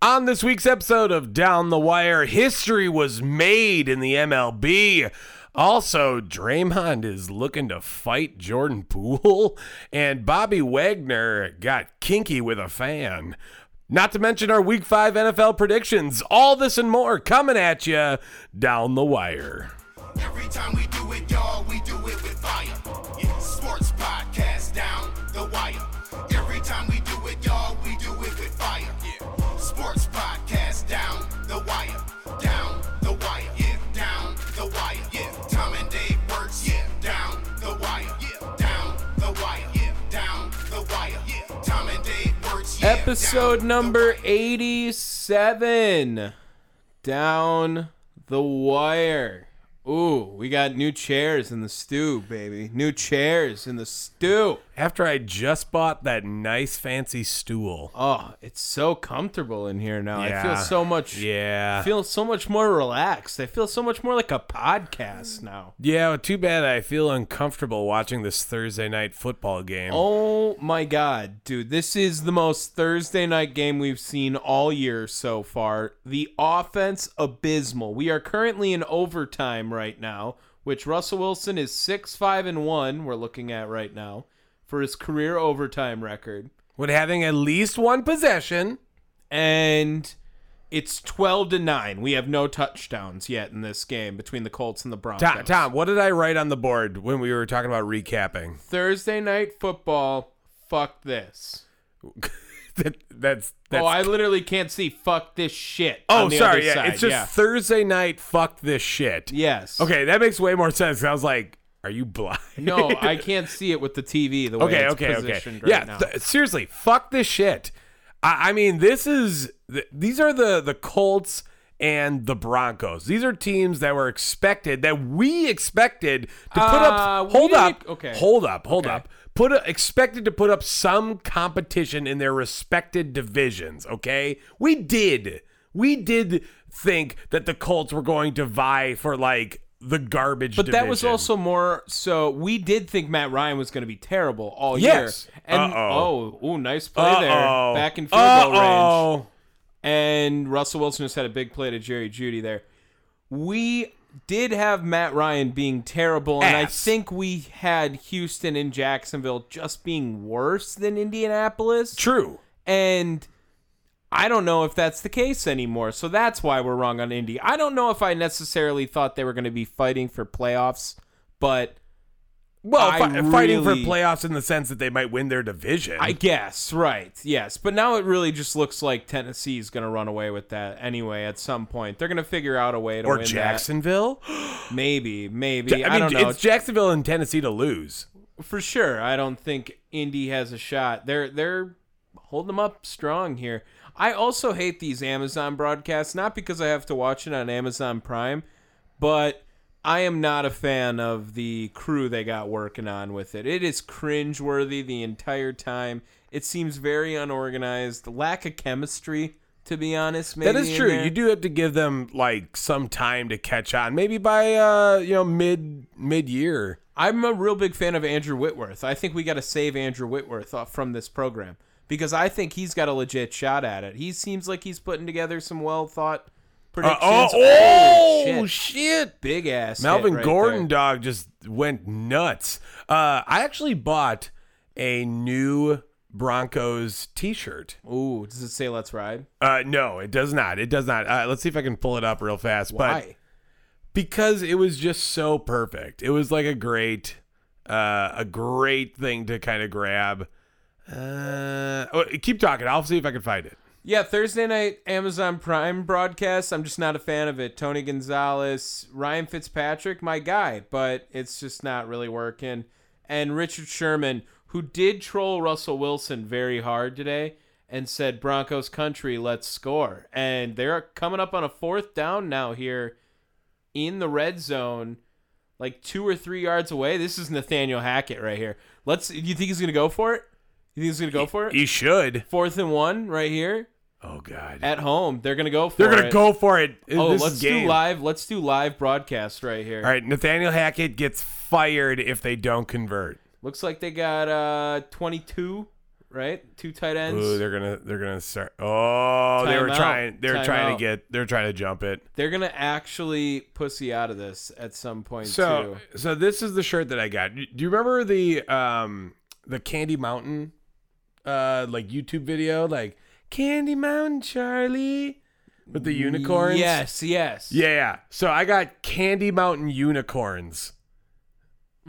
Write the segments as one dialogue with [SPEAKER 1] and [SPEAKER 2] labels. [SPEAKER 1] On this week's episode of Down the Wire, history was made in the MLB. Also, Draymond is looking to fight Jordan Poole, and Bobby Wagner got kinky with a fan. Not to mention our Week 5 NFL predictions. All this and more coming at you down the wire.
[SPEAKER 2] Every time we do it, y'all, we do it with fire. Yeah, sports podcast down the wire. Every time we do it, y'all, we do it with fire. Yeah, sports podcast down the wire. Down the wire. Yeah, down the wire. Yeah, Tom and Dave works. Yeah, down the wire. Yeah, down the wire. Yeah, down the wire. Yeah, Tom and Dave works. Yeah,
[SPEAKER 3] Episode
[SPEAKER 2] down the
[SPEAKER 3] number
[SPEAKER 2] wire.
[SPEAKER 3] 87. Down the wire. Ooh, we got new chairs in the stew, baby. New chairs in the stew.
[SPEAKER 1] After I just bought that nice fancy stool.
[SPEAKER 3] Oh, it's so comfortable in here now. I
[SPEAKER 1] Yeah.
[SPEAKER 3] feel so much I
[SPEAKER 1] Yeah.
[SPEAKER 3] feel so much more relaxed. I feel so much more like a podcast now.
[SPEAKER 1] Yeah, well, too bad I feel uncomfortable watching this Thursday night football game.
[SPEAKER 3] Oh my god, dude, this is the most Thursday night game we've seen all year so far. The offense abysmal. We are currently in overtime right now, which Russell Wilson is 6-5 and 1 we're looking at right now for his career overtime record.
[SPEAKER 1] With having at least one possession.
[SPEAKER 3] And it's 12 to 9. We have no touchdowns yet in this game between the Colts and the Broncos.
[SPEAKER 1] Tom, Tom, what did I write on the board when we were talking about recapping?
[SPEAKER 3] Thursday night football, fuck this.
[SPEAKER 1] that, that's that's.
[SPEAKER 3] oh, I literally can't see fuck this shit.
[SPEAKER 1] Oh,
[SPEAKER 3] on the
[SPEAKER 1] sorry.
[SPEAKER 3] other
[SPEAKER 1] Yeah,
[SPEAKER 3] side.
[SPEAKER 1] it's just
[SPEAKER 3] yeah.
[SPEAKER 1] Thursday night. Fuck this shit.
[SPEAKER 3] Yes.
[SPEAKER 1] Okay, that makes way more sense. I was like, "Are you blind?"
[SPEAKER 3] No, I can't see it with the TV the way
[SPEAKER 1] okay,
[SPEAKER 3] it's
[SPEAKER 1] okay, okay.
[SPEAKER 3] positioned right
[SPEAKER 1] Yeah,
[SPEAKER 3] now.
[SPEAKER 1] th- seriously, fuck this shit. I, I mean, this is th- these are the the Colts and the Broncos. These are teams that were expected that we expected to put
[SPEAKER 3] Uh,
[SPEAKER 1] up.
[SPEAKER 3] we
[SPEAKER 1] Hold up,
[SPEAKER 3] didn't- okay.
[SPEAKER 1] hold up, hold
[SPEAKER 3] Okay.
[SPEAKER 1] up. Put a, expected to put up some competition in their respected divisions. Okay, we did. We did think that the Colts were going to vie for like the garbage.
[SPEAKER 3] but that was
[SPEAKER 1] division.
[SPEAKER 3] also more so we did think Matt Ryan was going to be terrible all
[SPEAKER 1] Yes.
[SPEAKER 3] year. And
[SPEAKER 1] Uh-oh.
[SPEAKER 3] oh, ooh, nice play
[SPEAKER 1] Uh-oh.
[SPEAKER 3] there. Back in field goal range.
[SPEAKER 1] Uh-oh.
[SPEAKER 3] And Russell Wilson just had a big play to Jerry Judy there. We did have Matt Ryan being terrible, and I
[SPEAKER 1] Ass.
[SPEAKER 3] think we had Houston and Jacksonville just being worse than Indianapolis.
[SPEAKER 1] True.
[SPEAKER 3] And I don't know if that's the case anymore. So that's why we're wrong on Indy. I don't know if I necessarily thought they were going to be fighting for playoffs, but
[SPEAKER 1] Well,
[SPEAKER 3] I
[SPEAKER 1] fi- fighting for
[SPEAKER 3] really-
[SPEAKER 1] playoffs in the sense that they might win their division.
[SPEAKER 3] I guess, right. Yes. But now it really just looks like Tennessee's going to run away with that anyway at some point. They're going to figure out a way to
[SPEAKER 1] or
[SPEAKER 3] win
[SPEAKER 1] Jacksonville.
[SPEAKER 3] that. Maybe, maybe.
[SPEAKER 1] I
[SPEAKER 3] I,
[SPEAKER 1] mean,
[SPEAKER 3] don't know.
[SPEAKER 1] it's Jacksonville and Tennessee to lose.
[SPEAKER 3] for sure. I don't think Indy has a shot. They're they're holding them up strong here. I also hate these Amazon broadcasts, not because I have to watch it on Amazon Prime, but I am not a fan of the crew they got working on with it. It is cringeworthy the entire time. It seems very unorganized, lack of chemistry, to be honest. Maybe
[SPEAKER 1] That is
[SPEAKER 3] in
[SPEAKER 1] true.
[SPEAKER 3] there.
[SPEAKER 1] You do have to give them like some time to catch on. Maybe by uh, you know mid mid year.
[SPEAKER 3] I'm a real big fan of Andrew Whitworth. I think we got to save Andrew Whitworth off from this program because I think he's got a legit shot at it. He seems like he's putting together some well thought
[SPEAKER 1] Uh,
[SPEAKER 3] predictions.
[SPEAKER 1] oh,
[SPEAKER 3] Holy
[SPEAKER 1] oh, shit.
[SPEAKER 3] Big ass. hit
[SPEAKER 1] Melvin
[SPEAKER 3] right
[SPEAKER 1] Gordon
[SPEAKER 3] there.
[SPEAKER 1] dog just went nuts. Uh, I actually bought a new Broncos T-shirt.
[SPEAKER 3] Ooh, does it say let's ride?
[SPEAKER 1] Uh, no, it does not. It does not. Uh, let's see if I can pull it up real fast. But
[SPEAKER 3] Why?
[SPEAKER 1] because it was just so perfect. It was like a great, uh, a great thing to kind of grab. Uh, oh, keep talking. I'll see if I can find it.
[SPEAKER 3] Yeah, Thursday night Amazon Prime broadcast. I'm just not a fan of it. Tony Gonzalez, Ryan Fitzpatrick, my guy, but it's just not really working. And Richard Sherman, who did troll Russell Wilson very hard today and said, Broncos country, let's score. And they're coming up on a fourth down now here in the red zone, like two or three yards away. This is Nathaniel Hackett right here. Let's. You think he's going to go for it? You think he's going to go for it?
[SPEAKER 1] He should.
[SPEAKER 3] Fourth and one right here
[SPEAKER 1] Oh God,
[SPEAKER 3] at home. They're gonna go for
[SPEAKER 1] they're gonna
[SPEAKER 3] it.
[SPEAKER 1] go for it. in
[SPEAKER 3] Oh,
[SPEAKER 1] this
[SPEAKER 3] let's
[SPEAKER 1] game.
[SPEAKER 3] do live. Let's do live broadcast right here.
[SPEAKER 1] All right, Nathaniel Hackett gets fired if they don't convert.
[SPEAKER 3] Looks like they got uh 22 right? Two tight ends.
[SPEAKER 1] Ooh, they're gonna they're gonna start. Oh, they
[SPEAKER 3] Time
[SPEAKER 1] were
[SPEAKER 3] out.
[SPEAKER 1] trying. They're
[SPEAKER 3] Time
[SPEAKER 1] trying
[SPEAKER 3] out.
[SPEAKER 1] to get. They're trying to jump it.
[SPEAKER 3] They're gonna actually pussy out of this at some point
[SPEAKER 1] So
[SPEAKER 3] too.
[SPEAKER 1] so this is the shirt that I got. Do you remember the um the Candy Mountain, uh like YouTube video like Candy Mountain Charlie with the unicorns?
[SPEAKER 3] Yes, yes.
[SPEAKER 1] Yeah, yeah. So I got Candy Mountain unicorns.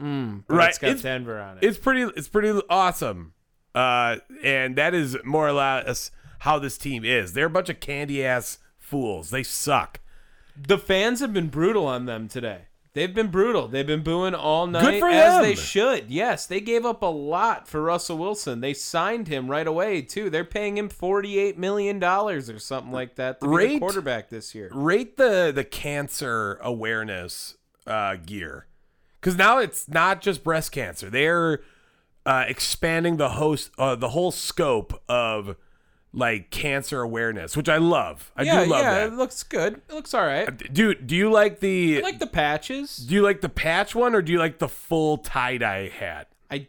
[SPEAKER 3] Mm, but
[SPEAKER 1] Right,
[SPEAKER 3] It's got
[SPEAKER 1] it's-
[SPEAKER 3] Denver on it.
[SPEAKER 1] It's pretty. It's pretty awesome. Uh, and that is more or less how this team is. They're a bunch of candy ass fools. They suck.
[SPEAKER 3] the fans have been brutal on them today. They've been brutal. They've been booing all night
[SPEAKER 1] for
[SPEAKER 3] as
[SPEAKER 1] them.
[SPEAKER 3] they should. Yes, they gave up a lot for Russell Wilson. They signed him right away too. They're paying him forty-eight million dollars or something like that to be the
[SPEAKER 1] Rate-
[SPEAKER 3] quarterback this year.
[SPEAKER 1] rate the the cancer awareness uh, gear because now it's not just breast cancer they're uh, expanding the host uh, the whole scope of like cancer awareness which i love i
[SPEAKER 3] yeah,
[SPEAKER 1] do love
[SPEAKER 3] yeah. It
[SPEAKER 1] that
[SPEAKER 3] looks good. It looks all right.
[SPEAKER 1] dude do you like the
[SPEAKER 3] I like the patches.
[SPEAKER 1] do you like the patch one or do you like the full tie-dye hat
[SPEAKER 3] I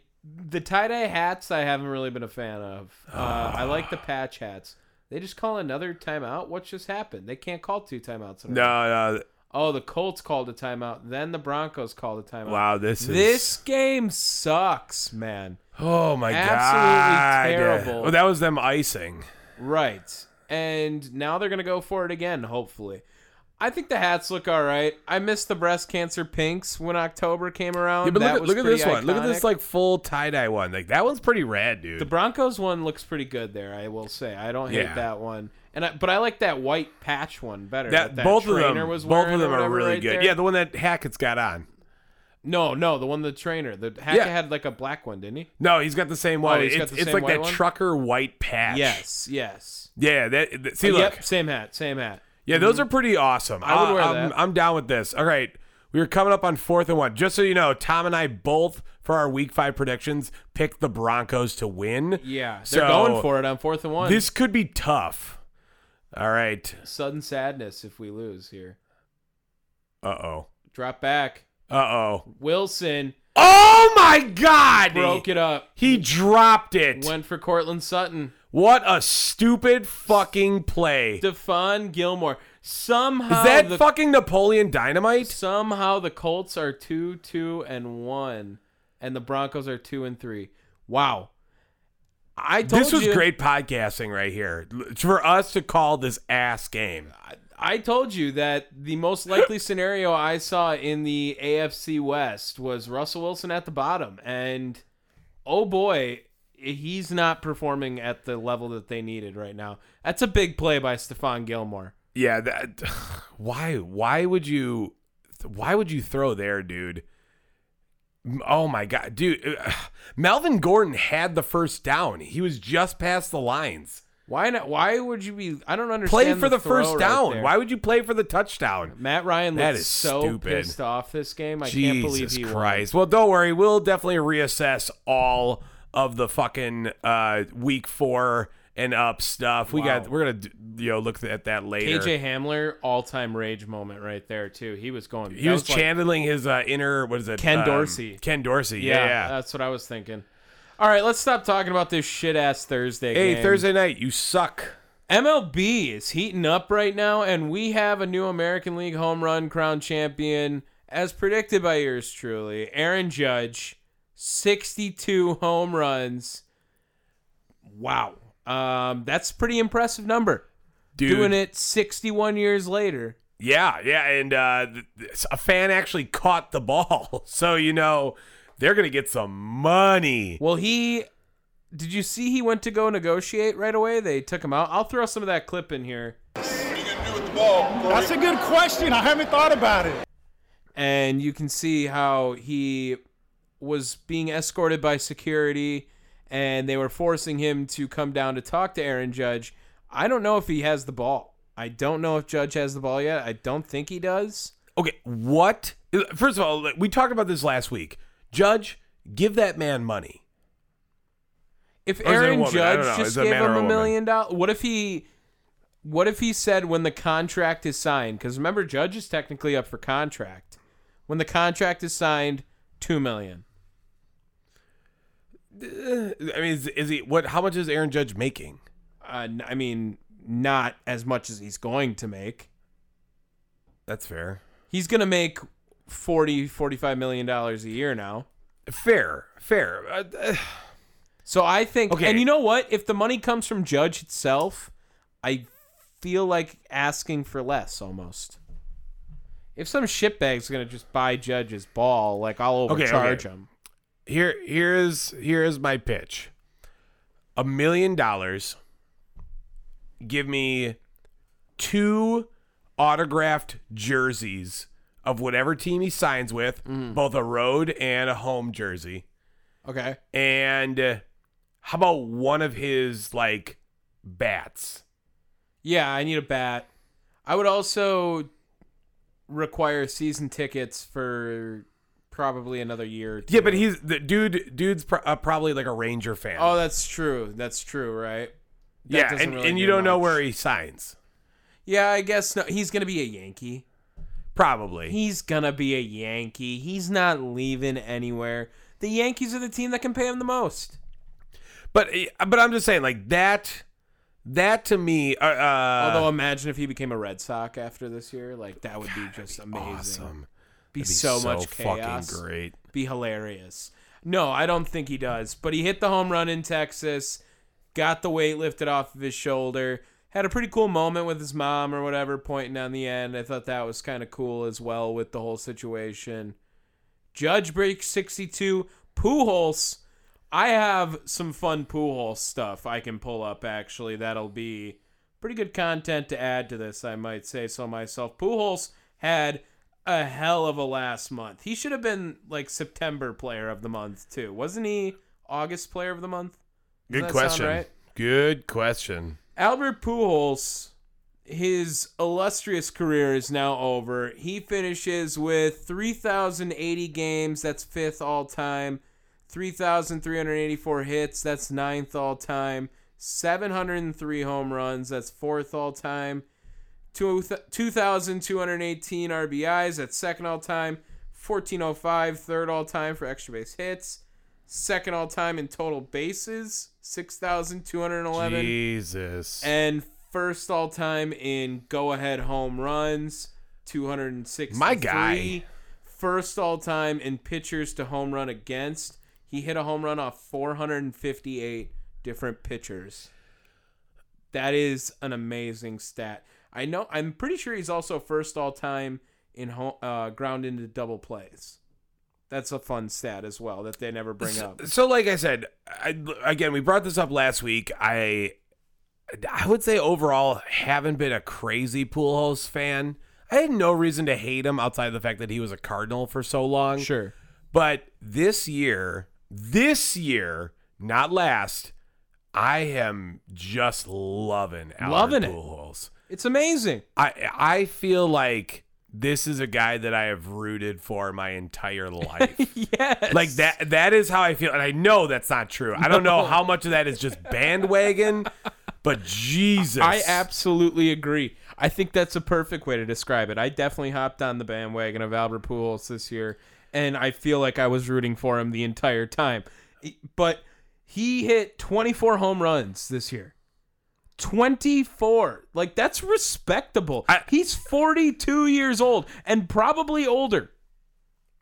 [SPEAKER 3] the tie dye hats I haven't really been a fan of. Uh, I like the patch hats. They just call another timeout. What just happened? They can't call two timeouts. in a row.
[SPEAKER 1] no no
[SPEAKER 3] Oh, the Colts called a timeout. Then the Broncos called a timeout.
[SPEAKER 1] wow this is
[SPEAKER 3] This game sucks, man.
[SPEAKER 1] oh my
[SPEAKER 3] Absolutely
[SPEAKER 1] god
[SPEAKER 3] terrible.
[SPEAKER 1] oh that was them icing
[SPEAKER 3] Right. And now they're going to go for it again, hopefully. I think the hats look all right. I missed the breast cancer pinks when October came around.
[SPEAKER 1] yeah, but
[SPEAKER 3] That
[SPEAKER 1] look at,
[SPEAKER 3] was
[SPEAKER 1] look at
[SPEAKER 3] pretty
[SPEAKER 1] this one. Look at
[SPEAKER 3] iconic.
[SPEAKER 1] this like full tie dye one. Like that one's pretty rad, dude.
[SPEAKER 3] The Broncos one looks pretty good there, I will say. I don't hate
[SPEAKER 1] Yeah.
[SPEAKER 3] that one. And I, but I like that white patch one better.
[SPEAKER 1] that,
[SPEAKER 3] that
[SPEAKER 1] both of
[SPEAKER 3] trainer
[SPEAKER 1] them,
[SPEAKER 3] was
[SPEAKER 1] both
[SPEAKER 3] wearing
[SPEAKER 1] of them
[SPEAKER 3] or
[SPEAKER 1] are
[SPEAKER 3] whatever
[SPEAKER 1] really
[SPEAKER 3] right
[SPEAKER 1] good.
[SPEAKER 3] there.
[SPEAKER 1] Yeah, the one that Hackett's got on.
[SPEAKER 3] no, no, the one the trainer. The Hackett
[SPEAKER 1] Yeah.
[SPEAKER 3] had like a black one, didn't he?
[SPEAKER 1] No, he's got the same one.
[SPEAKER 3] Oh, he's got
[SPEAKER 1] it's
[SPEAKER 3] the
[SPEAKER 1] it's
[SPEAKER 3] same
[SPEAKER 1] like
[SPEAKER 3] white
[SPEAKER 1] that
[SPEAKER 3] one?
[SPEAKER 1] trucker white patch.
[SPEAKER 3] Yes, yes.
[SPEAKER 1] Yeah. That, that- see, look.
[SPEAKER 3] Yep, same hat, same hat.
[SPEAKER 1] Yeah, those are pretty awesome.
[SPEAKER 3] I would
[SPEAKER 1] I-
[SPEAKER 3] wear
[SPEAKER 1] I'm,
[SPEAKER 3] that.
[SPEAKER 1] I'm down with this. All right. We were coming up on fourth and one. Just so you know, Tom and I both, for our week five predictions, picked the Broncos to win.
[SPEAKER 3] Yeah,
[SPEAKER 1] So
[SPEAKER 3] they're going for it on fourth and one.
[SPEAKER 1] This could be tough. All right.
[SPEAKER 3] sudden sadness if we lose here.
[SPEAKER 1] Uh oh.
[SPEAKER 3] Drop back.
[SPEAKER 1] Uh oh.
[SPEAKER 3] Wilson
[SPEAKER 1] Oh my God!
[SPEAKER 3] broke it up.
[SPEAKER 1] He dropped it.
[SPEAKER 3] Went for Cortland Sutton.
[SPEAKER 1] What a stupid fucking play. Is
[SPEAKER 3] Stephon Gilmore. Somehow
[SPEAKER 1] that
[SPEAKER 3] the
[SPEAKER 1] fucking Napoleon Dynamite?
[SPEAKER 3] somehow the Colts are two, two, and one, and the Broncos are two and three. Wow. I told
[SPEAKER 1] This was
[SPEAKER 3] you,
[SPEAKER 1] great podcasting right here. L- For us to call this ass game.
[SPEAKER 3] I told you that the most likely scenario I saw in the AFC West was Russell Wilson at the bottom, and oh boy, he's not performing at the level that they needed right now. That's a big play by Stephon Gilmore.
[SPEAKER 1] Yeah, that why why would you why would you throw there, dude? M- Oh my god, dude. Melvin Gordon had the first down. He was just past the lines.
[SPEAKER 3] Why not? Why would you be? I don't understand.
[SPEAKER 1] Play for the,
[SPEAKER 3] throw
[SPEAKER 1] first
[SPEAKER 3] right
[SPEAKER 1] down.
[SPEAKER 3] there.
[SPEAKER 1] why would you play for the touchdown?
[SPEAKER 3] Matt Ryan looks
[SPEAKER 1] That is
[SPEAKER 3] so
[SPEAKER 1] stupid.
[SPEAKER 3] pissed off this game. I
[SPEAKER 1] Jesus
[SPEAKER 3] can't believe he
[SPEAKER 1] Christ. Well, don't worry. We'll definitely reassess all of the fucking uh, week four and up stuff. We
[SPEAKER 3] Wow.
[SPEAKER 1] got. We're gonna d- you know look at that later.
[SPEAKER 3] won. KJ Hamler all time rage moment right there too. He was going.
[SPEAKER 1] he
[SPEAKER 3] that
[SPEAKER 1] was,
[SPEAKER 3] like-
[SPEAKER 1] channeling his uh, inner what is it?
[SPEAKER 3] Ken
[SPEAKER 1] Um,
[SPEAKER 3] Dorsey.
[SPEAKER 1] Ken Dorsey. Yeah.
[SPEAKER 3] yeah, uh,
[SPEAKER 1] yeah.
[SPEAKER 3] that's what I was thinking. All right, let's stop talking about this shit ass Thursday.
[SPEAKER 1] hey,
[SPEAKER 3] game.
[SPEAKER 1] Thursday night, you suck.
[SPEAKER 3] MLB is heating up right now, and we have a new American League home run crown champion, as predicted by yours truly, Aaron Judge, 62 home runs. Wow. Um, that's a pretty impressive number.
[SPEAKER 1] Dude.
[SPEAKER 3] Doing it 61 years later.
[SPEAKER 1] Yeah, yeah, and uh, th- th- a fan actually caught the ball, so you know they're gonna get some money.
[SPEAKER 3] Well, he. Did you see he went to go negotiate right away? They took him out. I'll throw some of that clip in here.
[SPEAKER 4] That's a good question. I haven't thought about it.
[SPEAKER 3] and you can see how he was being escorted by security and they were forcing him to come down to talk to Aaron Judge. I don't know if he has the ball. I don't know if Judge has the ball yet. I don't think he does.
[SPEAKER 1] Okay, what? First of all, like, we talked about this last week. Judge, give that man money.
[SPEAKER 3] If
[SPEAKER 1] is it a
[SPEAKER 3] Aaron
[SPEAKER 1] woman? I don't
[SPEAKER 3] Judge
[SPEAKER 1] know.
[SPEAKER 3] just
[SPEAKER 1] Is it a
[SPEAKER 3] gave
[SPEAKER 1] man or
[SPEAKER 3] him
[SPEAKER 1] a
[SPEAKER 3] a
[SPEAKER 1] woman?
[SPEAKER 3] million dollars, what if he what if he said when the contract is signed? Cuz remember Judge is technically up for contract. When the contract is signed, 2 million.
[SPEAKER 1] Uh, I mean, is, is he what? How much is Aaron Judge making?
[SPEAKER 3] Uh, n- I mean, not as much as he's going to make.
[SPEAKER 1] That's fair.
[SPEAKER 3] He's going to make 40, 45 million dollars a year now.
[SPEAKER 1] Fair, fair. Uh, uh,
[SPEAKER 3] So I think,
[SPEAKER 1] Okay.
[SPEAKER 3] and you know what? If the money comes from Judge itself, I feel like asking for less almost. If some shitbag's gonna just buy Judge's ball, like I'll
[SPEAKER 1] Okay,
[SPEAKER 3] overcharge
[SPEAKER 1] okay.
[SPEAKER 3] him.
[SPEAKER 1] here, here is here is my pitch. A million dollars. Give me two autographed jerseys of whatever team he signs with, both a road and a home jersey.
[SPEAKER 3] Okay.
[SPEAKER 1] And uh, how about one of his like bats?
[SPEAKER 3] Yeah, I need a bat. I would also require season tickets for probably another year. or
[SPEAKER 1] Yeah,
[SPEAKER 3] two.
[SPEAKER 1] but he's the dude. Dude's pro- uh, probably like a Ranger fan.
[SPEAKER 3] Oh, that's true. That's true, right? That
[SPEAKER 1] yeah,
[SPEAKER 3] doesn't
[SPEAKER 1] and,
[SPEAKER 3] really
[SPEAKER 1] and you
[SPEAKER 3] do
[SPEAKER 1] don't know
[SPEAKER 3] much.
[SPEAKER 1] where he signs.
[SPEAKER 3] Yeah, I guess no. He's gonna be a Yankee.
[SPEAKER 1] Probably.
[SPEAKER 3] He's gonna be a Yankee. He's not leaving anywhere. The Yankees are the team that can pay him the most.
[SPEAKER 1] but eh, but I'm just saying like that. That to me, uh, uh,
[SPEAKER 3] Although, imagine if he became a Red Sox after this year, like that would be just amazing.
[SPEAKER 1] awesome. That'd
[SPEAKER 3] Be,
[SPEAKER 1] be
[SPEAKER 3] so, much
[SPEAKER 1] fucking
[SPEAKER 3] chaos.
[SPEAKER 1] great.
[SPEAKER 3] Be hilarious. No, I don't think he does. But he hit the home run in Texas, got the weight lifted off of his shoulder. Had a pretty cool moment with his mom or whatever, pointing on the end. I thought that was kind of cool as well with the whole situation. Judge breaks 62. Pujols. I have some fun Pujols stuff I can pull up, actually. That'll be pretty good content to add to this, I might say so myself. Pujols had a hell of a last month. He should have been, like, September player of the month, too. Wasn't he August player of the month?
[SPEAKER 1] Good
[SPEAKER 3] that sound
[SPEAKER 1] question.
[SPEAKER 3] right?
[SPEAKER 1] Good question.
[SPEAKER 3] Albert Pujols, his illustrious career is now over. He finishes with 3,080 games. That's fifth all time. 3,384 hits. That's ninth all time. 703 home runs. That's fourth all time. Two- 2,218 RBIs. That's second all time. 1,405, third all time for extra base hits. Second all time in total bases. 6,211
[SPEAKER 1] Jesus.
[SPEAKER 3] and first all time in go ahead home runs, 263.
[SPEAKER 1] My guy.
[SPEAKER 3] First all time in pitchers to home run against. He hit a home run off 458 different pitchers. That is an amazing stat. I know. I'm pretty sure he's also first all time in ho- uh, ground into double plays. That's a fun stat as well that they never bring up.
[SPEAKER 1] so like I said, I, again, we brought this up last week. I I would say overall haven't been a crazy Pujols fan. I had no reason to hate him outside of the fact that he was a Cardinal for so long.
[SPEAKER 3] Sure.
[SPEAKER 1] But this year, this year, not last, I am just loving Albert
[SPEAKER 3] Loving it.
[SPEAKER 1] Pujols.
[SPEAKER 3] It's amazing.
[SPEAKER 1] I I feel like this is a guy that I have rooted for my entire life.
[SPEAKER 3] Yes.
[SPEAKER 1] Like that that is how I feel. And I know that's not true. I don't know how much of that is just bandwagon, but Jesus.
[SPEAKER 3] I absolutely agree. I think that's a perfect way to describe it. I definitely hopped on the bandwagon of Albert Pujols this year, and I feel like I was rooting for him the entire time. E, But he hit 24 home runs this year. 24. Like that's respectable.
[SPEAKER 1] I-
[SPEAKER 3] He's 42 years old and probably older.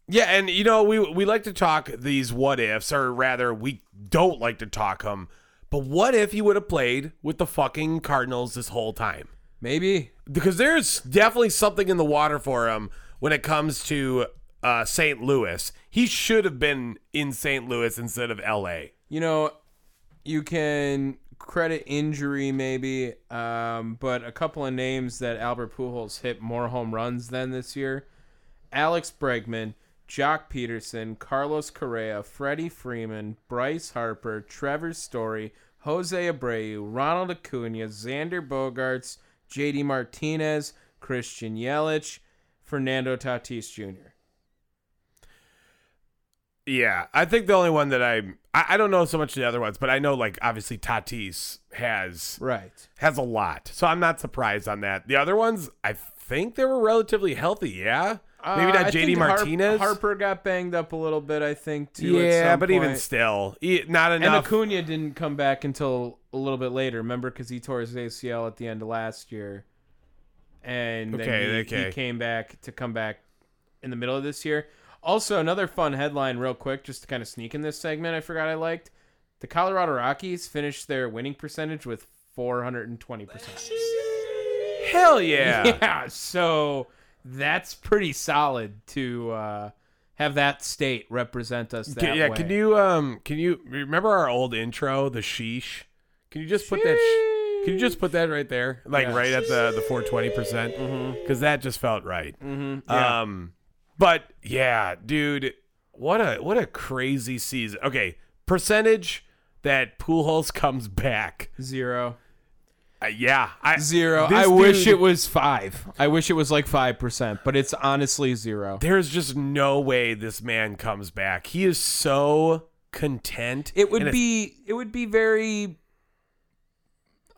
[SPEAKER 1] Yeah, and you know, we we like to talk these what ifs, or rather, we don't like to talk them. But what if he would have played with the fucking Cardinals this whole time?
[SPEAKER 3] Maybe.
[SPEAKER 1] Because there's definitely something in the water for him when it comes to uh, St. Louis. He should have been in St. Louis instead of L.A.
[SPEAKER 3] you know, you can credit injury maybe, um, but a couple of names that Albert Pujols hit more home runs than this year: Alex Bregman, Jock Peterson, Carlos Correa, Freddie Freeman, Bryce Harper, Trevor Story, Jose Abreu, Ronald Acuna, Xander Bogarts, J.D. Martinez, Christian Yelich, Fernando Tatis Jr.
[SPEAKER 1] Yeah, I think the only one that I'm, I, I don't know so much the other ones, but I know like obviously Tatis has
[SPEAKER 3] Right.
[SPEAKER 1] has a lot, so I'm not surprised on that. The other ones, I think they were relatively healthy. Yeah, Maybe
[SPEAKER 3] Uh,
[SPEAKER 1] not
[SPEAKER 3] I
[SPEAKER 1] JD
[SPEAKER 3] think Har-
[SPEAKER 1] Martinez?
[SPEAKER 3] Harper got banged up a little bit, I think, too. at
[SPEAKER 1] yeah,
[SPEAKER 3] some
[SPEAKER 1] but even
[SPEAKER 3] point.
[SPEAKER 1] still, e- not
[SPEAKER 3] And
[SPEAKER 1] enough.
[SPEAKER 3] Acuna didn't come back until a little bit later, remember? Because he tore his ACL at the end of last year, and then
[SPEAKER 1] Okay,
[SPEAKER 3] he,
[SPEAKER 1] okay.
[SPEAKER 3] he came back to come back in the middle of this year. Also, another fun headline, real quick, just to kind of sneak in this segment. I forgot I liked the Colorado Rockies finished their winning percentage with 420 percent.
[SPEAKER 1] Hell yeah.
[SPEAKER 3] Yeah, so that's pretty solid to uh, have that state represent us. That
[SPEAKER 1] Can, yeah,
[SPEAKER 3] way.
[SPEAKER 1] can you um can you remember our old intro, the sheesh? Can you just put that sh- Can you just put that right there? Like
[SPEAKER 3] Yeah.
[SPEAKER 1] right at the the 420%? Mm-hmm. Cuz that just felt right. Mm-hmm.
[SPEAKER 3] yeah.
[SPEAKER 1] Um but yeah, dude, what a what a crazy season. Okay, percentage that Pujols comes back.
[SPEAKER 3] zero?
[SPEAKER 1] Uh, yeah, I
[SPEAKER 3] Zero.
[SPEAKER 1] this
[SPEAKER 3] I wish
[SPEAKER 1] dude-
[SPEAKER 3] it was five. I wish it was like five percent, but it's honestly zero.
[SPEAKER 1] There's just no way this man comes back. He is so content.
[SPEAKER 3] It would
[SPEAKER 1] and it's-
[SPEAKER 3] be it would be very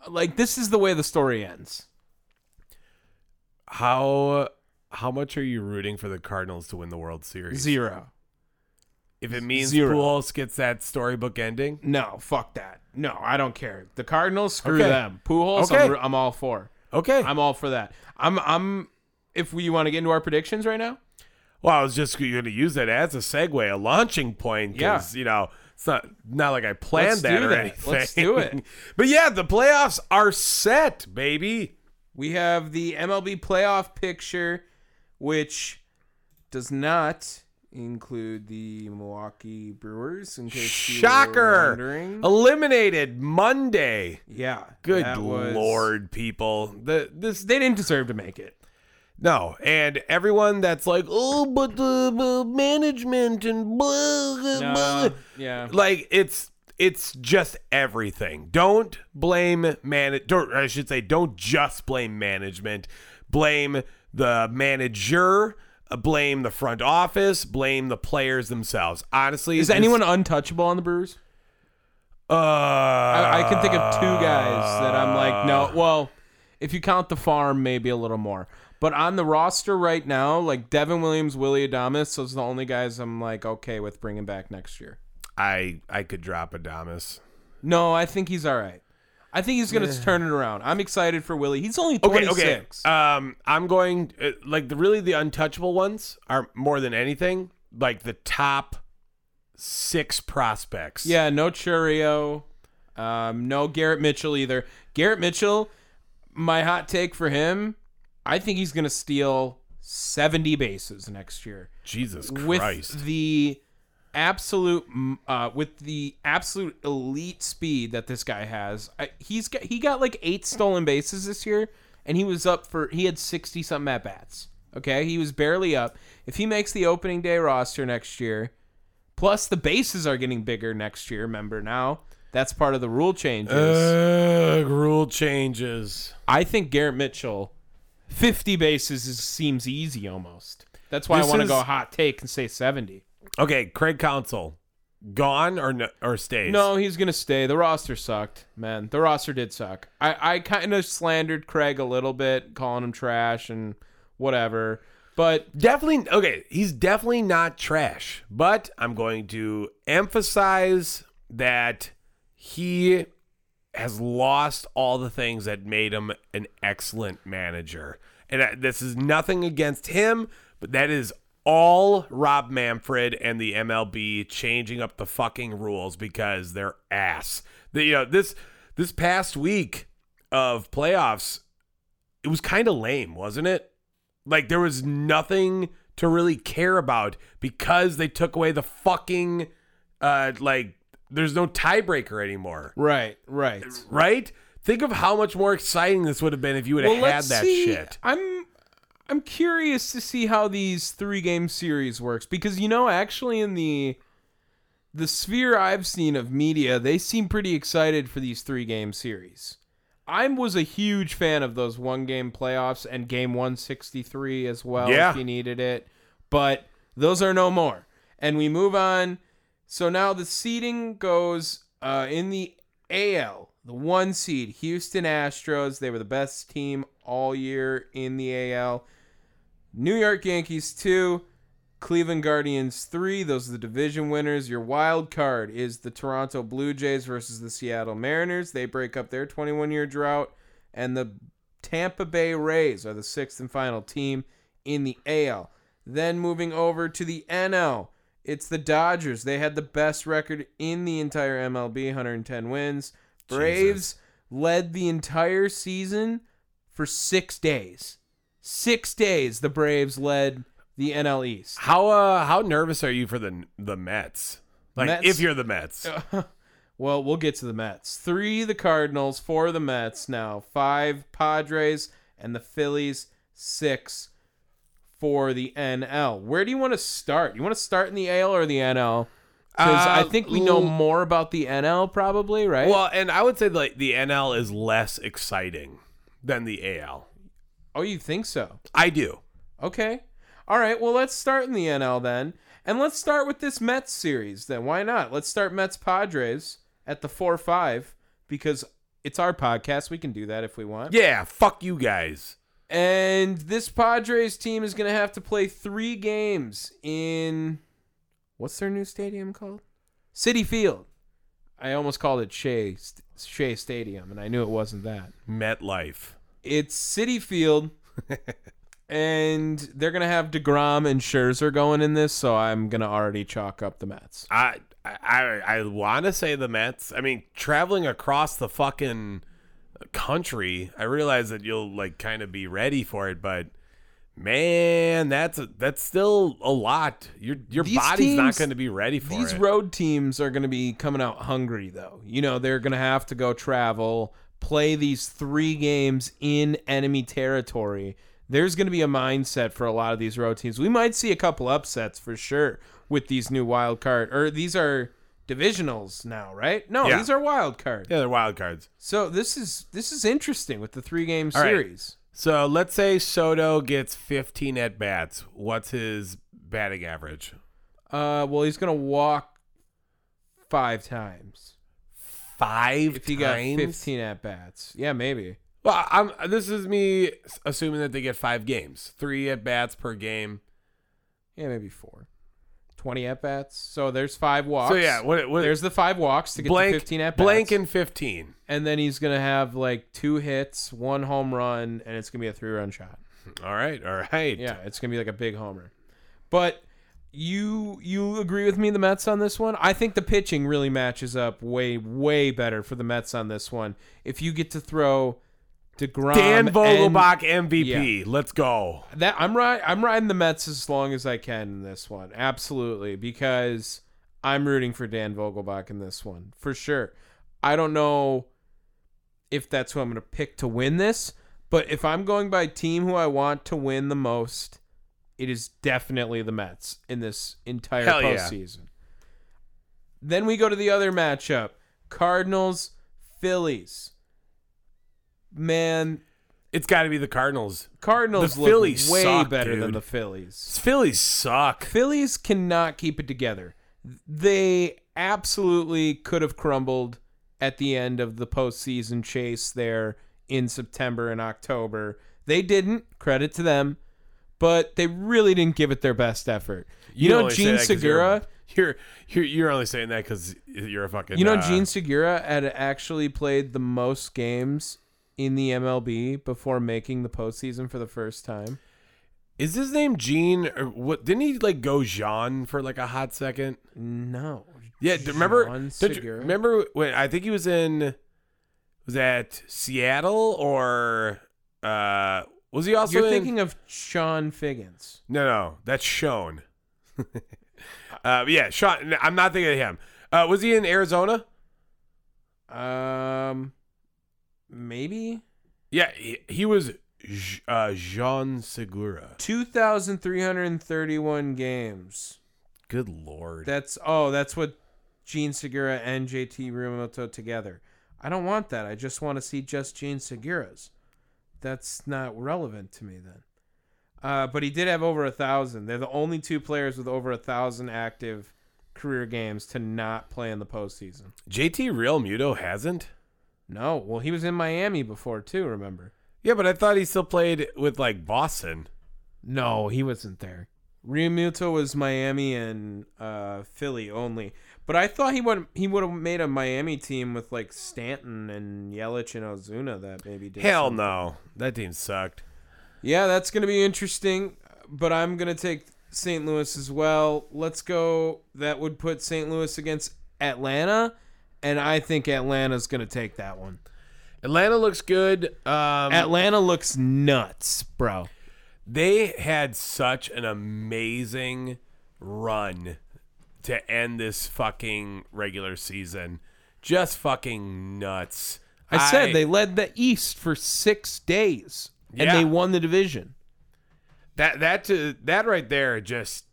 [SPEAKER 3] like this is the way the story ends.
[SPEAKER 1] how how much are you rooting for the Cardinals to win the World Series?
[SPEAKER 3] Zero.
[SPEAKER 1] If it means
[SPEAKER 3] Zero.
[SPEAKER 1] Pujols gets that storybook ending,
[SPEAKER 3] No, fuck that. No, I don't care. The Cardinals, screw
[SPEAKER 1] Okay.
[SPEAKER 3] them. Pujols,
[SPEAKER 1] Okay.
[SPEAKER 3] I'm, I'm all for.
[SPEAKER 1] okay.
[SPEAKER 3] I'm all for that. I'm I'm. If we want to get into our predictions right now,
[SPEAKER 1] well, I was just going to use that as a segue, a launching point. 'cause, you know, it's not not like I planned
[SPEAKER 3] Let's
[SPEAKER 1] that
[SPEAKER 3] do
[SPEAKER 1] or
[SPEAKER 3] that.
[SPEAKER 1] anything.
[SPEAKER 3] Let's do it.
[SPEAKER 1] but yeah, the playoffs are set, baby.
[SPEAKER 3] We have the MLB playoff picture, which does not include the Milwaukee Brewers. In case You were
[SPEAKER 1] Shocker!
[SPEAKER 3] wondering.
[SPEAKER 1] Eliminated Monday.
[SPEAKER 3] Yeah.
[SPEAKER 1] Good
[SPEAKER 3] that was-
[SPEAKER 1] lord, people. The this
[SPEAKER 3] They didn't deserve to make it.
[SPEAKER 1] No, and everyone that's like, oh, but the, the management and blah, blah, blah."
[SPEAKER 3] yeah.
[SPEAKER 1] like it's it's just everything. Don't blame man. Don't, I should say, don't just blame management. Blame the manager. uh, Blame the front office. Blame the players themselves. Honestly,
[SPEAKER 3] Is
[SPEAKER 1] this-
[SPEAKER 3] anyone untouchable on the Brewers?
[SPEAKER 1] Uh,
[SPEAKER 3] I, I can think of two guys that I'm like,
[SPEAKER 1] Uh.
[SPEAKER 3] no. Well, if you count the farm, maybe a little more. But on the roster right now, like Devin Williams, Willie Adamas, those are the only guys I'm like okay with bringing back next year.
[SPEAKER 1] I I could drop Adamas.
[SPEAKER 3] No, I think he's all right. I think he's gonna turn it around. I'm excited for Willie. He's only
[SPEAKER 1] Okay,
[SPEAKER 3] 26.
[SPEAKER 1] okay. Um, I'm going uh, like the really the untouchable ones are more than anything like the top six prospects.
[SPEAKER 3] yeah, no Churio, um, no Garrett Mitchell either. Garrett Mitchell, my hot take for him, I think he's gonna steal 70 bases next year
[SPEAKER 1] Jesus
[SPEAKER 3] with
[SPEAKER 1] Christ.
[SPEAKER 3] the absolute mm, uh, with the absolute elite speed that this guy has. I, he's got he got like eight stolen bases this year, and he was up for he had sixty something at bats. Okay, he was barely up. If he makes the opening day roster next year, plus the bases are getting bigger next year. Remember now. That's part of the rule changes.
[SPEAKER 1] Uh, Ugh, rule changes.
[SPEAKER 3] I think Garrett Mitchell, 50 bases is, seems easy almost. That's why
[SPEAKER 1] This
[SPEAKER 3] I want to
[SPEAKER 1] is-
[SPEAKER 3] go hot take and say 70.
[SPEAKER 1] Okay, Craig Council, gone or no, or stays?
[SPEAKER 3] No, he's gonna stay. The roster sucked, man. The roster did suck. I, I kind of slandered Craig a little bit, calling him trash and whatever. But
[SPEAKER 1] definitely. Okay, he's definitely not trash, but I'm going to emphasize that he has lost all the things that made him an excellent manager. And I, this is nothing against him, but that is all Rob Manfred and the MLB changing up the fucking rules because they're ass. The, you know, this this past week of playoffs, it was kind of lame, wasn't it? Like there was nothing to really care about because they took away the fucking uh like there's no tiebreaker anymore
[SPEAKER 3] right, right.
[SPEAKER 1] right? Think of how much more exciting this would have been if you would have had that
[SPEAKER 3] see.
[SPEAKER 1] shit.
[SPEAKER 3] I'm I'm curious to see how these three game series works because you know actually in the the sphere I've seen of media, they seem pretty excited for these three game series. I was a huge fan of those one game playoffs and game 163 as well
[SPEAKER 1] Yeah.
[SPEAKER 3] if you needed it, but those are no more. And we move on. So now the seeding goes uh, in the AL, the one seed, Houston Astros. They were the best team all year in the AL. New York Yankees two, Cleveland Guardians three. Those are the division winners. Your wild card is the Toronto Blue Jays versus the Seattle Mariners. They break up their 21 year drought, and the Tampa Bay Rays are the sixth and final team in the AL. Then moving over to the NL, it's the Dodgers. They had the best record in the entire MLB, 110 wins. Braves led the entire season for six days. Six days the Braves led the NL East.
[SPEAKER 1] How uh how nervous are you for the the Mets? Like
[SPEAKER 3] Mets?
[SPEAKER 1] if you're the Mets.
[SPEAKER 3] Well, we'll get to the Mets. Three the Cardinals, four the Mets now, five Padres, and the Phillies, six for the NL. Where do you want to start? You want to start in the AL or the NL? Because I
[SPEAKER 1] Uh,
[SPEAKER 3] think we know
[SPEAKER 1] l-
[SPEAKER 3] more about the NL probably, right?
[SPEAKER 1] Well, and I would say like the NL is less exciting than the AL.
[SPEAKER 3] oh, you think so?
[SPEAKER 1] I do.
[SPEAKER 3] Okay. All right. Well, let's start in the NL then. And let's start with this Mets series then. Why not? Let's start Mets Padres at the 4 5 because it's our podcast. We can do that if we want.
[SPEAKER 1] Yeah, fuck you guys.
[SPEAKER 3] And this Padres team is going to have to play three games in. What's their new stadium called? City Field. I almost called it Shea, Shea Stadium, and I knew it wasn't that
[SPEAKER 1] MetLife.
[SPEAKER 3] it's City Field, and they're gonna have Degrom and Scherzer going in this, so I'm gonna already chalk up the Mets.
[SPEAKER 1] I I I want to say the Mets. I mean, traveling across the fucking country, I realize that you'll like kind of be ready for it, but man, that's a, that's still a lot. Your your
[SPEAKER 3] These
[SPEAKER 1] body's not
[SPEAKER 3] teams-
[SPEAKER 1] going to be ready for
[SPEAKER 3] These
[SPEAKER 1] it.
[SPEAKER 3] road teams are gonna be coming out hungry, though. You know they're gonna have to go travel, play these three games in enemy territory. There's gonna be a mindset for a lot of these road teams. We might see a couple upsets for sure with these new wild card or these are divisionals now, right? No,
[SPEAKER 1] Yeah.
[SPEAKER 3] these are wild card.
[SPEAKER 1] yeah, they're wild cards.
[SPEAKER 3] So this is this is interesting with the three game
[SPEAKER 1] All right.
[SPEAKER 3] series.
[SPEAKER 1] So let's say Soto gets 15 at bats. What's his batting average?
[SPEAKER 3] Uh, well, he's gonna walk five times
[SPEAKER 1] Five.
[SPEAKER 3] if he got
[SPEAKER 1] times?
[SPEAKER 3] fifteen at bats. Yeah, maybe.
[SPEAKER 1] Well, I'm. This is me assuming that they get five games, three at bats per game.
[SPEAKER 3] Yeah, maybe four. Twenty at bats. So there's five
[SPEAKER 1] So
[SPEAKER 3] walks.
[SPEAKER 1] yeah, what, what
[SPEAKER 3] there's the five walks to get
[SPEAKER 1] blank,
[SPEAKER 3] to fifteen at bats.
[SPEAKER 1] blank and 15.
[SPEAKER 3] and then he's gonna have like two hits, one home run, and it's gonna be a three run shot.
[SPEAKER 1] All right, all right.
[SPEAKER 3] Yeah, it's gonna be like a big homer. But you you agree with me the Mets on this one? I think the pitching really matches up way way better for the Mets on this one. If you get to throw Degrom,
[SPEAKER 1] Dan
[SPEAKER 3] and-
[SPEAKER 1] Vogelbach MVP. Let's go.
[SPEAKER 3] that I'm right. I'm riding the Mets as long as I can in this one, absolutely, because I'm rooting for Dan Vogelbach in this one for sure. I don't know if that's who I'm going to pick to win this, but if I'm going by team who I want to win the most, it is definitely the Mets in this entire
[SPEAKER 1] Hell yeah.
[SPEAKER 3] postseason. Then we go to the other matchup: Cardinals, Phillies. Man,
[SPEAKER 1] It's got to be the Cardinals.
[SPEAKER 3] Cardinals
[SPEAKER 1] The
[SPEAKER 3] look
[SPEAKER 1] Phillies
[SPEAKER 3] way
[SPEAKER 1] suck,
[SPEAKER 3] better than
[SPEAKER 1] dude.
[SPEAKER 3] the Phillies.
[SPEAKER 1] Phillies suck.
[SPEAKER 3] Phillies cannot keep it together. They absolutely could have crumbled at the end of the postseason chase there in September and October. They didn't. Credit to them, but they really didn't give it their best effort. You, know,
[SPEAKER 1] only say
[SPEAKER 3] Gene
[SPEAKER 1] that 'cause you're-
[SPEAKER 3] Segura.
[SPEAKER 1] You're you're you're only saying that because you're a fucking.
[SPEAKER 3] You know,
[SPEAKER 1] uh,
[SPEAKER 3] Gene Segura had actually played the most games in the MLB before making the postseason for the first time.
[SPEAKER 1] Is his name Gene or what? Didn't he like go Jean for like a hot second?
[SPEAKER 3] No.
[SPEAKER 1] Yeah, d- remember?
[SPEAKER 3] Jean
[SPEAKER 1] don't you-
[SPEAKER 3] Segura?
[SPEAKER 1] remember when I think he was in was that Seattle or uh was he also
[SPEAKER 3] You're
[SPEAKER 1] in
[SPEAKER 3] thinking of Sean Figgins.
[SPEAKER 1] No, no, that's Sean. uh yeah, Sean no, I'm not thinking of him. Uh was he in Arizona?
[SPEAKER 3] Um, maybe
[SPEAKER 1] Yeah, he, he was J- uh Jean Segura.
[SPEAKER 3] 2,331 games.
[SPEAKER 1] Good lord.
[SPEAKER 3] That's oh, that's what Gene Segura and JT Rumoto together. I don't want that. I just want to see just Gene Segura's. That's not relevant to me then. Uh, but he did have over a thousand. They're the only two players with over a thousand active career games to not play in the postseason.
[SPEAKER 1] JT Real Muto hasn't?
[SPEAKER 3] No, well, he was in Miami before too. Remember?
[SPEAKER 1] Yeah, but I thought he still played with like Boston.
[SPEAKER 3] No, he wasn't there. Riamuto was Miami and uh, Philly only. But I thought he would he would have made a Miami team with like Stanton and Yelich and Ozuna that maybe did.
[SPEAKER 1] Hell
[SPEAKER 3] something.
[SPEAKER 1] no. That team sucked.
[SPEAKER 3] Yeah, that's gonna be interesting. But I'm gonna take St. Louis as well. Let's go. That would put St. Louis against Atlanta, and I think Atlanta's gonna take that one.
[SPEAKER 1] Atlanta looks good. Um,
[SPEAKER 3] Atlanta looks nuts, bro.
[SPEAKER 1] they had such an amazing run to end this fucking regular season. Just fucking nuts.
[SPEAKER 3] I said they led the East for six days, and
[SPEAKER 1] Yeah.
[SPEAKER 3] they won the division.
[SPEAKER 1] that that to that right there just.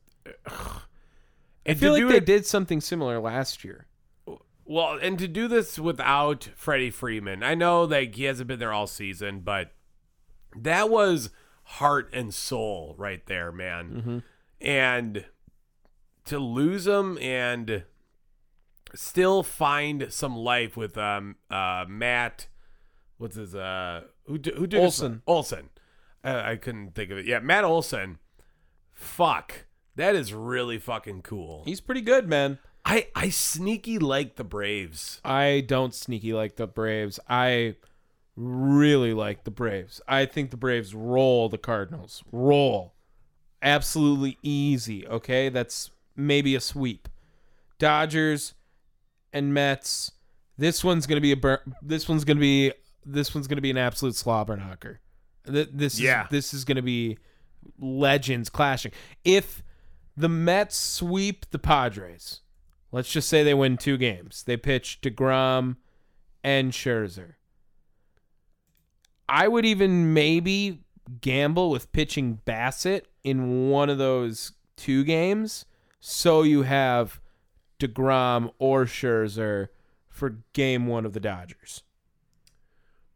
[SPEAKER 3] I feel like they did something similar last year.
[SPEAKER 1] Well, and to do this without Freddie Freeman, I know like he hasn't been there all season, but that was heart and soul right there, man. And to lose him and still find some life with um uh Matt, what's his uh who d- who did his-
[SPEAKER 3] Olson.
[SPEAKER 1] Olson, uh, I couldn't think of it. Yeah, Matt Olson. Fuck, that is really fucking cool.
[SPEAKER 3] He's pretty good, man.
[SPEAKER 1] I I sneaky like the Braves.
[SPEAKER 3] I don't sneaky like the Braves. I really like the Braves. I think the Braves roll the Cardinals. Roll. Absolutely easy, okay? That's maybe a sweep. Dodgers and Mets. This one's going to be a bur- this one's going to be this one's going to be an absolute slobber knocker. Th- This is,
[SPEAKER 1] Yeah.
[SPEAKER 3] this is going to be legends clashing. If the Mets sweep the Padres, Let's just say they win two games. They pitch DeGrom and Scherzer. I would even maybe gamble with pitching Bassett in one of those two games so you have DeGrom or Scherzer for game 1 of the Dodgers.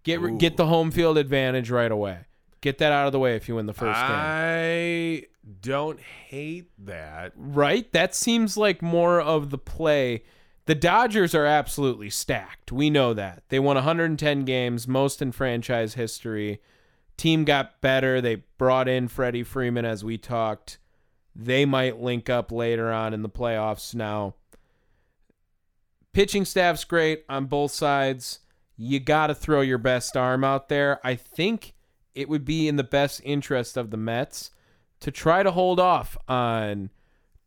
[SPEAKER 3] Get
[SPEAKER 1] Ooh.
[SPEAKER 3] get the home field advantage right away. Get that out of the way if you win the first game.
[SPEAKER 1] I don't hate that.
[SPEAKER 3] right? That seems like more of the play. The Dodgers are absolutely stacked. We know that. They won 110 games, most in franchise history. Team got better. They brought in Freddie Freeman as we talked. They might link up later on in the playoffs now. Pitching staff's great on both sides. You got to throw your best arm out there. I think it would be in the best interest of the Mets to try to hold off on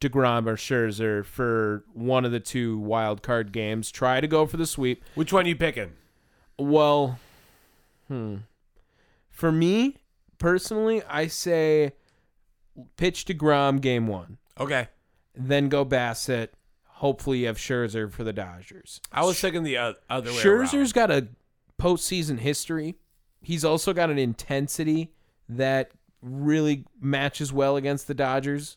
[SPEAKER 3] DeGrom or Scherzer for one of the two wild card games. Try to go for the sweep.
[SPEAKER 1] Which one you picking?
[SPEAKER 3] Well, hmm. For me personally, I say pitch DeGrom game one,
[SPEAKER 1] Okay.
[SPEAKER 3] then go Bassett. Hopefully, you have Scherzer for the Dodgers.
[SPEAKER 1] I was thinking the oth- other way.
[SPEAKER 3] Scherzer's got a postseason history. He's also got an intensity that really matches well against the Dodgers.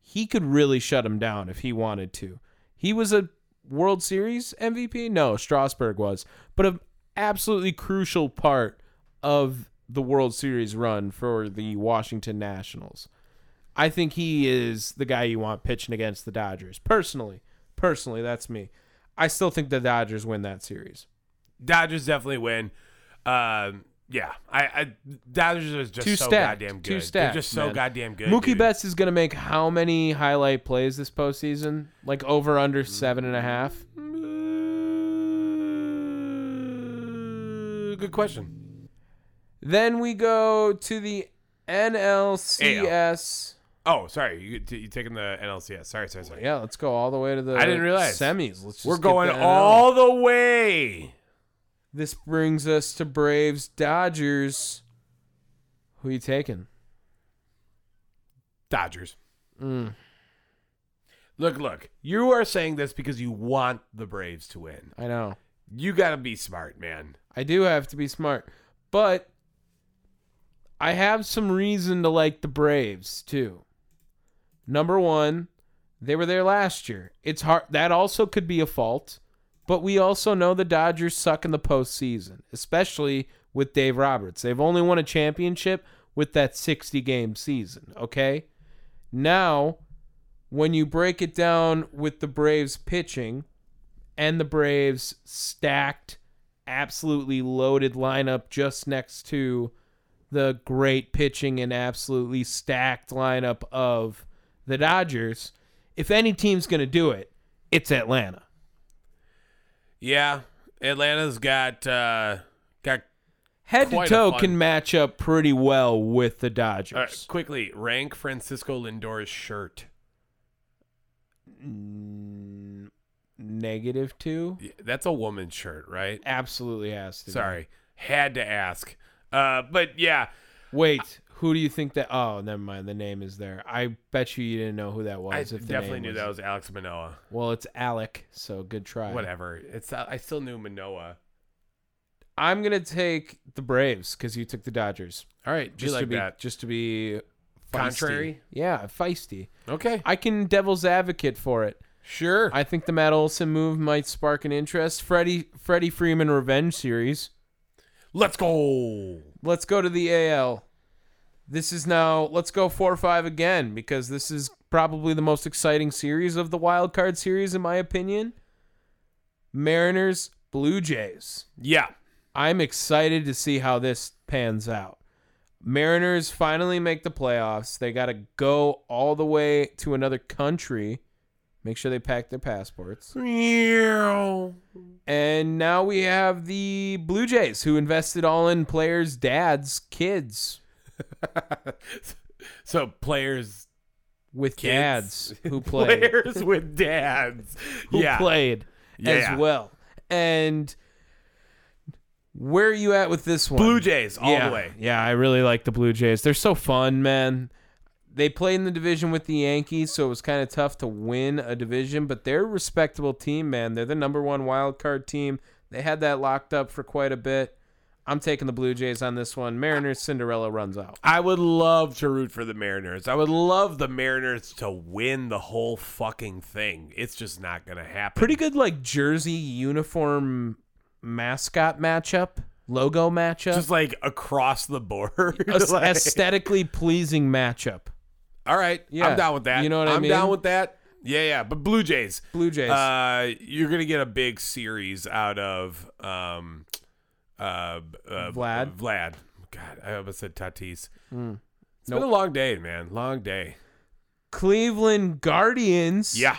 [SPEAKER 3] He could really shut him down if he wanted to. He was a World Series MVP? No, Strasburg was, but an absolutely crucial part of the World Series run for the Washington Nationals. I think he is the guy you want pitching against the Dodgers. Personally, personally, that's me. I still think the Dodgers win that series.
[SPEAKER 1] Dodgers definitely win. Um, yeah, I, I Dodgers is just
[SPEAKER 3] Two
[SPEAKER 1] so
[SPEAKER 3] stacked.
[SPEAKER 1] goddamn good.
[SPEAKER 3] Two
[SPEAKER 1] They're
[SPEAKER 3] stacked.
[SPEAKER 1] just so
[SPEAKER 3] man.
[SPEAKER 1] goddamn good.
[SPEAKER 3] Mookie
[SPEAKER 1] dude.
[SPEAKER 3] Betts is going to make how many highlight plays this postseason? Like over under seven and a half?
[SPEAKER 1] Uh, Good question.
[SPEAKER 3] Then we go to the NLCS.
[SPEAKER 1] Oh, sorry, you you taking the NLCS? Sorry, sorry, sorry.
[SPEAKER 3] Yeah, let's go all the way to the
[SPEAKER 1] I didn't realize.
[SPEAKER 3] semis. Let's just
[SPEAKER 1] We're
[SPEAKER 3] get
[SPEAKER 1] going
[SPEAKER 3] the NL.
[SPEAKER 1] all the way.
[SPEAKER 3] This brings us to Braves Dodgers. Who you taking?
[SPEAKER 1] Dodgers.
[SPEAKER 3] Hmm.
[SPEAKER 1] Look, look. You are saying this because you want the Braves to win.
[SPEAKER 3] I know.
[SPEAKER 1] You got to be smart, man.
[SPEAKER 3] I do have to be smart, but I have some reason to like the Braves too. Number one, they were there last year. It's hard. That also could be a fault, but we also know the Dodgers suck in the postseason, especially with Dave Roberts. They've only won a championship with that 60 game season. Okay, now when you break it down with the Braves pitching and the Braves stacked, absolutely loaded lineup just next to the great pitching and absolutely stacked lineup of the Dodgers, if any team's going to do it, it's Atlanta.
[SPEAKER 1] Yeah, Atlanta's got uh, got.
[SPEAKER 3] Head
[SPEAKER 1] Quite a
[SPEAKER 3] to toe
[SPEAKER 1] fun-
[SPEAKER 3] can match up pretty well with the
[SPEAKER 1] all
[SPEAKER 3] Dodgers.
[SPEAKER 1] right, quickly rank Francisco Lindor's shirt.
[SPEAKER 3] Mm, negative two?
[SPEAKER 1] Yeah, That's a woman's shirt, right?
[SPEAKER 3] Absolutely has to. be.
[SPEAKER 1] Sorry, had to ask. Uh, but yeah,
[SPEAKER 3] Wait, who do you think that? Oh, never mind. The name is there. I bet you you didn't know who that was.
[SPEAKER 1] I
[SPEAKER 3] if the
[SPEAKER 1] definitely knew
[SPEAKER 3] name
[SPEAKER 1] that was Alex Manoa.
[SPEAKER 3] Well, it's Alec, so good try.
[SPEAKER 1] Whatever. It's uh, I still knew Manoa.
[SPEAKER 3] I'm gonna take the Braves because you took the Dodgers.
[SPEAKER 1] All right, do you
[SPEAKER 3] Just to
[SPEAKER 1] like
[SPEAKER 3] be,
[SPEAKER 1] that?
[SPEAKER 3] Just to be feisty.
[SPEAKER 1] Contrary?
[SPEAKER 3] Yeah, feisty.
[SPEAKER 1] Okay,
[SPEAKER 3] I can devil's advocate for it.
[SPEAKER 1] sure.
[SPEAKER 3] I think the Matt Olson move might spark an interest. Freddie Freddie Freeman revenge series.
[SPEAKER 1] Let's go.
[SPEAKER 3] Let's go to the AL. This is now let's go four or five again because this is probably the most exciting series of the wild card series in my opinion. Mariners, Blue Jays.
[SPEAKER 1] Yeah.
[SPEAKER 3] I'm excited to see how this pans out. Mariners finally make the playoffs. They got to go all the way to another country. Make sure they pack their passports. And now we have the Blue Jays, who invested all in players' dads, kids
[SPEAKER 1] So players,
[SPEAKER 3] with
[SPEAKER 1] Kids.
[SPEAKER 3] dads who played,
[SPEAKER 1] players with dads.
[SPEAKER 3] who
[SPEAKER 1] yeah.
[SPEAKER 3] played
[SPEAKER 1] Yeah.
[SPEAKER 3] as well. And where are you at with this one?
[SPEAKER 1] Blue Jays all
[SPEAKER 3] yeah,
[SPEAKER 1] the way.
[SPEAKER 3] Yeah, I really like the Blue Jays. They're so fun, man. They played in the division with the Yankees, so it was kind of tough to win a division, but they're a respectable team, man. They're the number one wild card team. They had that locked up for quite a bit. I'm taking the Blue Jays on this one. Mariners Cinderella runs out.
[SPEAKER 1] I would love to root for the Mariners. I would love the Mariners to win the whole fucking thing. It's just not gonna happen.
[SPEAKER 3] Pretty good, like jersey uniform mascot matchup, logo matchup,
[SPEAKER 1] Just like across the board.
[SPEAKER 3] Aes-
[SPEAKER 1] Like-
[SPEAKER 3] aesthetically pleasing matchup.
[SPEAKER 1] all right.
[SPEAKER 3] Yeah.
[SPEAKER 1] I'm down with that.
[SPEAKER 3] You know what I
[SPEAKER 1] I'm down
[SPEAKER 3] mean?
[SPEAKER 1] with that. Yeah, yeah. But Blue Jays.
[SPEAKER 3] Blue Jays.
[SPEAKER 1] Uh, you're gonna get a big series out of um, uh, uh
[SPEAKER 3] Vlad? Hmm.
[SPEAKER 1] Vlad. God, I almost said Tatis. It's
[SPEAKER 3] Nope.
[SPEAKER 1] been a long day, man. Long day.
[SPEAKER 3] Cleveland Guardians.
[SPEAKER 1] Yeah.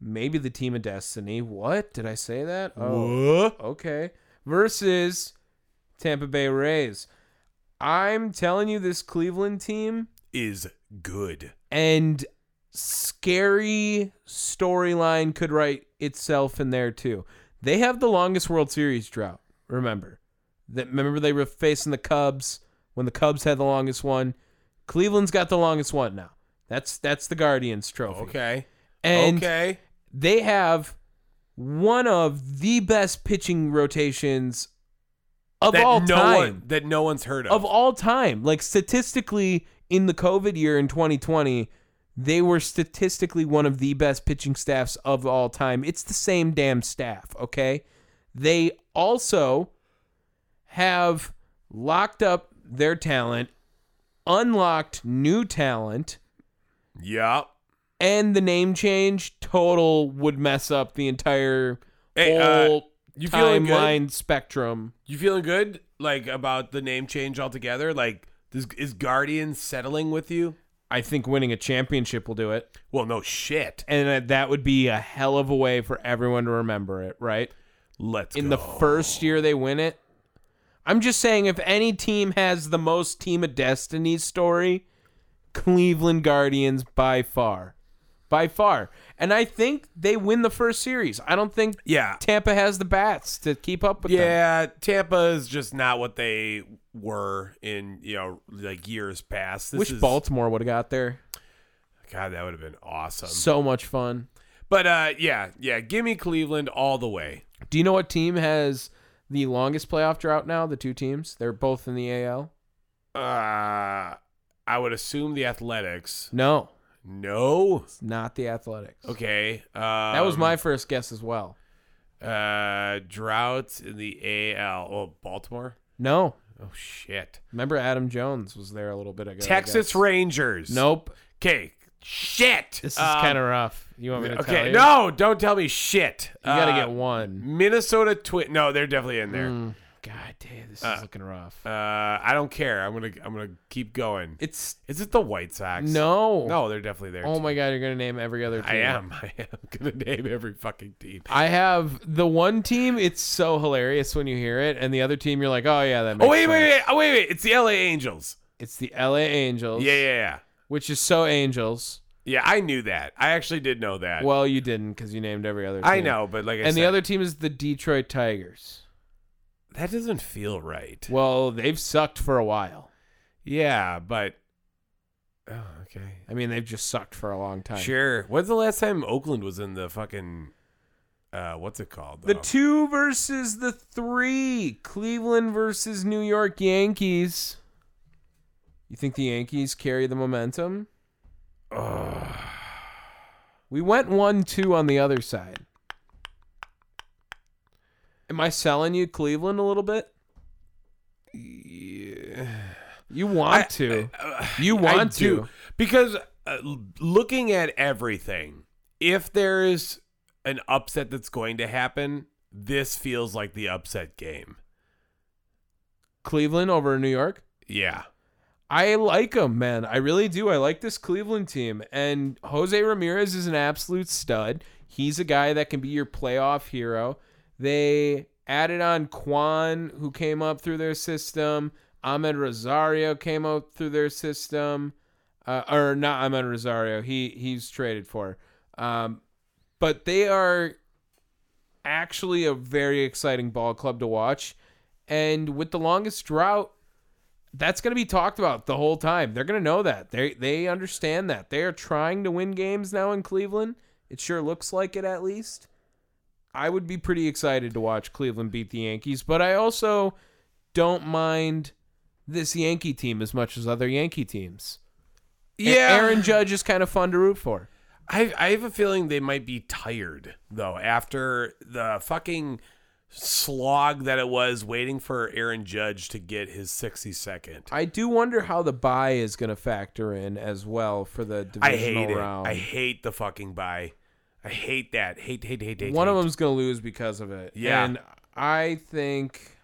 [SPEAKER 3] maybe the team of destiny. What did I say that? Oh,
[SPEAKER 1] Whoa.
[SPEAKER 3] okay. Versus Tampa Bay Rays. I'm telling you, this Cleveland team
[SPEAKER 1] Is good.
[SPEAKER 3] and scary storyline could write itself in there too. They have the longest World Series drought. Remember that? Remember they were facing the Cubs when the Cubs had the longest one. Cleveland's got the longest one now. That's that's the Guardians trophy.
[SPEAKER 1] Okay.
[SPEAKER 3] And
[SPEAKER 1] okay.
[SPEAKER 3] they have one of the best pitching rotations of
[SPEAKER 1] That
[SPEAKER 3] all
[SPEAKER 1] no
[SPEAKER 3] time.
[SPEAKER 1] one that no one's heard of.
[SPEAKER 3] Of all time. Like statistically in the COVID year in 2020, they were statistically one of the best pitching staffs of all time. It's the same damn staff, okay? They also have locked up their talent, unlocked new talent
[SPEAKER 1] yeah.
[SPEAKER 3] and the name change total would mess up the entire
[SPEAKER 1] Hey, uh,
[SPEAKER 3] whole
[SPEAKER 1] you feeling good?
[SPEAKER 3] timeline spectrum.
[SPEAKER 1] You feeling good? Like about the name change altogether? Like this is Guardian settling with you?
[SPEAKER 3] I think winning a championship will do it,
[SPEAKER 1] Well, no shit.
[SPEAKER 3] and that- that would be a hell of a way for everyone to remember it, right?
[SPEAKER 1] Let's
[SPEAKER 3] In
[SPEAKER 1] go.
[SPEAKER 3] the first year they win it. I'm just saying, if any team has the most team of destiny story, Cleveland Guardians by far, by far, and I think they win the first series. I don't think
[SPEAKER 1] yeah.
[SPEAKER 3] Tampa has the bats to keep up with them.
[SPEAKER 1] Yeah, Tampa is just not what they were in you know like years past. This
[SPEAKER 3] Wish
[SPEAKER 1] is,
[SPEAKER 3] Baltimore would have got there.
[SPEAKER 1] God, that would have been awesome.
[SPEAKER 3] So much fun.
[SPEAKER 1] But uh, yeah, yeah, give me Cleveland all the way.
[SPEAKER 3] Do you know what team has the longest playoff drought now? The two teams. They're both in the AL.
[SPEAKER 1] Uh, I would assume the Athletics.
[SPEAKER 3] No,
[SPEAKER 1] No.
[SPEAKER 3] it's not the Athletics.
[SPEAKER 1] Okay. Um,
[SPEAKER 3] That was my first guess as well.
[SPEAKER 1] uh droughts in the AL. Oh, Baltimore.
[SPEAKER 3] No.
[SPEAKER 1] Oh shit.
[SPEAKER 3] Remember Adam Jones was there a little bit ago. I
[SPEAKER 1] Texas
[SPEAKER 3] guess.
[SPEAKER 1] Rangers.
[SPEAKER 3] Nope.
[SPEAKER 1] Okay. Shit.
[SPEAKER 3] This is kind of rough. You want me to tell
[SPEAKER 1] Um, okay.
[SPEAKER 3] you?
[SPEAKER 1] No, don't tell me shit.
[SPEAKER 3] You got to
[SPEAKER 1] Uh,
[SPEAKER 3] get one. Mm.
[SPEAKER 1] Minnesota Twin. No, they're definitely in there.
[SPEAKER 3] God damn, this is looking rough.
[SPEAKER 1] Uh, I don't care. I'm gonna I'm gonna keep going.
[SPEAKER 3] it's
[SPEAKER 1] Is it the White Sox?
[SPEAKER 3] no,
[SPEAKER 1] no, they're definitely there.
[SPEAKER 3] Oh
[SPEAKER 1] too.
[SPEAKER 3] my God, you're gonna name every other team.
[SPEAKER 1] I am. I am gonna name every fucking team.
[SPEAKER 3] I have the one team. It's so hilarious when you hear it, and the other team, you're like, oh yeah, that. Makes
[SPEAKER 1] Oh wait, wait,
[SPEAKER 3] sense.
[SPEAKER 1] wait, oh, wait, wait. It's the LA Angels.
[SPEAKER 3] It's the L.A. Angels.
[SPEAKER 1] Yeah, yeah, yeah.
[SPEAKER 3] Which is so Angels.
[SPEAKER 1] Yeah, I knew that. I actually did know that.
[SPEAKER 3] Well, you didn't because you named every other. team.
[SPEAKER 1] I know, but like I
[SPEAKER 3] And
[SPEAKER 1] said,
[SPEAKER 3] the other team is the Detroit Tigers.
[SPEAKER 1] that doesn't feel right.
[SPEAKER 3] Well, they've sucked for a while.
[SPEAKER 1] Yeah, but oh, okay.
[SPEAKER 3] I mean, they've just sucked for a long time.
[SPEAKER 1] Sure. When's the last time Oakland was in the fucking uh what's it called?
[SPEAKER 3] The
[SPEAKER 1] though?
[SPEAKER 3] two versus the three. Cleveland versus New York Yankees. You think the Yankees carry the momentum? We went 1 2 on the other side. Am I selling you Cleveland a little bit? You want to. you
[SPEAKER 1] uh, I
[SPEAKER 3] want
[SPEAKER 1] do,
[SPEAKER 3] to.
[SPEAKER 1] because uh, l- looking at everything, if there is an upset that's going to happen, this feels like the upset game.
[SPEAKER 3] Cleveland over New York?
[SPEAKER 1] Yeah.
[SPEAKER 3] I like them, man. I really do. I like this Cleveland team. And Jose Ramirez is an absolute stud. He's a guy that can be your playoff hero. They added on Quan, who came up through their system. Ahmed Rosario came up through their system. Uh, or not Ahmed Rosario. He he's traded for. Um, but they are actually a very exciting ball club to watch. And with the longest drought, that's going to be talked about the whole time. They're going to know that. They they understand that. They are trying to win games now in Cleveland. It sure looks like it at least. I would be pretty excited to watch Cleveland beat the Yankees, but I also don't mind this Yankee team as much as other Yankee teams. A- Aaron Judge is kind of fun to root for.
[SPEAKER 1] I I have a feeling they might be tired though after the fucking slog that it was waiting for Aaron Judge to get his 62nd.
[SPEAKER 3] I do wonder how the bye is going to factor in as well for the
[SPEAKER 1] I,
[SPEAKER 3] divisional
[SPEAKER 1] hate
[SPEAKER 3] round.
[SPEAKER 1] it. I hate the fucking buy. I hate that. Hate hate hate hate.
[SPEAKER 3] One of
[SPEAKER 1] hate.
[SPEAKER 3] them's gonna lose because of it.
[SPEAKER 1] Yeah.
[SPEAKER 3] and I think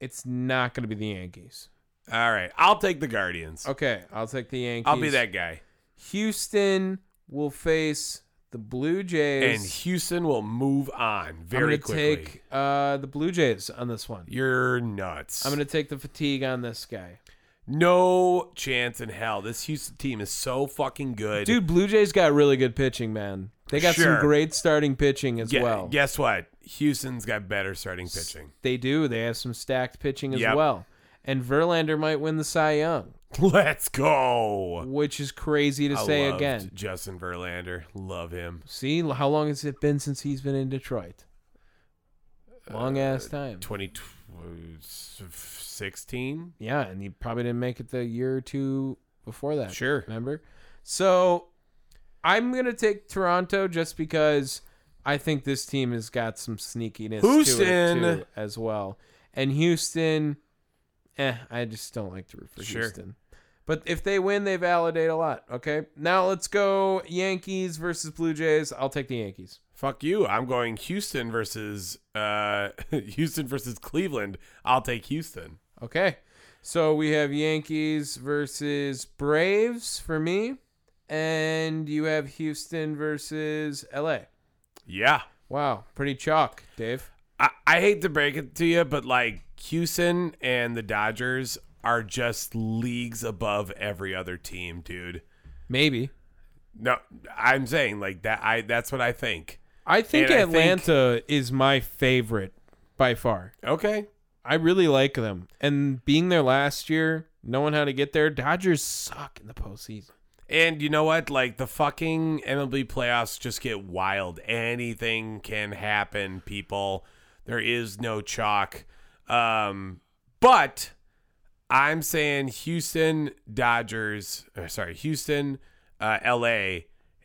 [SPEAKER 3] it's not gonna be the Yankees.
[SPEAKER 1] All right, I'll take the Guardians.
[SPEAKER 3] Okay, I'll take the Yankees.
[SPEAKER 1] I'll be that guy.
[SPEAKER 3] Houston will face the Blue Jays.
[SPEAKER 1] And Houston will move on
[SPEAKER 3] I'm
[SPEAKER 1] very
[SPEAKER 3] gonna
[SPEAKER 1] quickly.
[SPEAKER 3] take uh, the Blue Jays on this one.
[SPEAKER 1] You're nuts.
[SPEAKER 3] I'm gonna take the fatigue on this guy,
[SPEAKER 1] no chance in hell. This Houston team is so fucking good.
[SPEAKER 3] dude. Blue Jays got really good pitching, man. They got
[SPEAKER 1] Sure.
[SPEAKER 3] some great starting pitching as
[SPEAKER 1] Gue-
[SPEAKER 3] well.
[SPEAKER 1] guess what? Houston's got better starting pitching.
[SPEAKER 3] They do. They have some stacked pitching as
[SPEAKER 1] Yep.
[SPEAKER 3] well. And Verlander might win the Cy Young,
[SPEAKER 1] Let's go.
[SPEAKER 3] which is crazy to
[SPEAKER 1] I
[SPEAKER 3] say
[SPEAKER 1] loved
[SPEAKER 3] again.
[SPEAKER 1] Justin Verlander. Love him.
[SPEAKER 3] See, l- how long has it been since he's been in Detroit?
[SPEAKER 1] Uh,
[SPEAKER 3] Long ass time.
[SPEAKER 1] 2016?
[SPEAKER 3] yeah, and he probably didn't make it the year or two before that.
[SPEAKER 1] Sure.
[SPEAKER 3] Remember? So I'm going to take Toronto just because I think this team has got some sneakiness
[SPEAKER 1] Houston!
[SPEAKER 3] to it too, as well. And Houston, eh, I just don't like to root for
[SPEAKER 1] Sure.
[SPEAKER 3] Houston. But if they win, they validate a lot. Okay. Now let's go Yankees versus Blue Jays. I'll take the Yankees.
[SPEAKER 1] Fuck you. I'm going Houston versus uh Houston versus Cleveland. I'll take Houston.
[SPEAKER 3] Okay. So we have Yankees versus Braves for me. And you have Houston versus LA.
[SPEAKER 1] Yeah.
[SPEAKER 3] Wow. Pretty chalk, Dave.
[SPEAKER 1] I, I hate to break it to you, but like Houston and the Dodgers are just leagues above every other team, dude.
[SPEAKER 3] Maybe.
[SPEAKER 1] No, I'm saying like that I that's what I think.
[SPEAKER 3] I think
[SPEAKER 1] And I think-
[SPEAKER 3] Atlanta is my favorite by far.
[SPEAKER 1] Okay.
[SPEAKER 3] I really like them. And being there last year, knowing how to get there, Dodgers suck in the postseason.
[SPEAKER 1] And you know what? Like the fucking MLB playoffs just get wild. Anything can happen, people. There is no chalk. Um, but I'm saying Houston Dodgers, or sorry, Houston, uh, LA,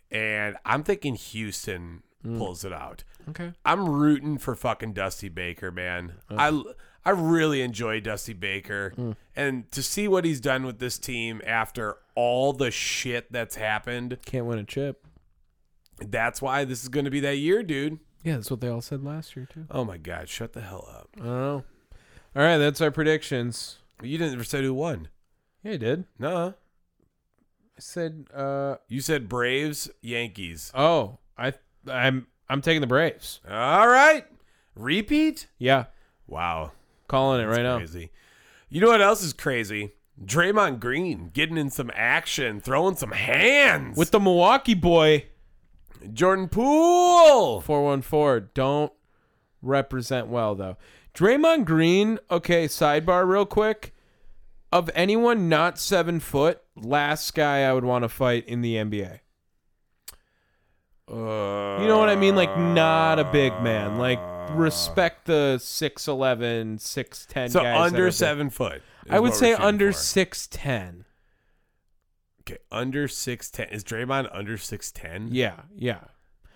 [SPEAKER 1] and I'm thinking Houston pulls it out.
[SPEAKER 3] Okay.
[SPEAKER 1] I'm rooting for fucking Dusty Baker, man. I I really enjoy Dusty Baker, and to see what he's done with this team after all the shit that's happened,
[SPEAKER 3] Can't win a chip.
[SPEAKER 1] that's why this is going to be that year, dude.
[SPEAKER 3] Yeah, that's what they all said last year, too.
[SPEAKER 1] Oh my god, shut the hell up.
[SPEAKER 3] I don't know. All right, that's our predictions.
[SPEAKER 1] You didn't ever say who won.
[SPEAKER 3] Yeah, I did.
[SPEAKER 1] No.
[SPEAKER 3] I said, uh,
[SPEAKER 1] You said Braves, Yankees.
[SPEAKER 3] oh, I, I'm, I'm taking the Braves.
[SPEAKER 1] All right. Repeat?
[SPEAKER 3] Yeah,
[SPEAKER 1] Wow.
[SPEAKER 3] calling it right now.
[SPEAKER 1] Crazy. You know what else is crazy? Draymond Green getting in some action, throwing some hands
[SPEAKER 3] With the Milwaukee boy,
[SPEAKER 1] Jordan Poole.
[SPEAKER 3] four one four. Don't represent well though. Draymond Green. Okay, sidebar real quick. Of anyone not seven foot, last guy I would want to fight in the NBA. You know what I mean? Like not a big man. Like respect the 6'11", 6'10
[SPEAKER 1] So
[SPEAKER 3] guys. that are
[SPEAKER 1] under
[SPEAKER 3] big.
[SPEAKER 1] seven foot. is
[SPEAKER 3] I
[SPEAKER 1] what
[SPEAKER 3] would
[SPEAKER 1] we're
[SPEAKER 3] say
[SPEAKER 1] shooting
[SPEAKER 3] under
[SPEAKER 1] for.
[SPEAKER 3] six ten.
[SPEAKER 1] Okay, under six ten. Is Draymond under six ten?
[SPEAKER 3] Yeah, yeah.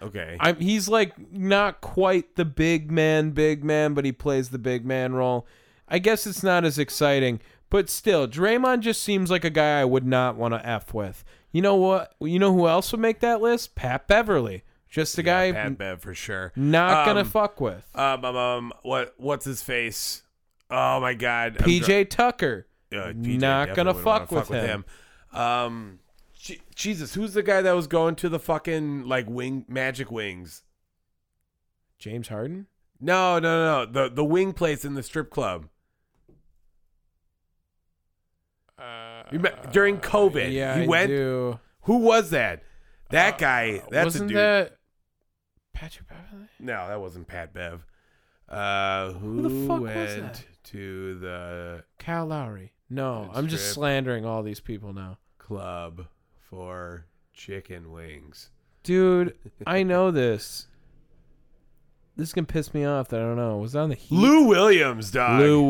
[SPEAKER 1] Okay.
[SPEAKER 3] I'm, he's like not quite the big man, big man, but he plays the big man role. I guess it's not as exciting, but still, Draymond just seems like a guy I would not want to f with. You know what? You know who else would make that list? Pat Beverly, just a guy
[SPEAKER 1] Pat Bev for sure.
[SPEAKER 3] not gonna
[SPEAKER 1] Um,
[SPEAKER 3] fuck with.
[SPEAKER 1] Um, um, um, what what's his face? Oh my god. I'm
[SPEAKER 3] PJ Tucker,
[SPEAKER 1] dr- uh, PJ
[SPEAKER 3] not
[SPEAKER 1] definitely
[SPEAKER 3] gonna
[SPEAKER 1] wouldn't wanna
[SPEAKER 3] fuck with him.
[SPEAKER 1] Um Je- Jesus, who's the guy that was going to the fucking like wing magic wings?
[SPEAKER 3] James Harden.
[SPEAKER 1] No, no, no. The the wing place in the strip club.
[SPEAKER 3] Uh,
[SPEAKER 1] You me- during COVID.
[SPEAKER 3] yeah,
[SPEAKER 1] he
[SPEAKER 3] I
[SPEAKER 1] went
[SPEAKER 3] do.
[SPEAKER 1] Who was that? That guy. That's
[SPEAKER 3] Uh, Wasn't
[SPEAKER 1] a dude.
[SPEAKER 3] that Patrick Beverly?
[SPEAKER 1] No, that wasn't Pat Bev. Uh, who,
[SPEAKER 3] the fuck was
[SPEAKER 1] went
[SPEAKER 3] that?
[SPEAKER 1] to the
[SPEAKER 3] Kyle Lowry. No,
[SPEAKER 1] Good
[SPEAKER 3] I'm just
[SPEAKER 1] strip.
[SPEAKER 3] slandering all these people now.
[SPEAKER 1] club for chicken wings?
[SPEAKER 3] Dude, I know this. This is gonna piss me off that I don't know. Was that on the Heat?
[SPEAKER 1] Lou Williams, dog.
[SPEAKER 3] Lou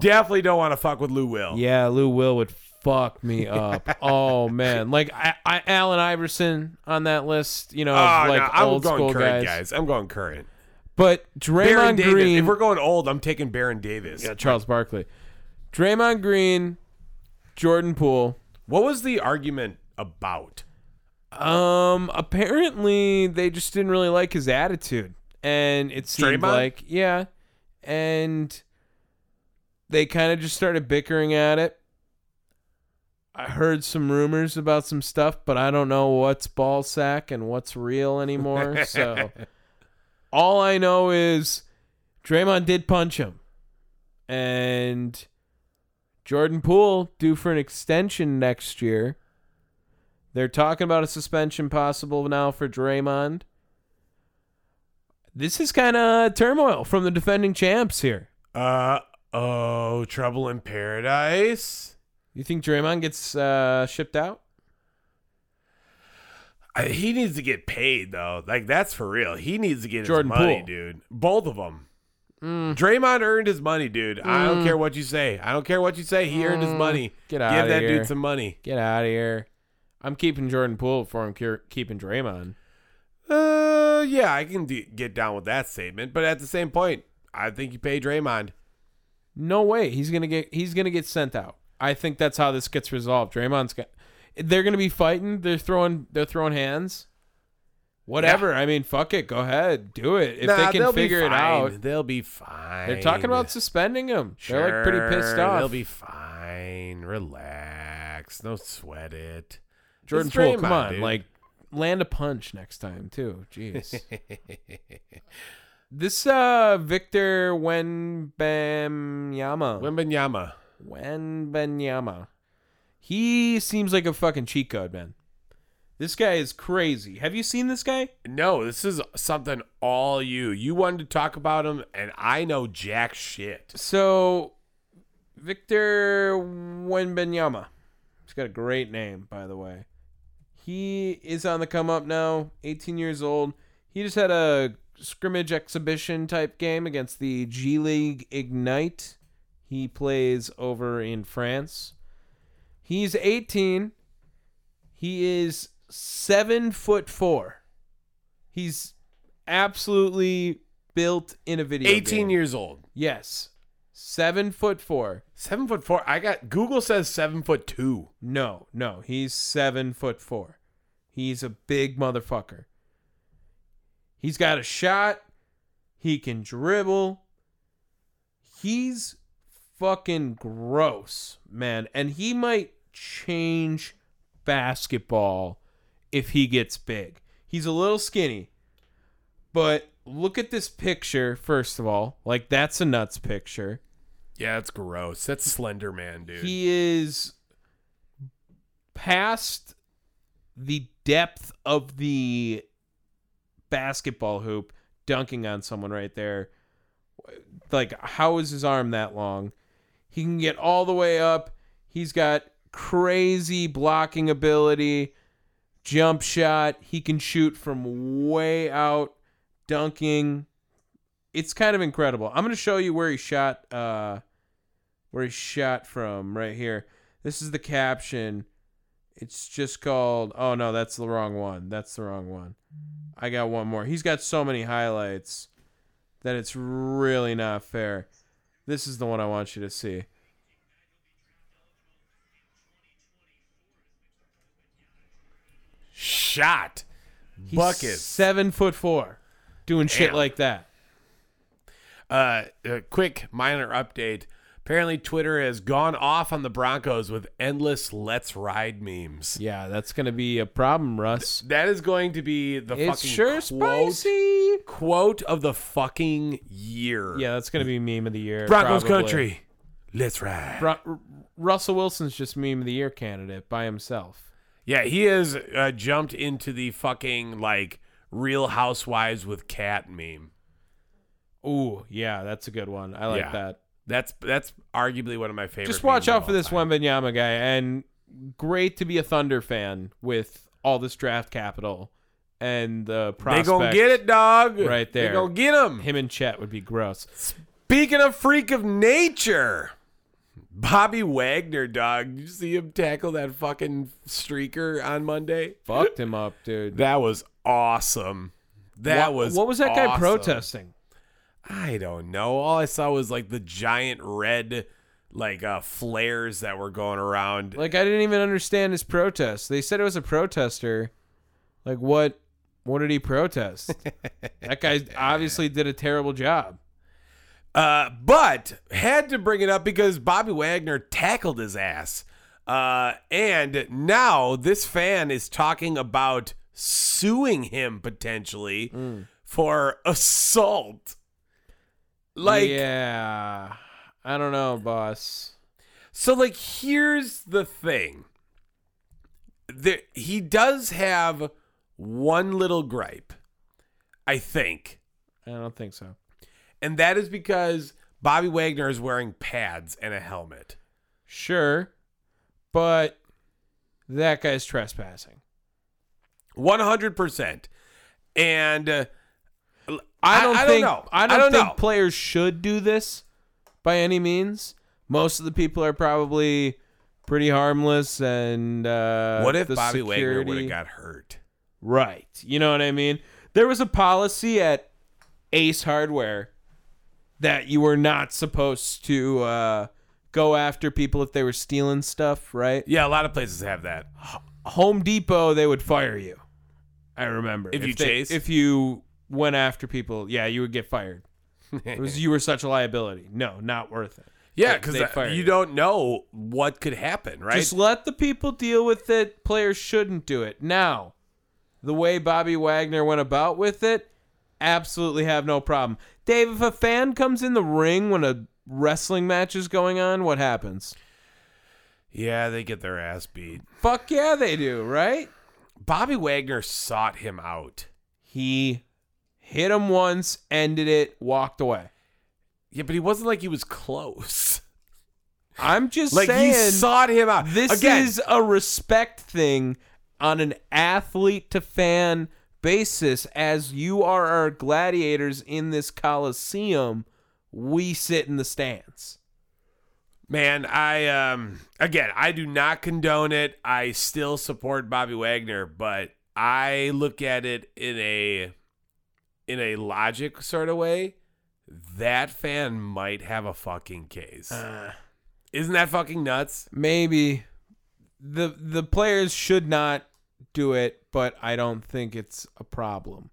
[SPEAKER 1] Yeah. Definitely don't want to fuck with Lou Will.
[SPEAKER 3] Yeah, Lou Will would fuck me up. oh man, like I, I, Allen Iverson on that list. You know,
[SPEAKER 1] Oh,
[SPEAKER 3] of, like
[SPEAKER 1] no, I'm
[SPEAKER 3] old school
[SPEAKER 1] going current,
[SPEAKER 3] guys.
[SPEAKER 1] guys. I'm going current.
[SPEAKER 3] But Draymond
[SPEAKER 1] Baron Davis.
[SPEAKER 3] Green.
[SPEAKER 1] If we're going old, I'm taking Baron Davis.
[SPEAKER 3] Yeah, Charles Barkley, Draymond Green, Jordan Poole.
[SPEAKER 1] What was the argument about?
[SPEAKER 3] Um, apparently they just didn't really like his attitude, and it seemed
[SPEAKER 1] Draymond?
[SPEAKER 3] like yeah, and they kind of just started bickering at it. I heard some rumors about some stuff, but I don't know what's ball sack and what's real anymore. so all I know is Draymond did punch him, and Jordan Poole due for an extension next year. They're talking about a suspension possible now for Draymond. This is kind of turmoil from the defending champs here.
[SPEAKER 1] Uh oh, trouble in paradise.
[SPEAKER 3] You think Draymond gets uh, shipped out?
[SPEAKER 1] I- He needs to get paid though. Like that's for real. He needs to get
[SPEAKER 3] Jordan
[SPEAKER 1] his money,
[SPEAKER 3] Poole. Mm.
[SPEAKER 1] dude. Both of them. Draymond earned his money, dude. I don't care what you say. I don't care what you say. He earned his money.
[SPEAKER 3] Mm. Get
[SPEAKER 1] Give
[SPEAKER 3] outta
[SPEAKER 1] that
[SPEAKER 3] here.
[SPEAKER 1] dude some money.
[SPEAKER 3] Get out of here. I'm keeping Jordan Poole before I'm cur- keeping Draymond.
[SPEAKER 1] Uh, yeah, I can d- get down with that statement, but at the same point, I think you pay Draymond.
[SPEAKER 3] No way. He's gonna get. He's gonna get sent out. I think that's how this gets resolved. Draymond's got. They're gonna be fighting. They're throwing. They're throwing hands. Whatever. I mean, fuck it. Go ahead. Do it. If
[SPEAKER 1] Nah,
[SPEAKER 3] they
[SPEAKER 1] they'll
[SPEAKER 3] can
[SPEAKER 1] be
[SPEAKER 3] figure it
[SPEAKER 1] fine.
[SPEAKER 3] out,
[SPEAKER 1] they'll be fine.
[SPEAKER 3] They're talking about suspending him. They're like pretty pissed
[SPEAKER 1] Sure,
[SPEAKER 3] off.
[SPEAKER 1] They'll be fine. Relax. Don't sweat it.
[SPEAKER 3] Jordan
[SPEAKER 1] It's
[SPEAKER 3] Poole, come
[SPEAKER 1] Draymond,
[SPEAKER 3] on,
[SPEAKER 1] dude.
[SPEAKER 3] like land a punch next time too. Jeez. this uh Victor Wenbanyama.
[SPEAKER 1] Wembenyama.
[SPEAKER 3] Wenbanyama. He seems like a fucking cheat code, man. This guy is crazy. Have you seen this guy?
[SPEAKER 1] No, this is something all you. You wanted to talk about him, and I know jack shit.
[SPEAKER 3] So Victor Wenbenyama. He's got a great name, by the way. He is on the come up now, 18 years old. He just had a scrimmage exhibition type game against the G League Ignite. He plays over in France. He's 18. He is 7 foot 4. He's absolutely built in a video
[SPEAKER 1] 18
[SPEAKER 3] game.
[SPEAKER 1] years old,
[SPEAKER 3] Yes. Seven foot four.
[SPEAKER 1] seven foot four. I got Google says seven foot two.
[SPEAKER 3] No, no, he's seven foot four. He's a big motherfucker. He's got a shot. He can dribble. he's fucking gross, man. And he might change basketball if he gets big. He's a little skinny, but look at this picture, first of all. Like, that's a nuts picture.
[SPEAKER 1] Yeah, it's gross. That's Slender Man, dude.
[SPEAKER 3] He is past the depth of the basketball hoop, dunking on someone right there. Like, how is his arm that long? He can get all the way up. He's got crazy blocking ability, jump shot. He can shoot from way out, dunking. It's kind of incredible. I'm going to show you where he shot. Uh, where he shot from right here. This is the caption. It's just called. Oh no, that's the wrong one. That's the wrong one. I got one more. He's got so many highlights that it's really not fair. This is the one I want you to see.
[SPEAKER 1] Shot.
[SPEAKER 3] He's
[SPEAKER 1] Bucket.
[SPEAKER 3] seven foot four, doing shit
[SPEAKER 1] Damn.
[SPEAKER 3] like that.
[SPEAKER 1] Uh, a quick minor update. Apparently, Twitter has gone off on the Broncos with endless "Let's Ride" memes.
[SPEAKER 3] Yeah, that's gonna be a problem, Russ.
[SPEAKER 1] That is going to be the
[SPEAKER 3] It's
[SPEAKER 1] fucking
[SPEAKER 3] sure
[SPEAKER 1] quote,
[SPEAKER 3] spicy.
[SPEAKER 1] quote of the fucking year.
[SPEAKER 3] Yeah, that's gonna be meme of the year.
[SPEAKER 1] Broncos
[SPEAKER 3] probably.
[SPEAKER 1] country. Let's ride.
[SPEAKER 3] Bro- R- Russell Wilson's just meme of the year candidate by himself.
[SPEAKER 1] yeah, he has uh, jumped into the fucking like Real Housewives with cat meme.
[SPEAKER 3] Ooh, yeah, that's a good one. I like
[SPEAKER 1] Yeah.
[SPEAKER 3] that.
[SPEAKER 1] That's that's arguably one of my favorite.
[SPEAKER 3] Just watch
[SPEAKER 1] memes of
[SPEAKER 3] out for
[SPEAKER 1] all
[SPEAKER 3] this
[SPEAKER 1] time.
[SPEAKER 3] one Benyama guy, and great to be a Thunder fan with all this draft capital and the
[SPEAKER 1] They
[SPEAKER 3] prospect.
[SPEAKER 1] gonna get it, dog.
[SPEAKER 3] Right
[SPEAKER 1] They
[SPEAKER 3] there.
[SPEAKER 1] gonna get him.
[SPEAKER 3] Him and Chet would be gross.
[SPEAKER 1] Speaking of freak of nature, Bobby Wagner, dog. Did you see him tackle that fucking streaker on Monday?
[SPEAKER 3] Fucked him up, dude.
[SPEAKER 1] That was awesome. That
[SPEAKER 3] What-
[SPEAKER 1] was
[SPEAKER 3] what was that guy
[SPEAKER 1] awesome.
[SPEAKER 3] protesting?
[SPEAKER 1] I don't know. All I saw was like the giant red like uh flares that were going around.
[SPEAKER 3] Like I didn't even understand his protest. They said it was a protester. Like what? What did he protest? that guy obviously did a terrible job.
[SPEAKER 1] Uh, but had to bring it up because Bobby Wagner tackled his ass. Uh, and now this fan is talking about suing him potentially
[SPEAKER 3] Mm.
[SPEAKER 1] for assault. Like,
[SPEAKER 3] yeah, I don't know, boss.
[SPEAKER 1] so, like, here's the thing there, he does have one little gripe, I think.
[SPEAKER 3] I don't think so.
[SPEAKER 1] And that is because Bobby Wagner is wearing pads and a helmet.
[SPEAKER 3] Sure, but that guy's trespassing.
[SPEAKER 1] 100%. And uh,
[SPEAKER 3] I don't,
[SPEAKER 1] I don't
[SPEAKER 3] think,
[SPEAKER 1] know.
[SPEAKER 3] I don't,
[SPEAKER 1] I don't
[SPEAKER 3] think
[SPEAKER 1] know.
[SPEAKER 3] players should do this by any means. Most of the people are probably pretty harmless, and uh,
[SPEAKER 1] what if
[SPEAKER 3] the
[SPEAKER 1] Bobby Wagner would
[SPEAKER 3] security-
[SPEAKER 1] have got hurt?
[SPEAKER 3] right? You know what I mean? There was a policy at Ace Hardware that you were not supposed to uh, go after people if they were stealing stuff, right?
[SPEAKER 1] Yeah, a lot of places have that.
[SPEAKER 3] Home Depot, they would fire you. I remember
[SPEAKER 1] If you
[SPEAKER 3] they-
[SPEAKER 1] chase?
[SPEAKER 3] if you went after people, yeah, you would get fired. It was you were such a liability. No, not worth it.
[SPEAKER 1] Yeah,
[SPEAKER 3] They- they fire
[SPEAKER 1] because
[SPEAKER 3] you.
[SPEAKER 1] you don't know what could happen, right?
[SPEAKER 3] Just let the people deal with it. Players shouldn't do it. Now, the way Bobby Wagner went about with it, absolutely have no problem. Dave, if a fan comes in the ring when a wrestling match is going on, what happens?
[SPEAKER 1] yeah, they get their ass beat.
[SPEAKER 3] Fuck yeah, they do, right?
[SPEAKER 1] Bobby Wagner sought him out.
[SPEAKER 3] He hit him once, ended it, walked away.
[SPEAKER 1] Yeah, but he wasn't like he was close.
[SPEAKER 3] I'm just
[SPEAKER 1] Like
[SPEAKER 3] saying.
[SPEAKER 1] he sought him out.
[SPEAKER 3] This
[SPEAKER 1] Again,
[SPEAKER 3] is a respect thing on an athlete to fan basis. As you are our gladiators in this coliseum, we sit in the stands.
[SPEAKER 1] Man, I um again, I do not condone it. I still support Bobby Wagner, but I look at it in a in a logic sort of way. That fan might have a fucking case.
[SPEAKER 3] Uh.
[SPEAKER 1] Isn't that fucking nuts?
[SPEAKER 3] Maybe the the players should not do it, but I don't think it's a problem.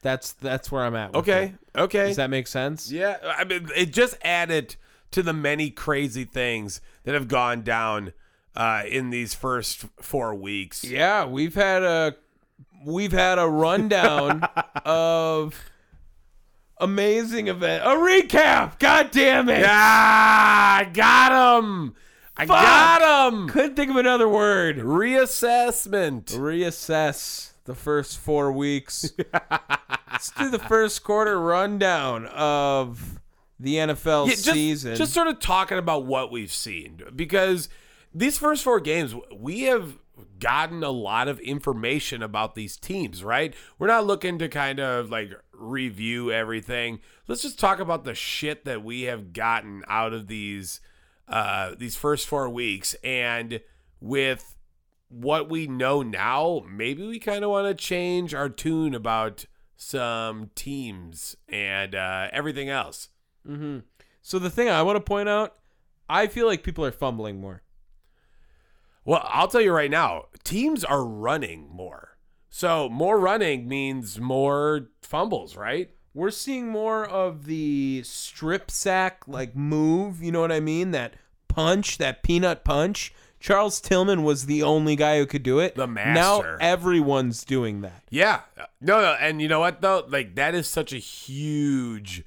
[SPEAKER 3] That's that's where I'm at. with
[SPEAKER 1] Okay.
[SPEAKER 3] it.
[SPEAKER 1] Okay.
[SPEAKER 3] Does that make sense?
[SPEAKER 1] Yeah, I mean, it just added to the many crazy things that have gone down uh, in these first four weeks.
[SPEAKER 3] Yeah, we've had a we've had a rundown of amazing event. A recap. God damn it.
[SPEAKER 1] Ah, I got him. I got him.
[SPEAKER 3] Couldn't think of another word.
[SPEAKER 1] Reassessment.
[SPEAKER 3] Reassess the first four weeks. Let's do the first quarter rundown of the NFL
[SPEAKER 1] Yeah, just,
[SPEAKER 3] season.
[SPEAKER 1] just sort of talking about what we've seen because these first four games, we have gotten a lot of information about these teams, right? We're not looking to kind of like review everything. Let's just talk about the shit that we have gotten out of these uh these first four weeks and with what we know now, maybe we kind of want to change our tune about some teams and uh, everything else.
[SPEAKER 3] so the thing I want to point out, I feel like people are fumbling more.
[SPEAKER 1] Well, I'll tell you right now, teams are running more. So more running means more fumbles, right?
[SPEAKER 3] we're seeing more of the strip sack like move, you know what I mean? That punch, that peanut punch. Charles Tillman was the only guy who could do it.
[SPEAKER 1] The
[SPEAKER 3] Now
[SPEAKER 1] master.
[SPEAKER 3] everyone's doing that.
[SPEAKER 1] Yeah. No, no, and you know what though? Like that is such a huge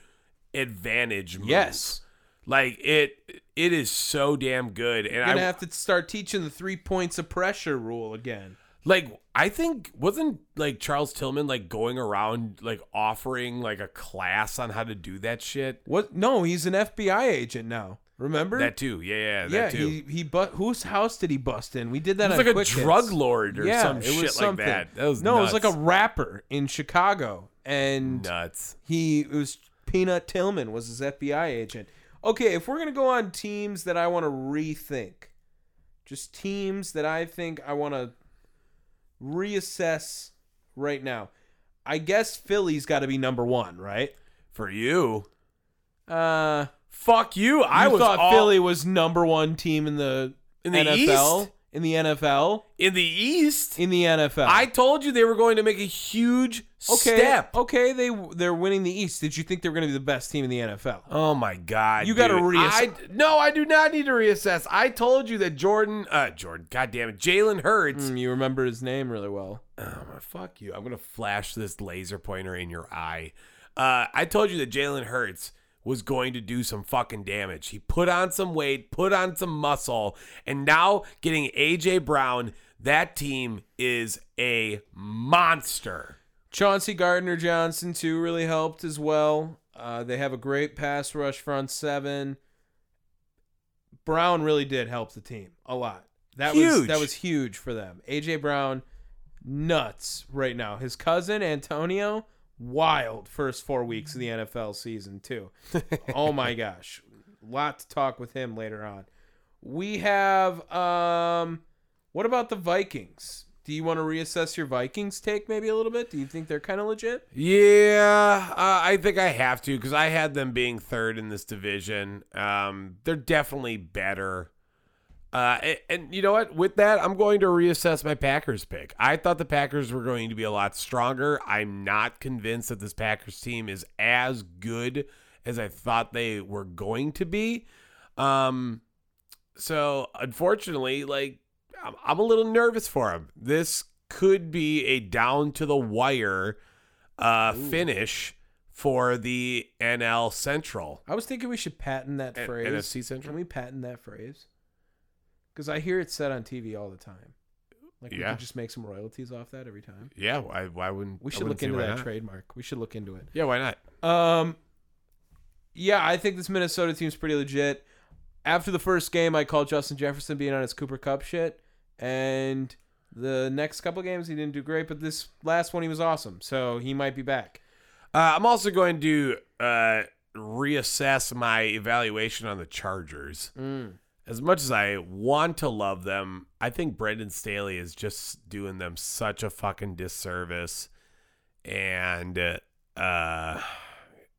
[SPEAKER 1] advantage move.
[SPEAKER 3] Yes.
[SPEAKER 1] Like it it is so damn good. And
[SPEAKER 3] You're
[SPEAKER 1] I
[SPEAKER 3] gonna have to start teaching the three points of pressure rule again.
[SPEAKER 1] like I think wasn't like Charles Tillman like going around like offering like a class on how to do that shit?
[SPEAKER 3] What no, he's an FBI agent now. Remember?
[SPEAKER 1] That too. Yeah, yeah, that
[SPEAKER 3] yeah,
[SPEAKER 1] too.
[SPEAKER 3] he he but whose house did he bust in? We did that
[SPEAKER 1] it was
[SPEAKER 3] on
[SPEAKER 1] like a
[SPEAKER 3] Quick Hits.
[SPEAKER 1] drug lord or
[SPEAKER 3] yeah,
[SPEAKER 1] some
[SPEAKER 3] it
[SPEAKER 1] shit
[SPEAKER 3] was something.
[SPEAKER 1] like that. That was
[SPEAKER 3] no,
[SPEAKER 1] nuts.
[SPEAKER 3] it was like a rapper in Chicago, and
[SPEAKER 1] nuts.
[SPEAKER 3] He it was Peanut Tillman was his FBI agent. Okay, if we're gonna go on teams that I want to rethink, just teams that I think I want to reassess right now. I guess Philly's got to be number one, right?
[SPEAKER 1] For you.
[SPEAKER 3] Uh,
[SPEAKER 1] Fuck you. I
[SPEAKER 3] you
[SPEAKER 1] was
[SPEAKER 3] thought
[SPEAKER 1] all-
[SPEAKER 3] Philly was number one team in the
[SPEAKER 1] In the
[SPEAKER 3] NFL
[SPEAKER 1] East?
[SPEAKER 3] in the NFL
[SPEAKER 1] in the East.
[SPEAKER 3] in the NFL.
[SPEAKER 1] I told you they were going to make a huge
[SPEAKER 3] okay, Oh.
[SPEAKER 1] step.
[SPEAKER 3] okay, they they're winning the East. Did you think they were going to be the best team in the NFL?
[SPEAKER 1] Oh my God!
[SPEAKER 3] You gotta
[SPEAKER 1] dude. I,
[SPEAKER 3] reassess-
[SPEAKER 1] no, I do not need to reassess. I told you that Jordan, uh, Jordan, God damn it, Jalen Hurts.
[SPEAKER 3] Mm, you remember his name really well.
[SPEAKER 1] Oh, fuck you! I'm gonna flash this laser pointer in your eye. Uh, I told you that Jalen Hurts was going to do some fucking damage. He put on some weight, put on some muscle, and now getting AJ Brown. That team is a monster.
[SPEAKER 3] Chauncey Gardner Johnson too really helped as well. Uh, they have a great pass rush front seven. Brown really did help the team a lot. That was
[SPEAKER 1] Huge.
[SPEAKER 3] that was huge for them. AJ Brown, nuts right now. His cousin Antonio, wild first four weeks of the NFL season too. oh my gosh, lot to talk with him later on. We have um, what about the Vikings? Do you want to reassess your Vikings take maybe a little bit? Do you think they're kind of legit?
[SPEAKER 1] Yeah, uh, I think I have to because I had them being third in this division. Um, they're definitely better. Uh, and, and you know what? With that, I'm going to reassess my Packers pick. I thought the Packers were going to be a lot stronger. I'm not convinced that this Packers team is as good as I thought they were going to be. Um, so unfortunately, like I'm, I'm a little nervous for him. This could be a down to the wire uh, finish for the NL Central.
[SPEAKER 3] I was thinking we should patent that
[SPEAKER 1] A-
[SPEAKER 3] phrase.
[SPEAKER 1] NFC Central?
[SPEAKER 3] Can we patent that phrase? Because I hear it said on TV all the time. Like we
[SPEAKER 1] Yeah.
[SPEAKER 3] could just make some royalties off that every time.
[SPEAKER 1] Yeah, why, why wouldn't I
[SPEAKER 3] We should
[SPEAKER 1] wouldn't
[SPEAKER 3] look
[SPEAKER 1] see
[SPEAKER 3] into
[SPEAKER 1] why
[SPEAKER 3] that
[SPEAKER 1] not.
[SPEAKER 3] trademark. We should look into it.
[SPEAKER 1] Yeah, why not?
[SPEAKER 3] Um, yeah, I think this Minnesota team's pretty legit. After the first game, I called Justin Jefferson being on his Cooper Cup shit, and the next couple games he didn't do great, but this last one he was awesome, so he might be back.
[SPEAKER 1] Uh, I'm also going to uh, reassess my evaluation on the Chargers. As much as I want to love them, I think Brendan Staley is just doing them such a fucking disservice, and uh,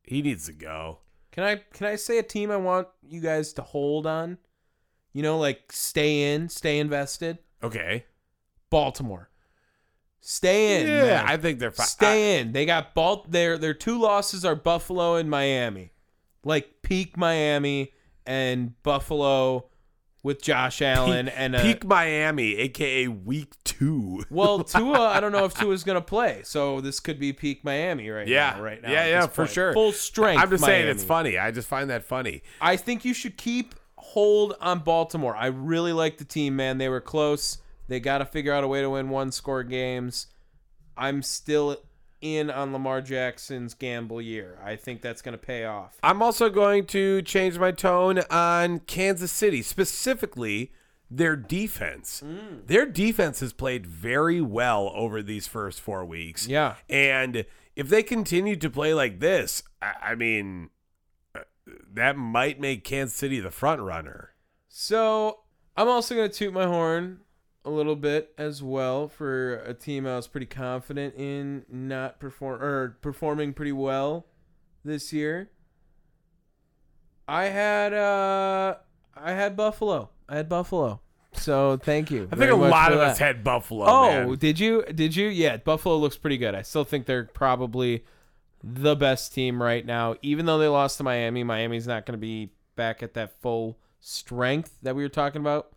[SPEAKER 1] he needs to go.
[SPEAKER 3] Can I can I say a team I want you guys to hold on? You know, like stay in, stay invested.
[SPEAKER 1] Okay,
[SPEAKER 3] Baltimore. Stay in.
[SPEAKER 1] Yeah,
[SPEAKER 3] man.
[SPEAKER 1] I think they're fine.
[SPEAKER 3] Stay in. They got Balt. Their their two losses are Buffalo and Miami, like peak Miami and Buffalo with Josh Allen and uh, a,
[SPEAKER 1] Peak Miami, aka Week Two.
[SPEAKER 3] well Tua. I don't know if Tua's gonna play, so this could be peak Miami right
[SPEAKER 1] Yeah.
[SPEAKER 3] now. Right now,
[SPEAKER 1] Yeah,
[SPEAKER 3] at
[SPEAKER 1] yeah,
[SPEAKER 3] this
[SPEAKER 1] for
[SPEAKER 3] point.
[SPEAKER 1] sure.
[SPEAKER 3] Full strength.
[SPEAKER 1] I'm just saying it's
[SPEAKER 3] Miami.
[SPEAKER 1] funny. I just find that funny.
[SPEAKER 3] I think you should keep hold on Baltimore. I really like the team, man. They were close. They got to figure out a way to win one score games. I'm still in on Lamar Jackson's gamble year. I think that's going to pay off.
[SPEAKER 1] I'm also going to change my tone on Kansas City, specifically their defense.
[SPEAKER 3] Mm.
[SPEAKER 1] Their defense has played very well over these first four weeks.
[SPEAKER 3] Yeah.
[SPEAKER 1] And if they continue to play like this, I, I mean, uh, that might make Kansas City the front runner.
[SPEAKER 3] So I'm also going to toot my horn a little bit as well for a team I was pretty confident in not perform or performing pretty well this year. I had uh I had Buffalo. I had Buffalo. So thank you.
[SPEAKER 1] I think a lot of us had Buffalo.
[SPEAKER 3] Oh,
[SPEAKER 1] man.
[SPEAKER 3] did you? Did you? Yeah, Buffalo looks pretty good. I still think they're probably the best team right now. Even though they lost to Miami, Miami's not going to be back at that full strength that we were talking about.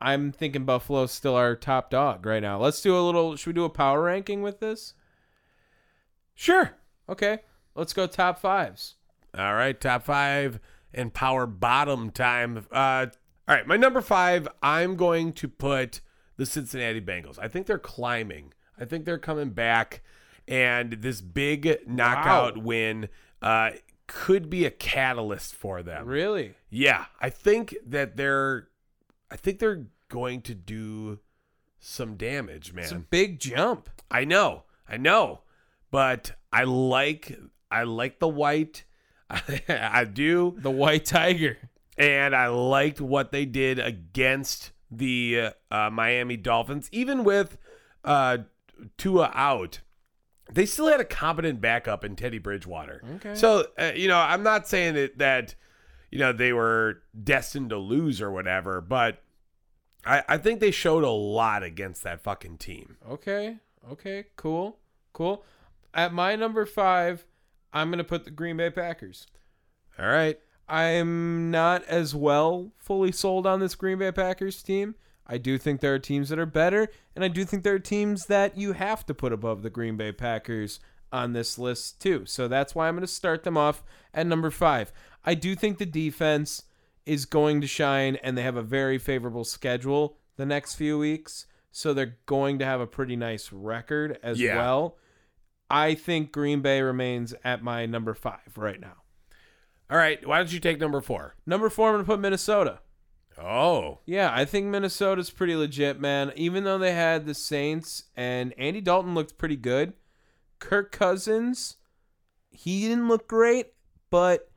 [SPEAKER 3] I'm thinking Buffalo's still our top dog right now. Let's do a little. Should we do a power ranking with this?
[SPEAKER 1] sure.
[SPEAKER 3] Okay, let's go top fives.
[SPEAKER 1] All right, top five and power bottom time. Uh, all right, my number five, I'm going to put the Cincinnati Bengals. I think they're climbing. I think they're coming back, and this big knockout win uh, could be a catalyst for them.
[SPEAKER 3] Really?
[SPEAKER 1] Yeah, I think that they're, I think they're going to do some damage, man.
[SPEAKER 3] It's a big jump.
[SPEAKER 1] I know, I know, but I like I like the white. I do,
[SPEAKER 3] The White Tiger.
[SPEAKER 1] and I liked what they did against the uh, Miami Dolphins, even with uh, Tua out. They still had a competent backup in Teddy Bridgewater. Okay. So uh, you know, I'm not saying that that you know they were destined to lose or whatever, but I, I think they showed a lot against that fucking team.
[SPEAKER 3] Okay. Okay. Cool. Cool. At my number five, I'm gonna put the Green Bay Packers.
[SPEAKER 1] All right.
[SPEAKER 3] I'm not as well fully sold on this Green Bay Packers team. I do think there are teams that are better, and I do think there are teams that you have to put above the Green Bay Packers on this list, too. So that's why I'm going to start them off at number five. I do think the defense is going to shine, and they have a very favorable schedule the next few weeks. So they're going to have a pretty nice record as
[SPEAKER 1] Yeah.
[SPEAKER 3] well. I think Green Bay remains at my number five right now.
[SPEAKER 1] All right. Why don't you take number four?
[SPEAKER 3] Number four, I'm going to put Minnesota.
[SPEAKER 1] Oh,
[SPEAKER 3] Yeah, I think Minnesota's pretty legit, man. Even though they had the Saints and Andy Dalton looked pretty good, Kirk Cousins, he didn't look great, but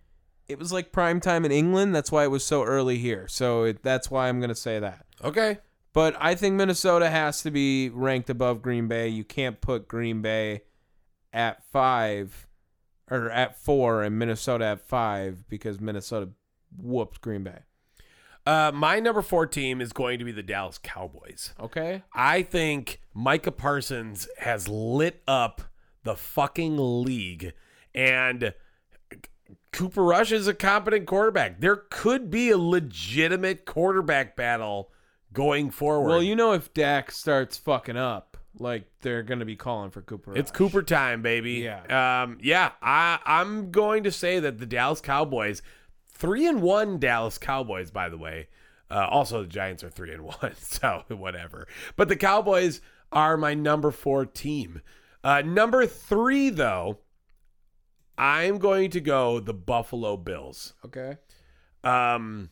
[SPEAKER 3] it was like prime time in England. That's why it was so early here. So it, that's why I'm going to say that.
[SPEAKER 1] okay.
[SPEAKER 3] But I think Minnesota has to be ranked above Green Bay. You can't put Green Bay at five or at four and Minnesota at five because Minnesota whooped Green Bay.
[SPEAKER 1] Uh, my number four team is going to be the Dallas Cowboys.
[SPEAKER 3] Okay?
[SPEAKER 1] I think Micah Parsons has lit up the fucking league, and Cooper Rush is a competent quarterback. There could be a legitimate quarterback battle going forward.
[SPEAKER 3] Well, you know, if Dak starts fucking up, like they're gonna be calling for Cooper.
[SPEAKER 1] It's
[SPEAKER 3] Rush.
[SPEAKER 1] Cooper time, baby.
[SPEAKER 3] Yeah.
[SPEAKER 1] Um, yeah. I I'm going to say that the Dallas Cowboys, three and one Dallas Cowboys, by the way. Uh, also, the Giants are three and one, so whatever. But the Cowboys are my number four team. Uh, number three, though, I'm going to go the Buffalo Bills.
[SPEAKER 3] Okay.
[SPEAKER 1] Um,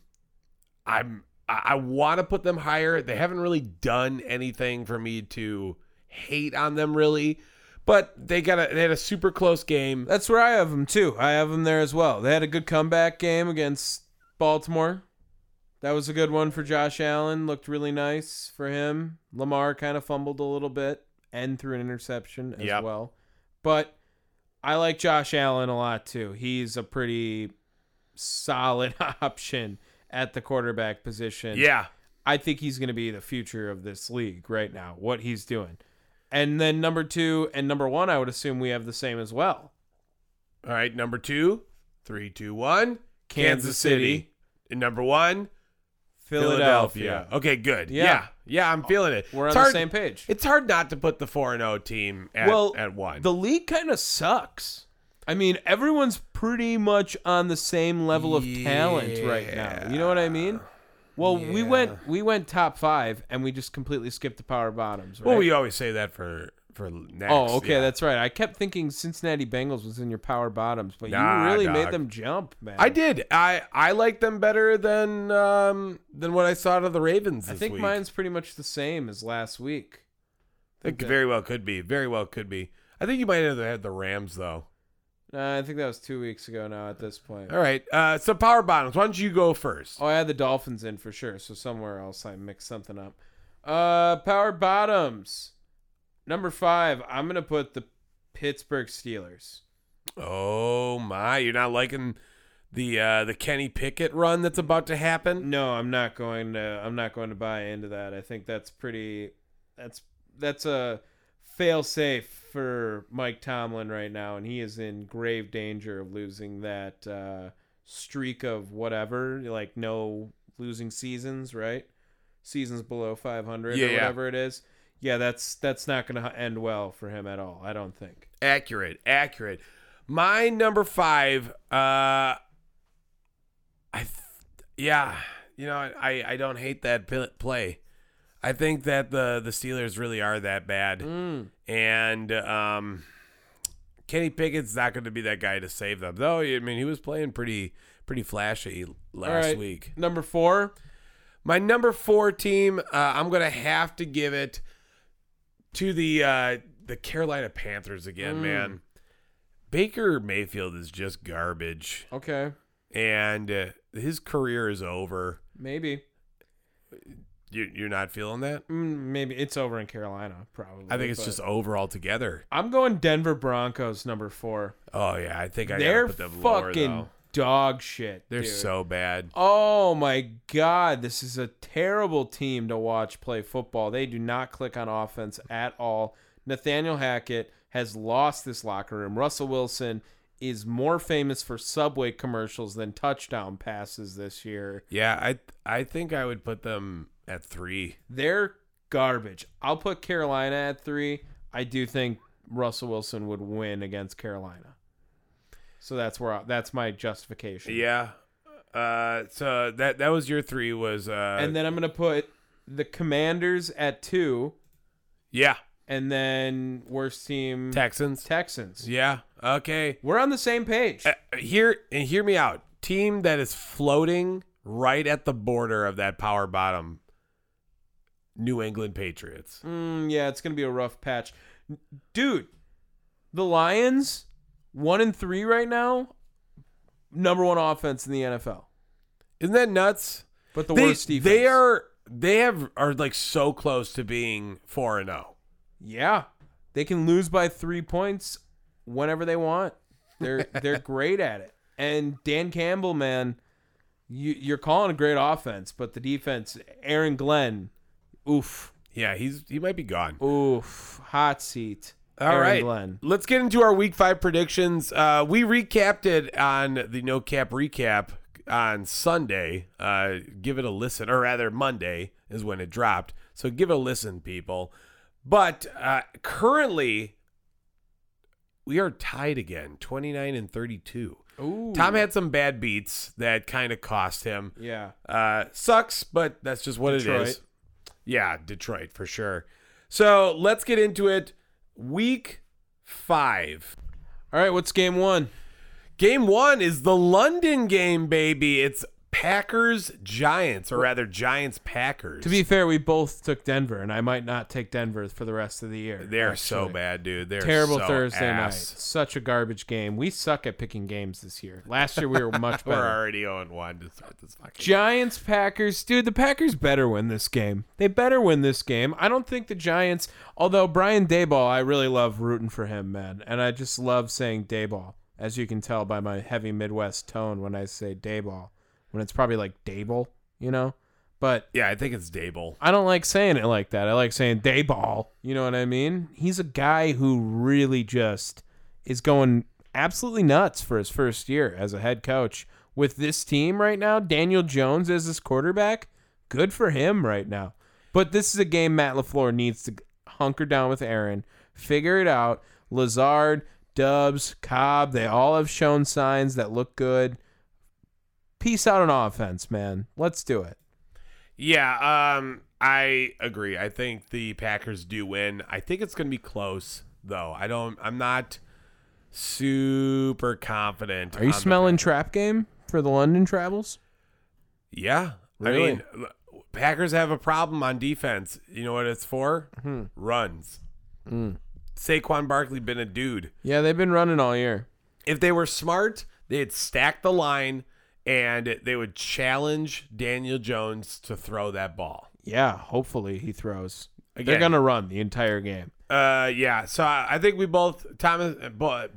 [SPEAKER 1] I'm I, I want to put them higher. They haven't really done anything for me to hate on them really, but they got a they had a super close game.
[SPEAKER 3] That's where I have them too. I have them there as well. They had a good comeback game against Baltimore. That was a good one for Josh Allen. Looked really nice for him. Lamar kind of fumbled a little bit and threw an interception as
[SPEAKER 1] Yep.
[SPEAKER 3] well. But I like Josh Allen a lot too. He's a pretty solid option at the quarterback position.
[SPEAKER 1] Yeah.
[SPEAKER 3] I think he's going to be the future of this league right now. What he's doing, And then number two and number one, I would assume we have the same as well.
[SPEAKER 1] All right, number two, three, two, one.
[SPEAKER 3] Kansas City.
[SPEAKER 1] And number one,
[SPEAKER 3] Philadelphia.
[SPEAKER 1] Okay, good. Yeah.
[SPEAKER 3] Yeah.
[SPEAKER 1] yeah. I'm feeling it.
[SPEAKER 3] We're on
[SPEAKER 1] It's
[SPEAKER 3] the
[SPEAKER 1] hard-
[SPEAKER 3] same page.
[SPEAKER 1] It's hard not to put the 4 and 0 team at,
[SPEAKER 3] well,
[SPEAKER 1] at one.
[SPEAKER 3] The league kind of sucks. I mean, everyone's pretty much on the same level of talent right now. You know what I mean? Well, we went we went top five, and we just completely skipped the power bottoms. Right?
[SPEAKER 1] well, we always say that for for next.
[SPEAKER 3] oh, okay,
[SPEAKER 1] yeah.
[SPEAKER 3] that's right. I kept thinking Cincinnati Bengals was in your power bottoms, but
[SPEAKER 1] Nah,
[SPEAKER 3] you really
[SPEAKER 1] dog.
[SPEAKER 3] made them jump, man.
[SPEAKER 1] I did. I I like them better than um than what I saw out of the Ravens
[SPEAKER 3] I
[SPEAKER 1] this
[SPEAKER 3] think
[SPEAKER 1] week.
[SPEAKER 3] mine's pretty much the same as last week.
[SPEAKER 1] It very well could be. Very well could be. I think you might have had the Rams though.
[SPEAKER 3] Uh, I think that was two weeks ago now. At this point,
[SPEAKER 1] All right. Uh, so power bottoms. Why don't you go first?
[SPEAKER 3] Oh, I had the Dolphins in for sure. So somewhere else I mixed something up. Uh, power bottoms. Number five, I'm gonna put the Pittsburgh Steelers.
[SPEAKER 1] Oh my! You're not liking the uh, the Kenny Pickett run that's about to happen.
[SPEAKER 3] No, I'm not going to. I'm not going to buy into that. I think that's pretty. That's that's a fail safe for Mike Tomlin right now, and he is in grave danger of losing that uh, streak of whatever, like no losing seasons, right? Seasons below 500
[SPEAKER 1] Yeah,
[SPEAKER 3] or
[SPEAKER 1] yeah.
[SPEAKER 3] whatever it is. Yeah, that's that's not going to end well for him at all. I don't think.
[SPEAKER 1] Accurate. Accurate. My number five. Uh, I, th- yeah, you know, I I don't hate that pil- play. I think that the the Steelers really are that bad,
[SPEAKER 3] Mm.
[SPEAKER 1] and um, Kenny Pickett's not going to be that guy to save them. Though I mean, he was playing pretty pretty flashy
[SPEAKER 3] All
[SPEAKER 1] last
[SPEAKER 3] right,
[SPEAKER 1] week.
[SPEAKER 3] number four.
[SPEAKER 1] My number four team, uh, I'm gonna have to give it to the uh, the Carolina Panthers again, man. Baker Mayfield is just garbage,
[SPEAKER 3] Okay,
[SPEAKER 1] and uh, his career is over.
[SPEAKER 3] maybe
[SPEAKER 1] You, you're not feeling that?
[SPEAKER 3] Mm, maybe it's over in Carolina. Probably.
[SPEAKER 1] I think it's
[SPEAKER 3] but-
[SPEAKER 1] just over altogether.
[SPEAKER 3] I'm going Denver Broncos number four.
[SPEAKER 1] Oh yeah, I think I
[SPEAKER 3] They're
[SPEAKER 1] gotta put them lower,
[SPEAKER 3] fucking
[SPEAKER 1] though.
[SPEAKER 3] dog shit.
[SPEAKER 1] They're
[SPEAKER 3] dude.
[SPEAKER 1] so bad.
[SPEAKER 3] Oh my god, this is a terrible team to watch play football. They do not click on offense at all. Nathaniel Hackett has lost this locker room. Russell Wilson is more famous for subway commercials than touchdown passes this year.
[SPEAKER 1] Yeah, I I think I would put them at three.
[SPEAKER 3] They're garbage. I'll put Carolina at three. I do think Russell Wilson would win against Carolina. So that's where I, that's my justification.
[SPEAKER 1] Yeah. Uh, so that that was your three was uh,
[SPEAKER 3] and then I'm gonna put the Commanders at two,
[SPEAKER 1] yeah
[SPEAKER 3] and then worst team
[SPEAKER 1] Texans.
[SPEAKER 3] Texans.
[SPEAKER 1] Yeah. Okay.
[SPEAKER 3] We're on the same page.
[SPEAKER 1] Uh, Here and hear me out. Team that is floating right at the border of that power bottom. New England Patriots.
[SPEAKER 3] Mm, yeah, it's gonna be a rough patch, dude. The Lions, one and three right now, number one offense in the NFL,
[SPEAKER 1] Isn't that nuts?
[SPEAKER 3] but the
[SPEAKER 1] they,
[SPEAKER 3] worst defense.
[SPEAKER 1] they are they have are like so close to being 4 and oh. 0.
[SPEAKER 3] yeah, they can lose by three points whenever they want. They're they're great at it. And Dan Campbell, man, you, you're calling a great offense, but the defense, Aaron Glenn, oof,
[SPEAKER 1] Yeah, he's he might be gone.
[SPEAKER 3] oof, hot seat.
[SPEAKER 1] All
[SPEAKER 3] Aaron
[SPEAKER 1] right.
[SPEAKER 3] Glenn.
[SPEAKER 1] Let's get into our week five predictions. Uh, we recapped it on the no cap recap on Sunday. Uh, give it a listen, or rather, Monday is when it dropped. So give it a listen, people. But uh, currently, we are tied again 29 and 32.
[SPEAKER 3] Ooh,
[SPEAKER 1] Tom had some bad beats that kind of cost him.
[SPEAKER 3] yeah,
[SPEAKER 1] Uh, sucks, but that's just what it is.
[SPEAKER 3] Detroit.
[SPEAKER 1] Yeah, Detroit for sure. So let's get into it. Week five.
[SPEAKER 3] All right, what's game one?
[SPEAKER 1] Game one is the London game, baby. It's Packers Giants, or rather Giants Packers.
[SPEAKER 3] To be fair, we both took Denver, and I might not take Denver for the rest of the year.
[SPEAKER 1] they're so
[SPEAKER 3] actually.
[SPEAKER 1] bad, dude. They're
[SPEAKER 3] Terrible
[SPEAKER 1] so
[SPEAKER 3] Thursday
[SPEAKER 1] ass.
[SPEAKER 3] night. Such a garbage game. We suck at picking games this year. Last year we were much
[SPEAKER 1] We're
[SPEAKER 3] better.
[SPEAKER 1] already 0 1 to start this fucking
[SPEAKER 3] Giants, Packers, dude, the Packers better win this game. They better win this game. I don't think the Giants, although Brian Dayball, I really love rooting for him, man. And I just love saying Dayball, as you can tell by my heavy Midwest tone when I say Dayball, when it's probably like Dable, you know? But
[SPEAKER 1] Yeah, I think it's Dable.
[SPEAKER 3] I don't like saying it like that. I like saying day ball. You know what I mean? He's a guy who really just is going absolutely nuts for his first year as a head coach. With this team right now, Daniel Jones as his quarterback, good for him right now. But this is a game Matt LaFleur needs to hunker down with Aaron, figure it out. Lazard, Dubs, Cobb, they all have shown signs that look good. Peace out on offense, man. Let's do it.
[SPEAKER 1] Yeah, um, I agree. I think the Packers do win. I think it's going to be close, though. I don't. I'm not super confident.
[SPEAKER 3] Are you
[SPEAKER 1] on the-
[SPEAKER 3] smelling trap game for the London travels?
[SPEAKER 1] yeah,
[SPEAKER 3] Really?
[SPEAKER 1] I mean, l- Packers have a problem on defense. You know what it's for?
[SPEAKER 3] Mm-hmm.
[SPEAKER 1] Runs.
[SPEAKER 3] Mm.
[SPEAKER 1] Saquon Barkley been a dude.
[SPEAKER 3] Yeah, they've been running all year.
[SPEAKER 1] if they were smart, they'd stack the line and they would challenge Daniel Jones to throw that ball.
[SPEAKER 3] Yeah, hopefully he throws. They're
[SPEAKER 1] Again.
[SPEAKER 3] gonna run the entire game.
[SPEAKER 1] Uh, yeah. So I, I think we both uh, Thomas, but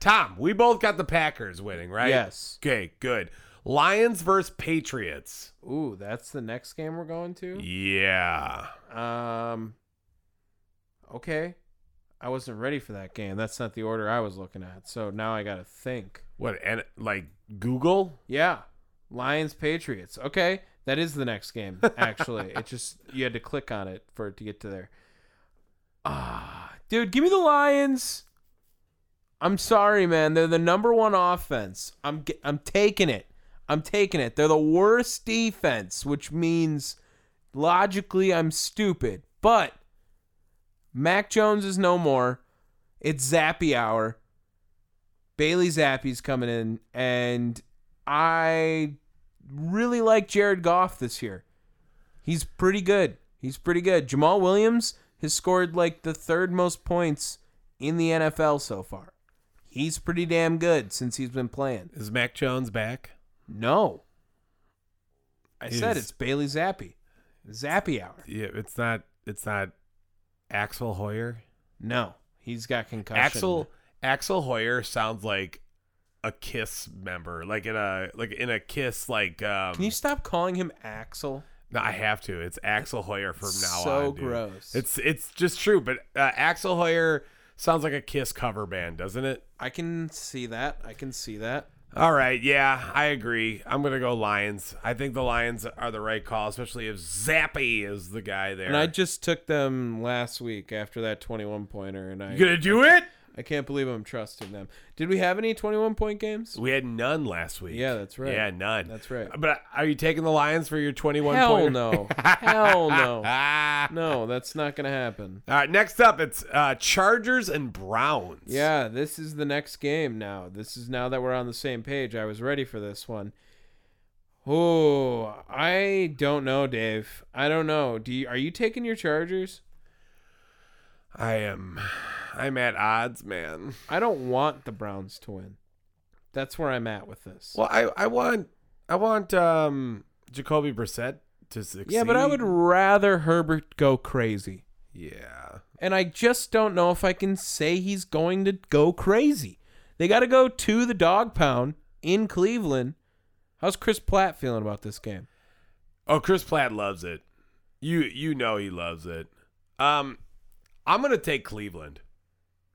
[SPEAKER 1] Tom, we both got the Packers winning, right?
[SPEAKER 3] Yes.
[SPEAKER 1] Okay. Good. Lions versus Patriots.
[SPEAKER 3] Ooh, that's the next game we're going to.
[SPEAKER 1] Yeah.
[SPEAKER 3] Um, okay, I wasn't ready for that game. That's not the order I was looking at. So now I gotta think.
[SPEAKER 1] What and like Google?
[SPEAKER 3] Yeah, Lions Patriots. Okay, that is the next game. Actually, it just you had to click on it for it to get to there. Ah, dude, give me the Lions. I'm sorry, man. They're the number one offense. I'm ge- I'm taking it. I'm taking it. They're the worst defense, which means logically I'm stupid. But Mac Jones is no more. It's Zappy hour. Bailey Zappy's coming in, and I really like Jared Goff this year. He's pretty good. He's pretty good. Jamal Williams has scored like the third most points in the NFL so far. He's pretty damn good since he's been playing.
[SPEAKER 1] Is Mac Jones back?
[SPEAKER 3] No. I said
[SPEAKER 1] Is-
[SPEAKER 3] it's Bailey Zappi. Zappy hour.
[SPEAKER 1] Yeah. It's not. It's not. Axel Hoyer.
[SPEAKER 3] No. He's got concussion.
[SPEAKER 1] Axel Axel Hoyer sounds like a Kiss member, like in a like in a Kiss like. Um,
[SPEAKER 3] Can you stop calling him Axel?
[SPEAKER 1] No, I have to. It's Axel Hoyer from
[SPEAKER 3] It's
[SPEAKER 1] now on.
[SPEAKER 3] so
[SPEAKER 1] dude.
[SPEAKER 3] gross.
[SPEAKER 1] It's it's just true, but uh, Axel Hoyer sounds like a Kiss cover band, doesn't it?
[SPEAKER 3] I can see that. I can see that.
[SPEAKER 1] All right, yeah, I agree. I'm gonna go Lions. I think the Lions are the right call, especially if Zappy is the guy there.
[SPEAKER 3] And I just took them last week after that 21 pointer, and I
[SPEAKER 1] you gonna do it?
[SPEAKER 3] I can't believe I'm trusting them. Did we have any 21 point games?
[SPEAKER 1] We had none last week.
[SPEAKER 3] Yeah, that's right.
[SPEAKER 1] Yeah, none.
[SPEAKER 3] That's right.
[SPEAKER 1] But uh, are you taking the Lions for your 21
[SPEAKER 3] Hell
[SPEAKER 1] pointer?
[SPEAKER 3] no. Hell no.
[SPEAKER 1] Ah.
[SPEAKER 3] No, that's not going to happen.
[SPEAKER 1] All right, next up it's uh, Chargers and Browns.
[SPEAKER 3] Yeah, this is the next game now. This is now that we're on the same page. I was ready for this one. Oh, I don't know, Dave. I don't know. Do you, are you taking your Chargers?
[SPEAKER 1] I am. I'm at odds, man.
[SPEAKER 3] I don't want the Browns to win. That's where I'm at with this.
[SPEAKER 1] Well, I, I want I want um Jacoby Brissett to succeed.
[SPEAKER 3] yeah, but I would rather Herbert go crazy.
[SPEAKER 1] Yeah.
[SPEAKER 3] and I just don't know if I can say he's going to go crazy. They got to go to the dog pound in Cleveland. How's Chris Platt feeling about this game?
[SPEAKER 1] Oh, Chris Platt loves it. You you know he loves it. Um, I'm gonna take Cleveland.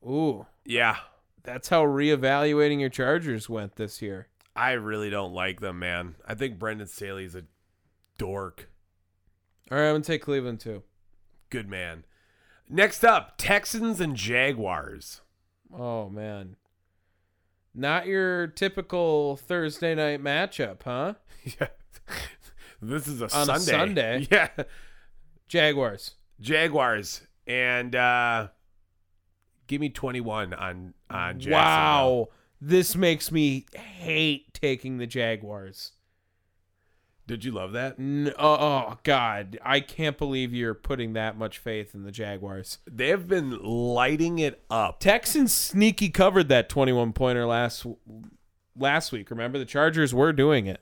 [SPEAKER 3] Ooh,
[SPEAKER 1] Yeah,
[SPEAKER 3] that's how reevaluating your Chargers went this year.
[SPEAKER 1] I really don't like them, man. I think Brendan Staley's a dork.
[SPEAKER 3] All right, I'm gonna take Cleveland too.
[SPEAKER 1] Good man. Next up, Texans and Jaguars.
[SPEAKER 3] Oh man, not your typical Thursday night matchup, huh?
[SPEAKER 1] Yeah. this is a
[SPEAKER 3] On a
[SPEAKER 1] Sunday.
[SPEAKER 3] Sunday.
[SPEAKER 1] Yeah.
[SPEAKER 3] Jaguars.
[SPEAKER 1] Jaguars and uh give me 21 on on Jacksonville.
[SPEAKER 3] Wow, this makes me hate taking the Jaguars.
[SPEAKER 1] Did you love that?
[SPEAKER 3] N- oh, oh, God, I can't believe you're putting that much faith in the Jaguars.
[SPEAKER 1] They've been lighting it up.
[SPEAKER 3] Texans sneaky covered that 21 pointer last last week. Remember the Chargers were doing it,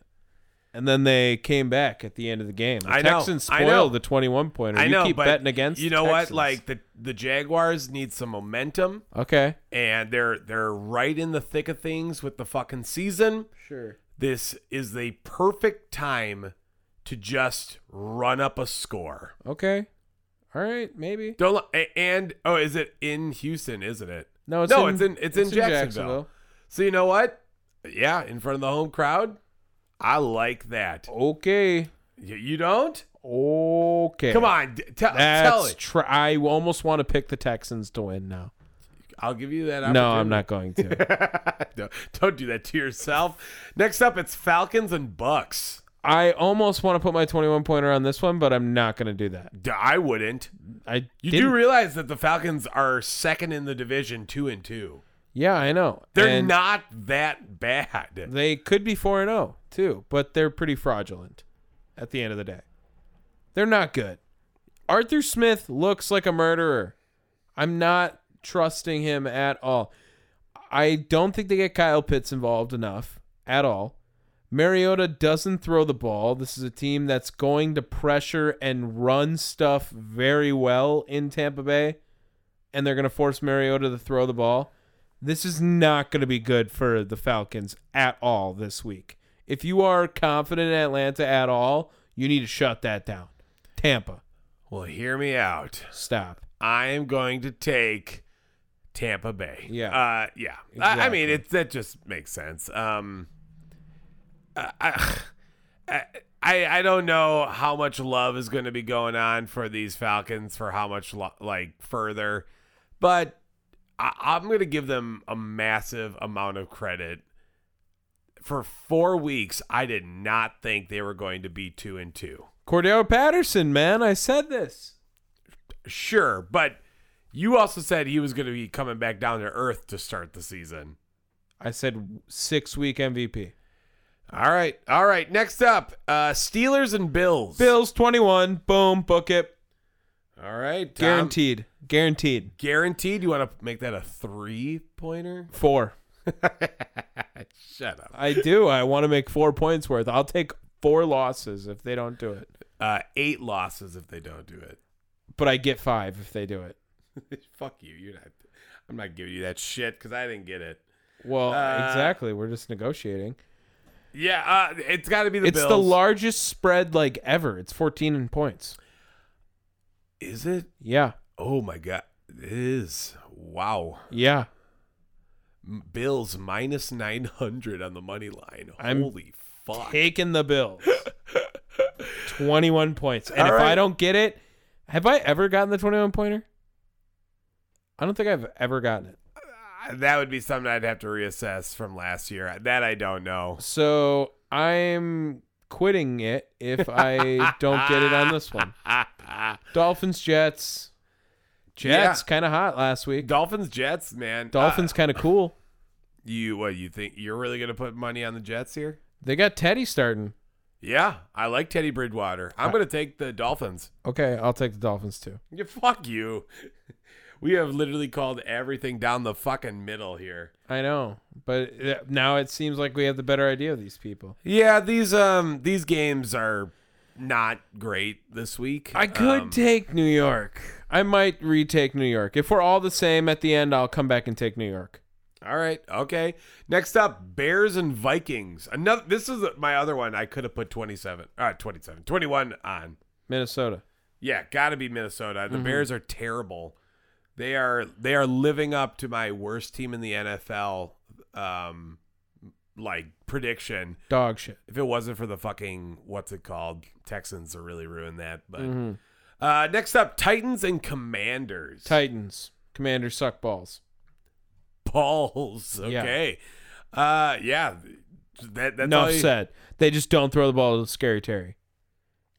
[SPEAKER 3] and then they came back at the end of the game. The
[SPEAKER 1] I know,
[SPEAKER 3] Texans
[SPEAKER 1] I
[SPEAKER 3] spoiled
[SPEAKER 1] know.
[SPEAKER 3] the 21 pointer.
[SPEAKER 1] I know,
[SPEAKER 3] you keep
[SPEAKER 1] but
[SPEAKER 3] betting against.
[SPEAKER 1] You
[SPEAKER 3] the
[SPEAKER 1] know what?
[SPEAKER 3] Texans.
[SPEAKER 1] Like the the Jaguars need some momentum
[SPEAKER 3] okay,
[SPEAKER 1] and they're they're right in the thick of things with the fucking season.
[SPEAKER 3] sure.
[SPEAKER 1] This is the perfect time to just run up a score.
[SPEAKER 3] Okay. All right, maybe.
[SPEAKER 1] Don't li- a- and oh, is it in Houston? Isn't it?
[SPEAKER 3] No, it's
[SPEAKER 1] no,
[SPEAKER 3] in-
[SPEAKER 1] it's in it's, in, Jacksonville. So you know what? Yeah, in front of the home crowd, I like that. Y-
[SPEAKER 3] Okay.
[SPEAKER 1] You don't?
[SPEAKER 3] Okay.
[SPEAKER 1] Come on, d- tell tell
[SPEAKER 3] That's
[SPEAKER 1] it.
[SPEAKER 3] tr- I almost want to pick the Texans to win now.
[SPEAKER 1] I'll give you that.
[SPEAKER 3] No,
[SPEAKER 1] opportunity.
[SPEAKER 3] I'm not going to.
[SPEAKER 1] No, don't do that to yourself. Next up, it's Falcons and Bucks.
[SPEAKER 3] I almost want to put my 21 pointer on this one, but I'm not going to do that.
[SPEAKER 1] D- I wouldn't.
[SPEAKER 3] I
[SPEAKER 1] You
[SPEAKER 3] didn't-
[SPEAKER 1] do realize that the Falcons are second in the division, two and two.
[SPEAKER 3] Yeah, I know.
[SPEAKER 1] They're
[SPEAKER 3] And
[SPEAKER 1] not that bad.
[SPEAKER 3] They could be 4 and 0 too, but they're pretty fraudulent at the end of the day. They're not good. Arthur Smith looks like a murderer. I'm not trusting him at all. I don't think they get Kyle Pitts involved enough at all. Mariota doesn't throw the ball. This is a team that's going to pressure and run stuff very well in Tampa Bay, and they're going to force Mariota to throw the ball. This is not going to be good for the Falcons at all this week. If you are confident in Atlanta at all, you need to shut that down. Tampa,
[SPEAKER 1] Well, hear me out.
[SPEAKER 3] stop.
[SPEAKER 1] I am going to take Tampa Bay.
[SPEAKER 3] Yeah.
[SPEAKER 1] Uh, yeah. I, I mean,
[SPEAKER 3] Exactly.
[SPEAKER 1] it that just makes sense. Um, I, I- I, I don't know how much love is going to be going on for these Falcons for how much lo- like further, but I, I'm going to give them a massive amount of credit. For four weeks, I did not think they were going to be two and two.
[SPEAKER 3] Cordero Patterson, man, I said this.
[SPEAKER 1] Sure, but you also said he was going to be coming back down to earth to start the season.
[SPEAKER 3] I said six week MVP.
[SPEAKER 1] All right, all right. Next up, uh Steelers and Bills.
[SPEAKER 3] Bills 21. Boom. Book it.
[SPEAKER 1] All right, Tom.
[SPEAKER 3] Guaranteed. Guaranteed.
[SPEAKER 1] Guaranteed. You want to make that a three pointer?
[SPEAKER 3] Four.
[SPEAKER 1] Shut up.
[SPEAKER 3] I do. I want to make four points worth. I'll take four losses if they don't do it.
[SPEAKER 1] Uh, eight losses if they don't do it.
[SPEAKER 3] But I get five if they do it.
[SPEAKER 1] Fuck you. You're not. I'm not giving you that shit because I didn't get it.
[SPEAKER 3] Well,
[SPEAKER 1] Uh,
[SPEAKER 3] exactly. We're just negotiating.
[SPEAKER 1] Yeah, uh, it's got to be the
[SPEAKER 3] it's
[SPEAKER 1] Bills.
[SPEAKER 3] the largest spread like ever. It's 14 in points.
[SPEAKER 1] Is it?
[SPEAKER 3] Yeah.
[SPEAKER 1] Oh my god, it is. Wow.
[SPEAKER 3] Yeah.
[SPEAKER 1] M- Bills minus 900 on the money line.
[SPEAKER 3] I'm
[SPEAKER 1] Holy fuck.
[SPEAKER 3] Taking the Bills. 21 points. And
[SPEAKER 1] All
[SPEAKER 3] if
[SPEAKER 1] right.
[SPEAKER 3] I don't get it, have I ever gotten the 21 pointer? I don't think I've ever gotten it.
[SPEAKER 1] Ah, that would be something I'd have to reassess from last year. That I don't know.
[SPEAKER 3] So I'm quitting it if I don't get it on this one. Dolphins, Jets. Jets kind of hot last week.
[SPEAKER 1] Dolphins, Jets, man.
[SPEAKER 3] Dolphins kind of cool.
[SPEAKER 1] Uh, you what you think you're really gonna put money on the Jets here?
[SPEAKER 3] They got Teddy starting.
[SPEAKER 1] Yeah, I like Teddy Bridgewater. I'm gonna take the Dolphins.
[SPEAKER 3] Okay, I'll take the Dolphins too.
[SPEAKER 1] Yeah, fuck you. We have literally called everything down the fucking middle here.
[SPEAKER 3] I know, but uh, now it seems like we have the better idea of these people.
[SPEAKER 1] Yeah, these um these games are not great this week.
[SPEAKER 3] I could
[SPEAKER 1] Um,
[SPEAKER 3] take New York. I might retake New York. If we're all the same at the end, I'll come back and take New York.
[SPEAKER 1] All right. Okay. Next up, Bears and Vikings. Another. This is my other one. I could have put 27. Uh, 27. 21 on.
[SPEAKER 3] Minnesota.
[SPEAKER 1] Yeah, got to be Minnesota.
[SPEAKER 3] Mm-hmm.
[SPEAKER 1] The Bears are terrible. They are they are living up to my worst team in the NFL um like prediction.
[SPEAKER 3] Dog shit.
[SPEAKER 1] If it wasn't for the fucking what's it called? Texans are really ruined that, but
[SPEAKER 3] Mm-hmm.
[SPEAKER 1] uh next up, Titans and Commanders.
[SPEAKER 3] Titans. Commanders suck balls.
[SPEAKER 1] balls.
[SPEAKER 3] Yeah.
[SPEAKER 1] Okay. Uh yeah. That that's all
[SPEAKER 3] Enough
[SPEAKER 1] you-
[SPEAKER 3] said. They just don't throw the ball to Scary Terry.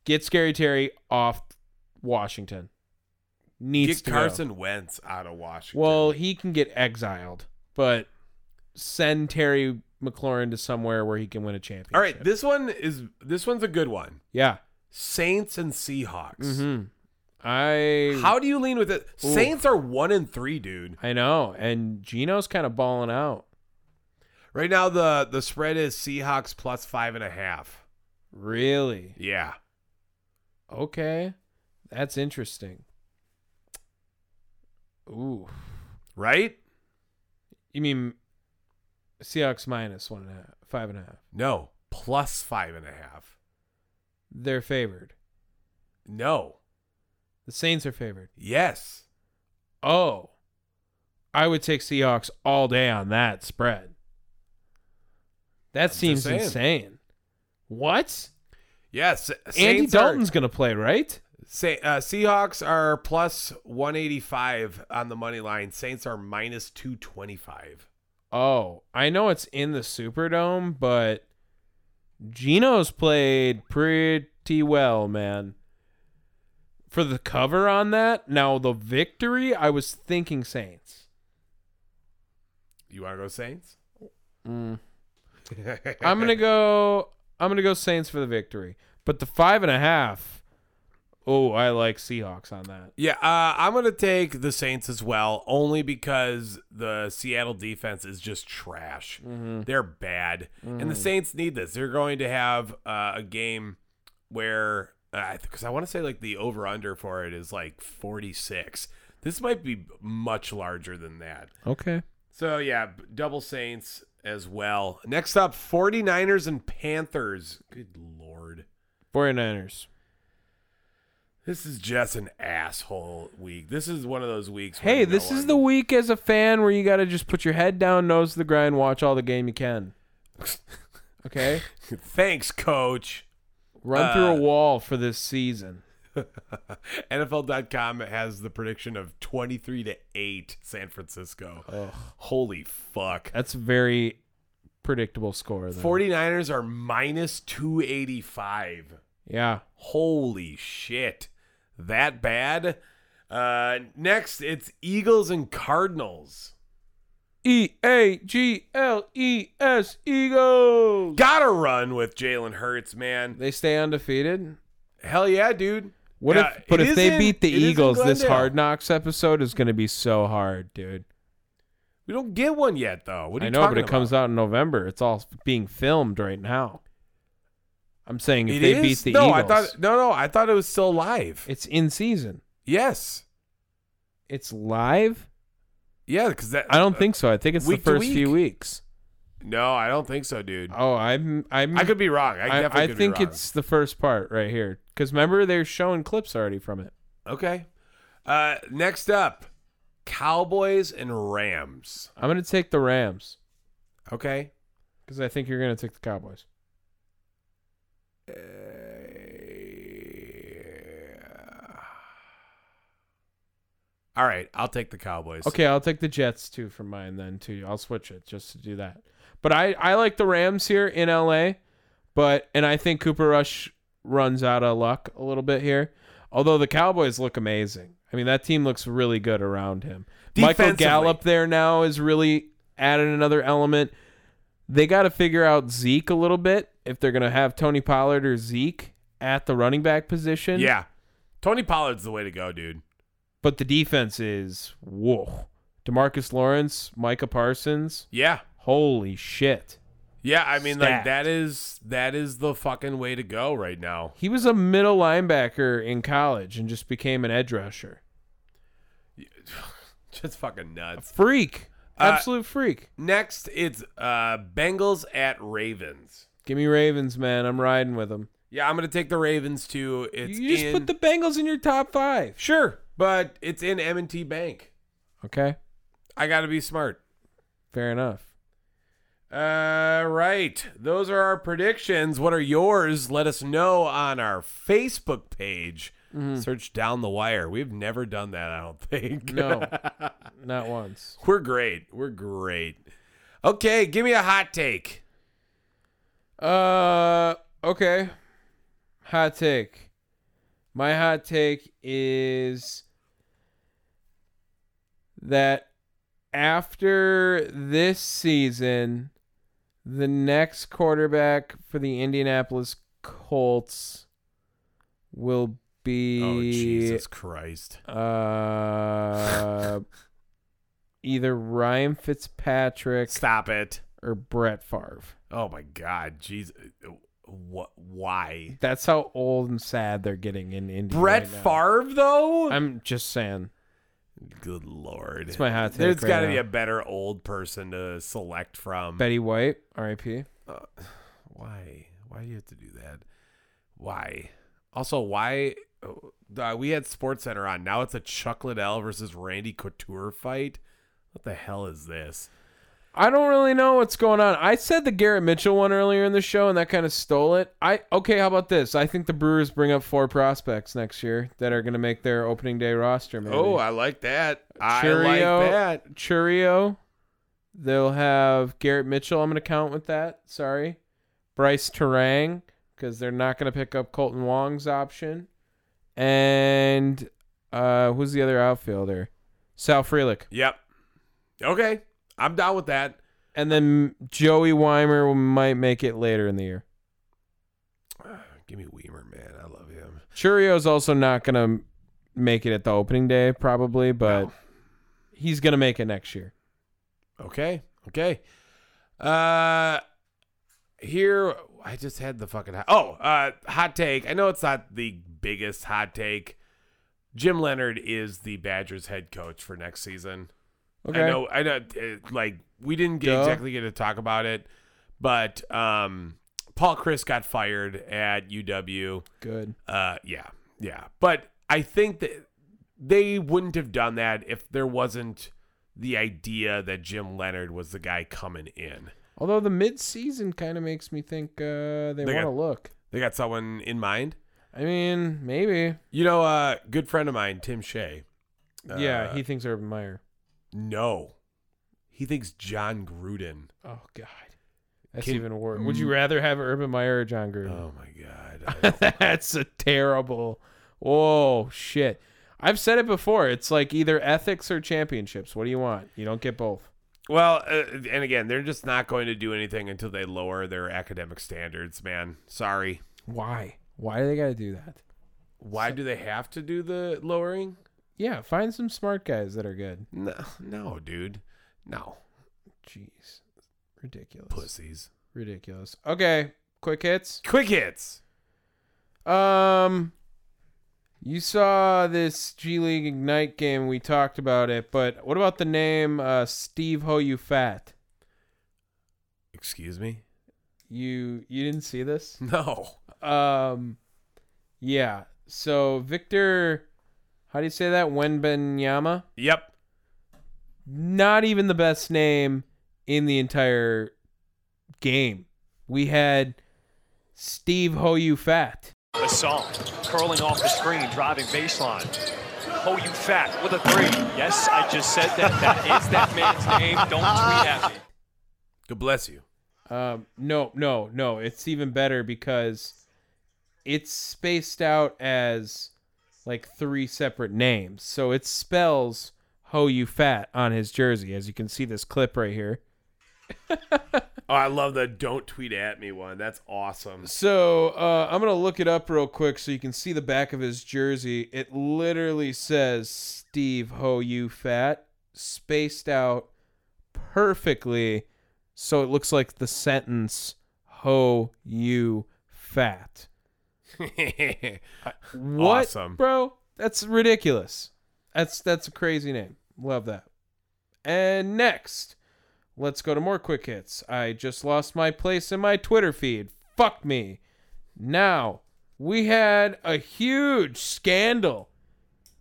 [SPEAKER 3] Get Scary Terry off Washington. Needs
[SPEAKER 1] get
[SPEAKER 3] to go.
[SPEAKER 1] Carson Wentz out of Washington.
[SPEAKER 3] Well, he can get exiled, but send Terry McLaurin to somewhere where he can win a championship.
[SPEAKER 1] all right, this one is this one's a good one.
[SPEAKER 3] Yeah.
[SPEAKER 1] Saints and Seahawks.
[SPEAKER 3] hmm I
[SPEAKER 1] How do you lean with it?
[SPEAKER 3] Ooh.
[SPEAKER 1] Saints are one and three, dude.
[SPEAKER 3] I know, and Gino's kind of balling out.
[SPEAKER 1] Right now, the the spread is Seahawks plus five and a half.
[SPEAKER 3] Really?
[SPEAKER 1] Yeah,
[SPEAKER 3] Okay, that's interesting. Ooh,
[SPEAKER 1] right?
[SPEAKER 3] you mean Seahawks minus one and a half, five and a half?
[SPEAKER 1] No, plus five and a half.
[SPEAKER 3] They're favored.
[SPEAKER 1] No.
[SPEAKER 3] The Saints are favored.
[SPEAKER 1] Yes.
[SPEAKER 3] Oh, I would take Seahawks all day on that spread. That seems
[SPEAKER 1] saying.
[SPEAKER 3] insane. What?
[SPEAKER 1] Yes.
[SPEAKER 3] Andy
[SPEAKER 1] Saints are-
[SPEAKER 3] Dalton's gonna play, right?
[SPEAKER 1] Say, uh, Seahawks are plus 185 on the money line. Saints are minus 225.
[SPEAKER 3] Oh, I know it's in the Superdome, but Geno's played pretty well, man. For the cover on that, now the victory, I was thinking Saints.
[SPEAKER 1] You want to go Saints?
[SPEAKER 3] I'm gonna go. I'm gonna go Saints for the victory, but the five and a half. Oh, I like Seahawks on that.
[SPEAKER 1] Yeah, uh, I'm going to take the Saints as well, only because the Seattle defense is just trash.
[SPEAKER 3] Mm-hmm.
[SPEAKER 1] They're bad. And the
[SPEAKER 3] Mm.
[SPEAKER 1] Saints need this. They're going to have uh, a game where, because I want to say like the over under for it is like 46. This might be much larger than that.
[SPEAKER 3] Okay.
[SPEAKER 1] So yeah, b- double Saints as well. Next up, 49ers and Panthers. Good lord.
[SPEAKER 3] 49ers.
[SPEAKER 1] This is just an asshole week. This is one of those weeks. where
[SPEAKER 3] Hey,
[SPEAKER 1] no
[SPEAKER 3] this is
[SPEAKER 1] one-
[SPEAKER 3] the week as a fan where you got to just put your head down, nose to the grind, watch all the game you can. Okay?
[SPEAKER 1] Thanks, coach.
[SPEAKER 3] Run through a
[SPEAKER 1] Uh,
[SPEAKER 3] wall for this season.
[SPEAKER 1] NFL.com has the prediction of 23 to 8 San Francisco. Holy fuck.
[SPEAKER 3] That's a very predictable score. Though.
[SPEAKER 1] 49ers are minus 285.
[SPEAKER 3] Yeah.
[SPEAKER 1] Holy shit. That bad? Uh next it's Eagles and Cardinals.
[SPEAKER 3] E A G L E S Eagles.
[SPEAKER 1] Gotta run with Jalen Hurts, man.
[SPEAKER 3] They stay undefeated.
[SPEAKER 1] Hell yeah, dude.
[SPEAKER 3] What
[SPEAKER 1] Yeah,
[SPEAKER 3] if? But
[SPEAKER 1] it
[SPEAKER 3] if
[SPEAKER 1] is
[SPEAKER 3] they
[SPEAKER 1] in-
[SPEAKER 3] beat the
[SPEAKER 1] it is in
[SPEAKER 3] Eagles, this
[SPEAKER 1] Glendale.
[SPEAKER 3] Hard Knocks episode is going to be so hard, dude.
[SPEAKER 1] We don't get one yet though. What are
[SPEAKER 3] I
[SPEAKER 1] you
[SPEAKER 3] know, but
[SPEAKER 1] talking
[SPEAKER 3] it comes
[SPEAKER 1] about?
[SPEAKER 3] out in November. It's all being filmed right now. I'm saying if
[SPEAKER 1] It
[SPEAKER 3] they
[SPEAKER 1] is?
[SPEAKER 3] beat the
[SPEAKER 1] no,
[SPEAKER 3] Eagles,
[SPEAKER 1] I thought no, no, I thought it was still live.
[SPEAKER 3] it's in season.
[SPEAKER 1] yes,
[SPEAKER 3] It's live.
[SPEAKER 1] yeah, because that
[SPEAKER 3] I don't
[SPEAKER 1] uh,
[SPEAKER 3] think so. I think it's the
[SPEAKER 1] week to
[SPEAKER 3] first
[SPEAKER 1] week.
[SPEAKER 3] few weeks.
[SPEAKER 1] No, I don't think so, dude.
[SPEAKER 3] Oh, I'm. I'm.
[SPEAKER 1] I could be wrong. I,
[SPEAKER 3] I,
[SPEAKER 1] definitely
[SPEAKER 3] I
[SPEAKER 1] could
[SPEAKER 3] think
[SPEAKER 1] be wrong.
[SPEAKER 3] it's the first part right here. Because remember, they're showing clips already from it.
[SPEAKER 1] okay. Uh, next up, Cowboys and Rams.
[SPEAKER 3] I'm gonna take the Rams
[SPEAKER 1] Okay,
[SPEAKER 3] because I think you're gonna take the Cowboys.
[SPEAKER 1] all right, I'll take the Cowboys.
[SPEAKER 3] Okay, I'll take the Jets too for mine then too. I'll switch it just to do that. But I I like the Rams here in LA, but and I think Cooper Rush runs out of luck a little bit here. Although the Cowboys look amazing. I mean, that team looks really good around him. Michael
[SPEAKER 1] Defensively.
[SPEAKER 3] Gallup there now is really added another element. They got to figure out Zeke a little bit if they're going to have Tony Pollard or Zeke at the running back position.
[SPEAKER 1] Yeah. Tony Pollard's the way to go, dude.
[SPEAKER 3] But the defense is whoa. Demarcus Lawrence, Micah Parsons,
[SPEAKER 1] Yeah.
[SPEAKER 3] holy shit.
[SPEAKER 1] Yeah, I mean like
[SPEAKER 3] Stacked.
[SPEAKER 1] that is that is the fucking way to go right now.
[SPEAKER 3] He was a middle linebacker in college and just became an edge rusher.
[SPEAKER 1] Just fucking nuts.
[SPEAKER 3] Freak.
[SPEAKER 1] Uh,
[SPEAKER 3] Absolute freak.
[SPEAKER 1] Next it's uh Bengals at Ravens.
[SPEAKER 3] Give me Ravens, man. I'm riding with them.
[SPEAKER 1] Yeah, I'm going to take the Ravens too. It's
[SPEAKER 3] You just
[SPEAKER 1] in-
[SPEAKER 3] put the Bengals in your top five.
[SPEAKER 1] Sure, but it's in M&T Bank.
[SPEAKER 3] Okay.
[SPEAKER 1] I got to be smart.
[SPEAKER 3] Fair enough.
[SPEAKER 1] Uh, right. Those are our predictions. What are yours? Let us know on our Facebook page.
[SPEAKER 3] Mm-hmm.
[SPEAKER 1] Search down the wire. We've never done that, I don't think.
[SPEAKER 3] No. Not once.
[SPEAKER 1] We're great. We're great. Okay, give me a hot take.
[SPEAKER 3] Uh okay. Hot take. My hot take is that after this season, the next quarterback for the Indianapolis Colts will be
[SPEAKER 1] Oh, Jesus Christ.
[SPEAKER 3] uh either Ryan Fitzpatrick
[SPEAKER 1] Stop it.
[SPEAKER 3] or Brett Favre.
[SPEAKER 1] Oh my god. Jesus. What why?
[SPEAKER 3] That's how old and sad they're getting in India.
[SPEAKER 1] Brett
[SPEAKER 3] right now.
[SPEAKER 1] Favre though?
[SPEAKER 3] I'm just saying.
[SPEAKER 1] Good lord.
[SPEAKER 3] It's my hot take
[SPEAKER 1] There's
[SPEAKER 3] right
[SPEAKER 1] got to
[SPEAKER 3] now.
[SPEAKER 1] be a better old person to select from.
[SPEAKER 3] Betty White, R.I.P.
[SPEAKER 1] Why? Why do you have to do that? Why? Also, why? oh, Uh, we had Sports Center on. Now it's a Chuck Liddell versus Randy Couture fight. What the hell is this?
[SPEAKER 3] I don't really know what's going on. I said the Garrett Mitchell one earlier in the show, and that kind of stole it. I okay. How about this? I think the Brewers bring up four prospects next year that are going to make their opening day roster. Maybe.
[SPEAKER 1] Oh, I like that. I
[SPEAKER 3] Churio.
[SPEAKER 1] like that.
[SPEAKER 3] Churio. They'll have Garrett Mitchell. I'm going to count with that. Sorry, Bryce Terang because they're not going to pick up Colton Wong's option, and uh, who's the other outfielder? Sal Frelick.
[SPEAKER 1] Yep. Okay, I'm down with that.
[SPEAKER 3] And then Joey Weimer might make it later in the year.
[SPEAKER 1] Give me Weimer, man. I love him.
[SPEAKER 3] Churio's also not going to make it at the opening day, probably, but he's going to make it next year.
[SPEAKER 1] Okay. Okay. Uh here I just had the fucking hot, Oh, uh hot take. I know it's not the biggest hot take. Jim Leonard is the Badgers head coach for next season.
[SPEAKER 3] Okay.
[SPEAKER 1] I know I know uh, like we didn't get
[SPEAKER 3] Duh.
[SPEAKER 1] exactly get to talk about it, but um Paul Chris got fired at UW.
[SPEAKER 3] Good.
[SPEAKER 1] Uh, yeah, yeah. But I think that they wouldn't have done that if there wasn't the idea that Jim Leonard was the guy coming in.
[SPEAKER 3] Although the mid-season kind of makes me think uh, they,
[SPEAKER 1] They
[SPEAKER 3] want to
[SPEAKER 1] got-
[SPEAKER 3] look.
[SPEAKER 1] They got someone in mind.
[SPEAKER 3] I mean, maybe.
[SPEAKER 1] You know, uh, good friend of mine, Tim Shea. uh,
[SPEAKER 3] yeah, he thinks Urban Meyer.
[SPEAKER 1] No, he thinks John Gruden.
[SPEAKER 3] Oh, God. That's
[SPEAKER 1] Can- Mm.
[SPEAKER 3] even worse. Would you rather have Urban Meyer or John Gruden?
[SPEAKER 1] Oh my god.
[SPEAKER 3] That's a terrible. Oh, shit. I've said it before. It's like either ethics or championships. What do you want? You don't get both.
[SPEAKER 1] well, uh, and again, they're just not going to do anything until they lower their academic standards, man. Sorry.
[SPEAKER 3] Why? Why do they got to do that?
[SPEAKER 1] Why do they have to do the lowering?
[SPEAKER 3] Yeah, find some smart guys that are good.
[SPEAKER 1] No, no, dude. No.
[SPEAKER 3] Jeez. Ridiculous.
[SPEAKER 1] Pussies.
[SPEAKER 3] Ridiculous. Okay, quick hits.
[SPEAKER 1] Quick hits.
[SPEAKER 3] Um you saw this G League Ignite game, we talked about it, but what about the name uh Steve Ho You Fat?
[SPEAKER 1] Excuse me?
[SPEAKER 3] You you didn't see this?
[SPEAKER 1] No.
[SPEAKER 3] Um yeah. So Victor how do you say that? Wenbenyama?
[SPEAKER 1] Yep.
[SPEAKER 3] not even the best name in the entire game. We had Steve Hoyu Fat.
[SPEAKER 5] Assault curling off the screen, driving baseline. Oh, you fat with a three. Yes, I just said that. That is that man's name. Don't tweet at me.
[SPEAKER 1] God bless you.
[SPEAKER 3] Um, no, no, no. It's even better because it's spaced out as like three separate names. So it spells Hoyu Fat on his jersey, as you can see this clip right here.
[SPEAKER 1] Oh, I love the don't tweet at me one. That's awesome.
[SPEAKER 3] So uh, I'm gonna look it up real quick so you can see the back of his jersey. It literally says "Steve Ho You Fat," spaced out perfectly, so it looks like the sentence "Ho You Fat." What,
[SPEAKER 1] Awesome.
[SPEAKER 3] bro? That's ridiculous. That's that's a crazy name. Love that. And next, let's go to more quick hits. I just lost my place in my Twitter feed. Fuck me. Now, we had a huge scandal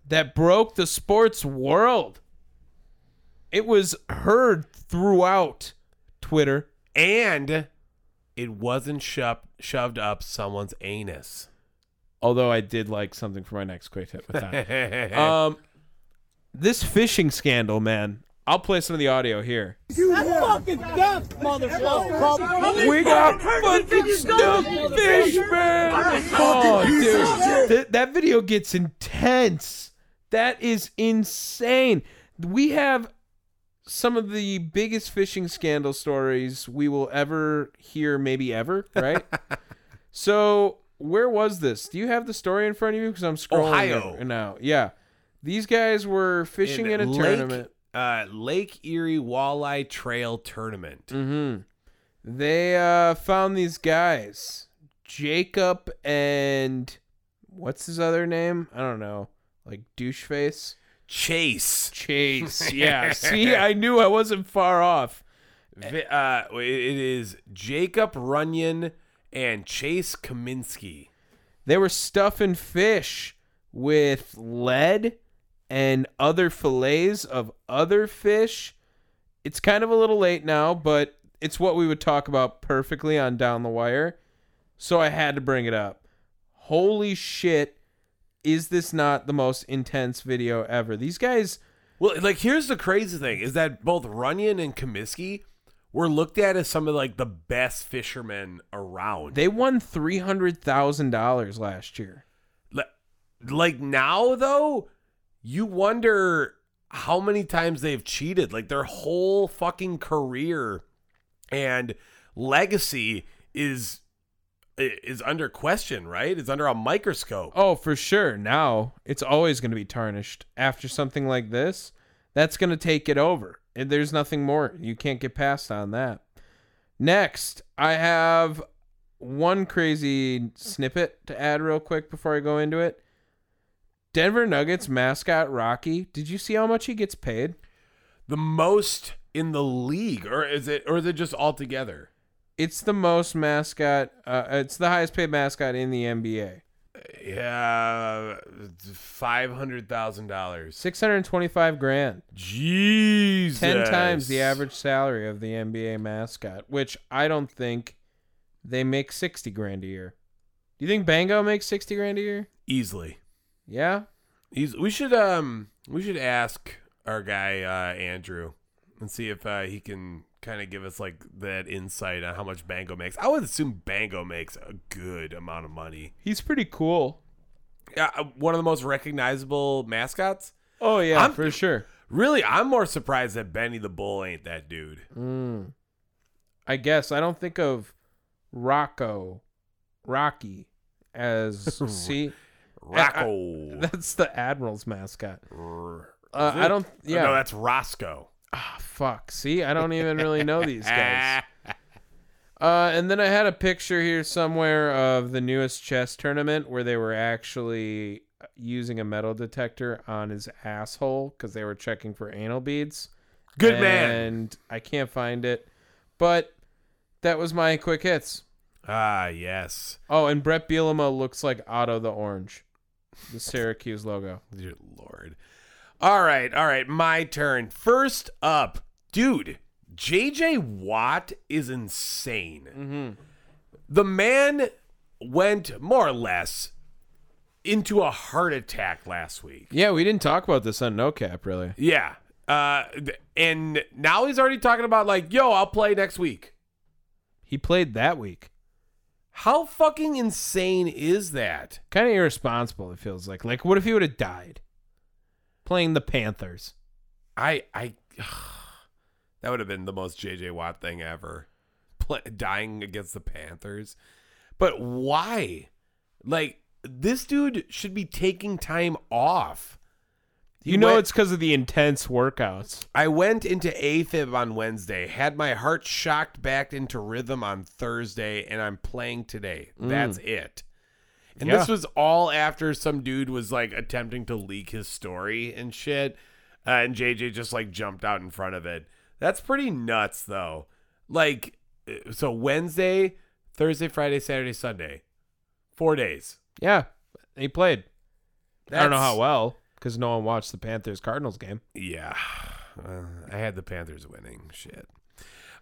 [SPEAKER 3] that broke the sports world. It was heard throughout Twitter.
[SPEAKER 1] and it wasn't sho- shoved up someone's anus.
[SPEAKER 3] Although I did like something for my next quick hit with
[SPEAKER 1] Uh,
[SPEAKER 3] that. Um, this phishing scandal, man. I'll play some of the audio here. We got fucking stuffed fish, man. Oh, dude, Th- that video gets intense. That is insane. We have some of the biggest phishing scandal stories we will ever hear, maybe ever. Right. so, where was this? Do you have the story in front of you? Because I'm scrolling
[SPEAKER 1] Ohio.
[SPEAKER 3] it now. Yeah, these guys were fishing in, a
[SPEAKER 1] Lake-
[SPEAKER 3] tournament.
[SPEAKER 1] Uh, Lake Erie Walleye Trail Tournament.
[SPEAKER 3] Mm. They uh, found these guys, Jacob and what's his other name? I don't know, like doucheface
[SPEAKER 1] Chase.
[SPEAKER 3] Chase. Yeah, see, I knew I wasn't far off.
[SPEAKER 1] Vi- Uh, it it is Jacob Runyon and Chase Kaminsky.
[SPEAKER 3] They were stuffing fish with lead and other fillets of other fish. It's kind of a little late now, but it's what we would talk about perfectly on Down the Wire. So I had to bring it up. Holy shit, is this not the most intense video ever? These guys,
[SPEAKER 1] Well, like here's the crazy thing is that both Runyon and Comiskey were looked at as some of like the best fishermen around.
[SPEAKER 3] they won $300,000 last year.
[SPEAKER 1] Li- like now though, you wonder how many times they've cheated. Like their whole fucking career and legacy is i- is under question, right? It's under a microscope.
[SPEAKER 3] Oh, for sure. Now it's always going to be tarnished after something like this. That's going to take it over. And There's nothing more. You can't get past on that. Next, I have one crazy snippet to add real quick before I go into it. Denver Nuggets mascot Rocky. Did you see how much he gets paid?
[SPEAKER 1] The most in the league or is it or is it just altogether?
[SPEAKER 3] It's the most mascot. Uh, it's the highest paid mascot in the NBA.
[SPEAKER 1] Yeah, $500,000.
[SPEAKER 3] Six hundred twenty-five grand.
[SPEAKER 1] Jesus.
[SPEAKER 3] 10 times the average salary of the NBA mascot, which I don't think they make 60 grand a year. Do you think Bango makes 60 grand a year?
[SPEAKER 1] Easily.
[SPEAKER 3] Yeah.
[SPEAKER 1] He's, we should um we should ask our guy uh, Andrew and see if uh, he can kind of give us like that insight on how much Bango makes. I would assume Bango makes a good amount of money.
[SPEAKER 3] He's pretty cool.
[SPEAKER 1] Yeah, uh, one of the most recognizable mascots.
[SPEAKER 3] Oh yeah,
[SPEAKER 1] I'm-
[SPEAKER 3] for sure.
[SPEAKER 1] Really, I'm more surprised that Benny the Bull ain't that dude.
[SPEAKER 3] Mm. I guess I don't think of Rocco Rocky as see
[SPEAKER 1] Rocco.
[SPEAKER 3] that's the Admiral's mascot.
[SPEAKER 1] R-
[SPEAKER 3] Uh,
[SPEAKER 1] is
[SPEAKER 3] I
[SPEAKER 1] it?
[SPEAKER 3] don't
[SPEAKER 1] Oh,
[SPEAKER 3] yeah.
[SPEAKER 1] No, that's Roscoe.
[SPEAKER 3] Ah, fuck. See, I don't even really know these
[SPEAKER 1] Ah.
[SPEAKER 3] guys. Uh, and then I had a picture here somewhere of the newest chess tournament where they were actually using a metal detector on his asshole because they were checking for anal beads.
[SPEAKER 1] Good
[SPEAKER 3] and
[SPEAKER 1] man.
[SPEAKER 3] I can't find it, but that was my quick hits.
[SPEAKER 1] Ah, yes.
[SPEAKER 3] Oh, and Brett Bielema looks like Otto the Orange, the Syracuse logo.
[SPEAKER 1] Dear Lord. All right, all right, my turn. First up, dude, JJ Watt is insane. The man went more or less into a heart attack last week.
[SPEAKER 3] Yeah, we didn't talk about this on No Cap really.
[SPEAKER 1] Yeah. Uh, th- and now he's already talking about, like, yo, I'll play next week.
[SPEAKER 3] He played that week.
[SPEAKER 1] How fucking insane is that?
[SPEAKER 3] Kind of irresponsible. It feels like. Like, what if he would have died playing the Panthers?
[SPEAKER 1] I I that would have been the most JJ Watt thing ever. Pla dying against the Panthers. But why? Like this dude should be taking time off. He
[SPEAKER 3] You know
[SPEAKER 1] went-
[SPEAKER 3] it's because of the intense workouts.
[SPEAKER 1] I went into AFib on Wednesday, had my heart shocked back into rhythm on Thursday, and I'm playing today. That's it. And this
[SPEAKER 3] Yeah.
[SPEAKER 1] was all after some dude was like attempting to leak his story and shit. Uh, and JJ just like jumped out in front of it. That's pretty nuts, though. Like, uh, so Wednesday, Thursday, Friday, Saturday, Sunday. Four days.
[SPEAKER 3] Yeah, he played. I don't know
[SPEAKER 1] That's-
[SPEAKER 3] how well because no one watched the Panthers Cardinals game.
[SPEAKER 1] Yeah. Uh, I had the Panthers winning. Shit.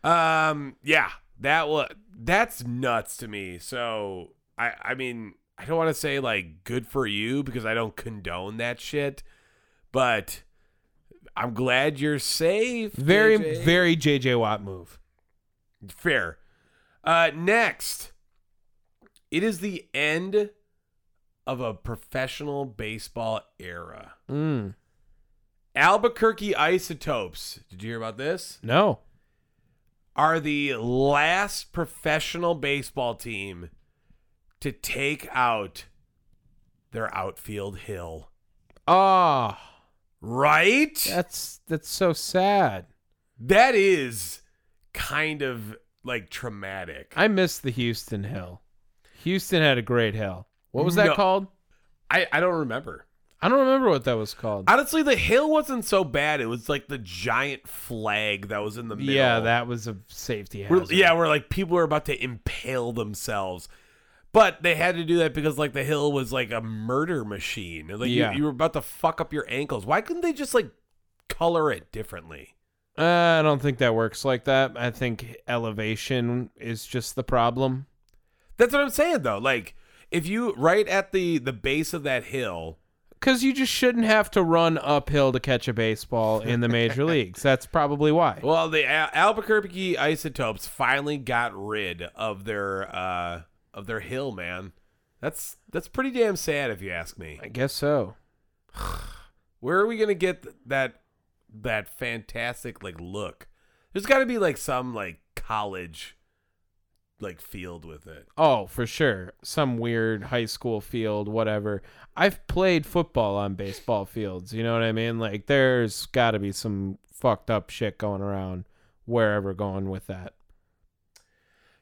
[SPEAKER 1] Um yeah, that was that's nuts to me. So I I mean, I don't want to say like good for you because I don't condone that shit, but I'm glad you're safe.
[SPEAKER 3] Very,
[SPEAKER 1] JJ.
[SPEAKER 3] very JJ Watt move.
[SPEAKER 1] fair. Uh next. It is the end of a professional baseball era.
[SPEAKER 3] Mm.
[SPEAKER 1] Albuquerque Isotopes. Did you hear about this?
[SPEAKER 3] No,
[SPEAKER 1] are the last professional baseball team to take out their outfield hill.
[SPEAKER 3] ah,
[SPEAKER 1] Right?
[SPEAKER 3] that's that's so sad.
[SPEAKER 1] That is kind of like traumatic.
[SPEAKER 3] I miss the Houston Hill. Houston had a great hill. What was that
[SPEAKER 1] No.
[SPEAKER 3] called?
[SPEAKER 1] I, I don't remember.
[SPEAKER 3] I don't remember what that was called.
[SPEAKER 1] Honestly, the hill wasn't so bad. It was like the giant flag that was in the middle.
[SPEAKER 3] yeah, that was a safety hazard.
[SPEAKER 1] We're, yeah, where like people were about to impale themselves. But they had to do that because like the hill was like a murder machine. Like you-
[SPEAKER 3] Yeah.
[SPEAKER 1] you, were about to fuck up your ankles. Why couldn't they just like color it differently?
[SPEAKER 3] Uh, I don't think that works like that. I think elevation is just the problem.
[SPEAKER 1] That's what I'm saying though. Like if you right at the the base of that hill,
[SPEAKER 3] Because you just shouldn't have to run uphill to catch a baseball in the major leagues. That's probably why.
[SPEAKER 1] well, the Al- Albuquerque Isotopes finally got rid of their uh of their hill, man. That's that's pretty damn sad if you ask me.
[SPEAKER 3] I guess so.
[SPEAKER 1] Where are we gonna get th- that that fantastic like look? There's got to be like some like college like field with it.
[SPEAKER 3] Oh, for sure. Some weird high school field, whatever. I've played football on baseball fields. You know what I mean? Like, there's got to be some fucked up shit going around wherever going with that.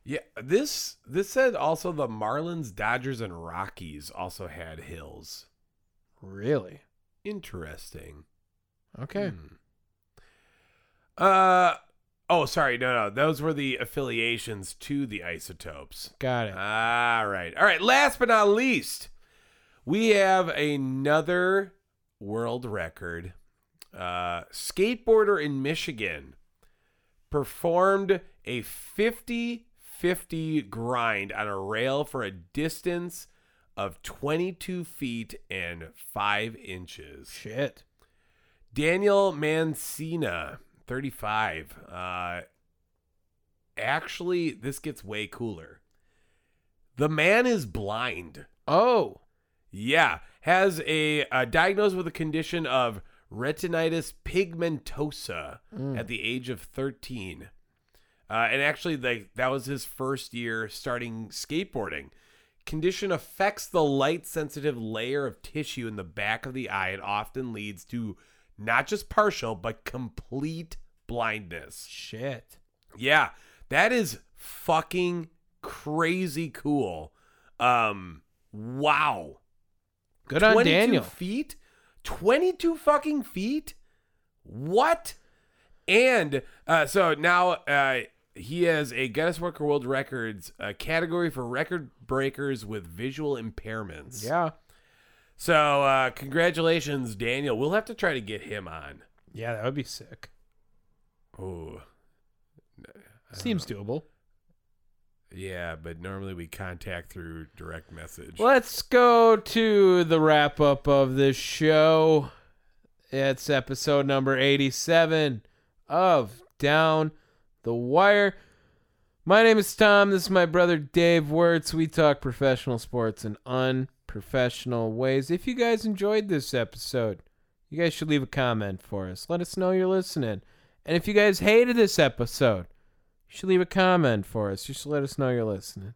[SPEAKER 1] Yeah, this this said also the Marlins, Dodgers, and Rockies also had hills.
[SPEAKER 3] Really?
[SPEAKER 1] Interesting.
[SPEAKER 3] Okay.
[SPEAKER 1] Hmm. Uh oh, sorry, no, no, those were the affiliations to the isotopes.
[SPEAKER 3] Got it.
[SPEAKER 1] All right. All right. Last but not least, we have another world record. Uh, skateboarder in Michigan performed a 50 50 grind on a rail for a distance of 22 feet and 5 inches.
[SPEAKER 3] Shit.
[SPEAKER 1] Daniel Mancina, 35. Uh, actually, this gets way cooler. The man is blind.
[SPEAKER 3] Oh.
[SPEAKER 1] Yeah, has a uh, diagnosed with a condition of retinitis pigmentosa at the age of 13. Uh, and actually, like that was his first year starting skateboarding. Condition affects the light-sensitive layer of tissue in the back of the eye and often leads to not just partial but complete blindness.
[SPEAKER 3] Shit.
[SPEAKER 1] Yeah, that is fucking crazy cool. Um, wow.
[SPEAKER 3] Good on
[SPEAKER 1] 22
[SPEAKER 3] Daniel.
[SPEAKER 1] feet? 22 fucking feet? What? And uh, so now uh, he has a Guinness Book of World Records uh, category for record breakers with visual impairments.
[SPEAKER 3] Yeah.
[SPEAKER 1] So uh, congratulations, Daniel. We'll have to try to get him on.
[SPEAKER 3] Yeah, that would be sick.
[SPEAKER 1] Ooh.
[SPEAKER 3] Seems doable.
[SPEAKER 1] Yeah, but normally we contact through direct message.
[SPEAKER 3] Let's go to the wrap up of this show. It's episode number 87 of Down the Wire. My name is Tom. This is my brother Dave Wirtz. We talk professional sports in unprofessional ways. If you guys enjoyed this episode, you guys should leave a comment for us. Let us know you're listening. And if you guys hated this episode, you should leave a comment for us. You should let us know you're listening.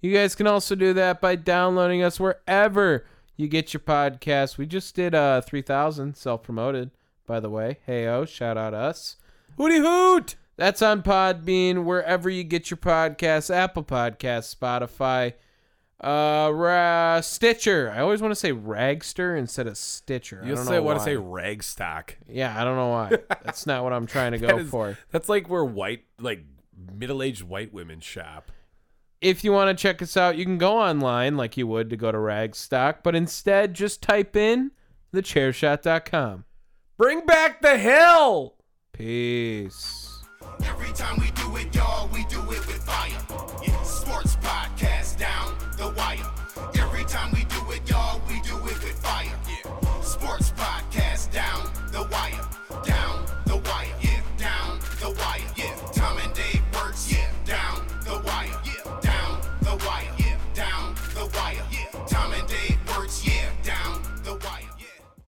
[SPEAKER 3] You guys can also do that by downloading us wherever you get your podcast. We just did uh 3000 self-promoted, by the way. Hey oh, shout out us.
[SPEAKER 1] Hooty hoot!
[SPEAKER 3] That's on Podbean, wherever you get your podcasts, Apple Podcasts, Spotify, uh, Ra- Stitcher. I always want to say Ragster instead of Stitcher. I
[SPEAKER 1] You'll
[SPEAKER 3] don't
[SPEAKER 1] say
[SPEAKER 3] know
[SPEAKER 1] want to
[SPEAKER 3] why.
[SPEAKER 1] say ragstock.
[SPEAKER 3] Yeah, I don't know why. That's not what I'm trying to go
[SPEAKER 1] That is-
[SPEAKER 3] for.
[SPEAKER 1] That's like where white, like middle-aged white women shop.
[SPEAKER 3] if you want to check us out, you can go online like you would to go to Ragstock, but instead just type in thechairshot.com.
[SPEAKER 1] Bring back the hill.
[SPEAKER 3] Peace.
[SPEAKER 2] Every time we do it, y'all, we do it.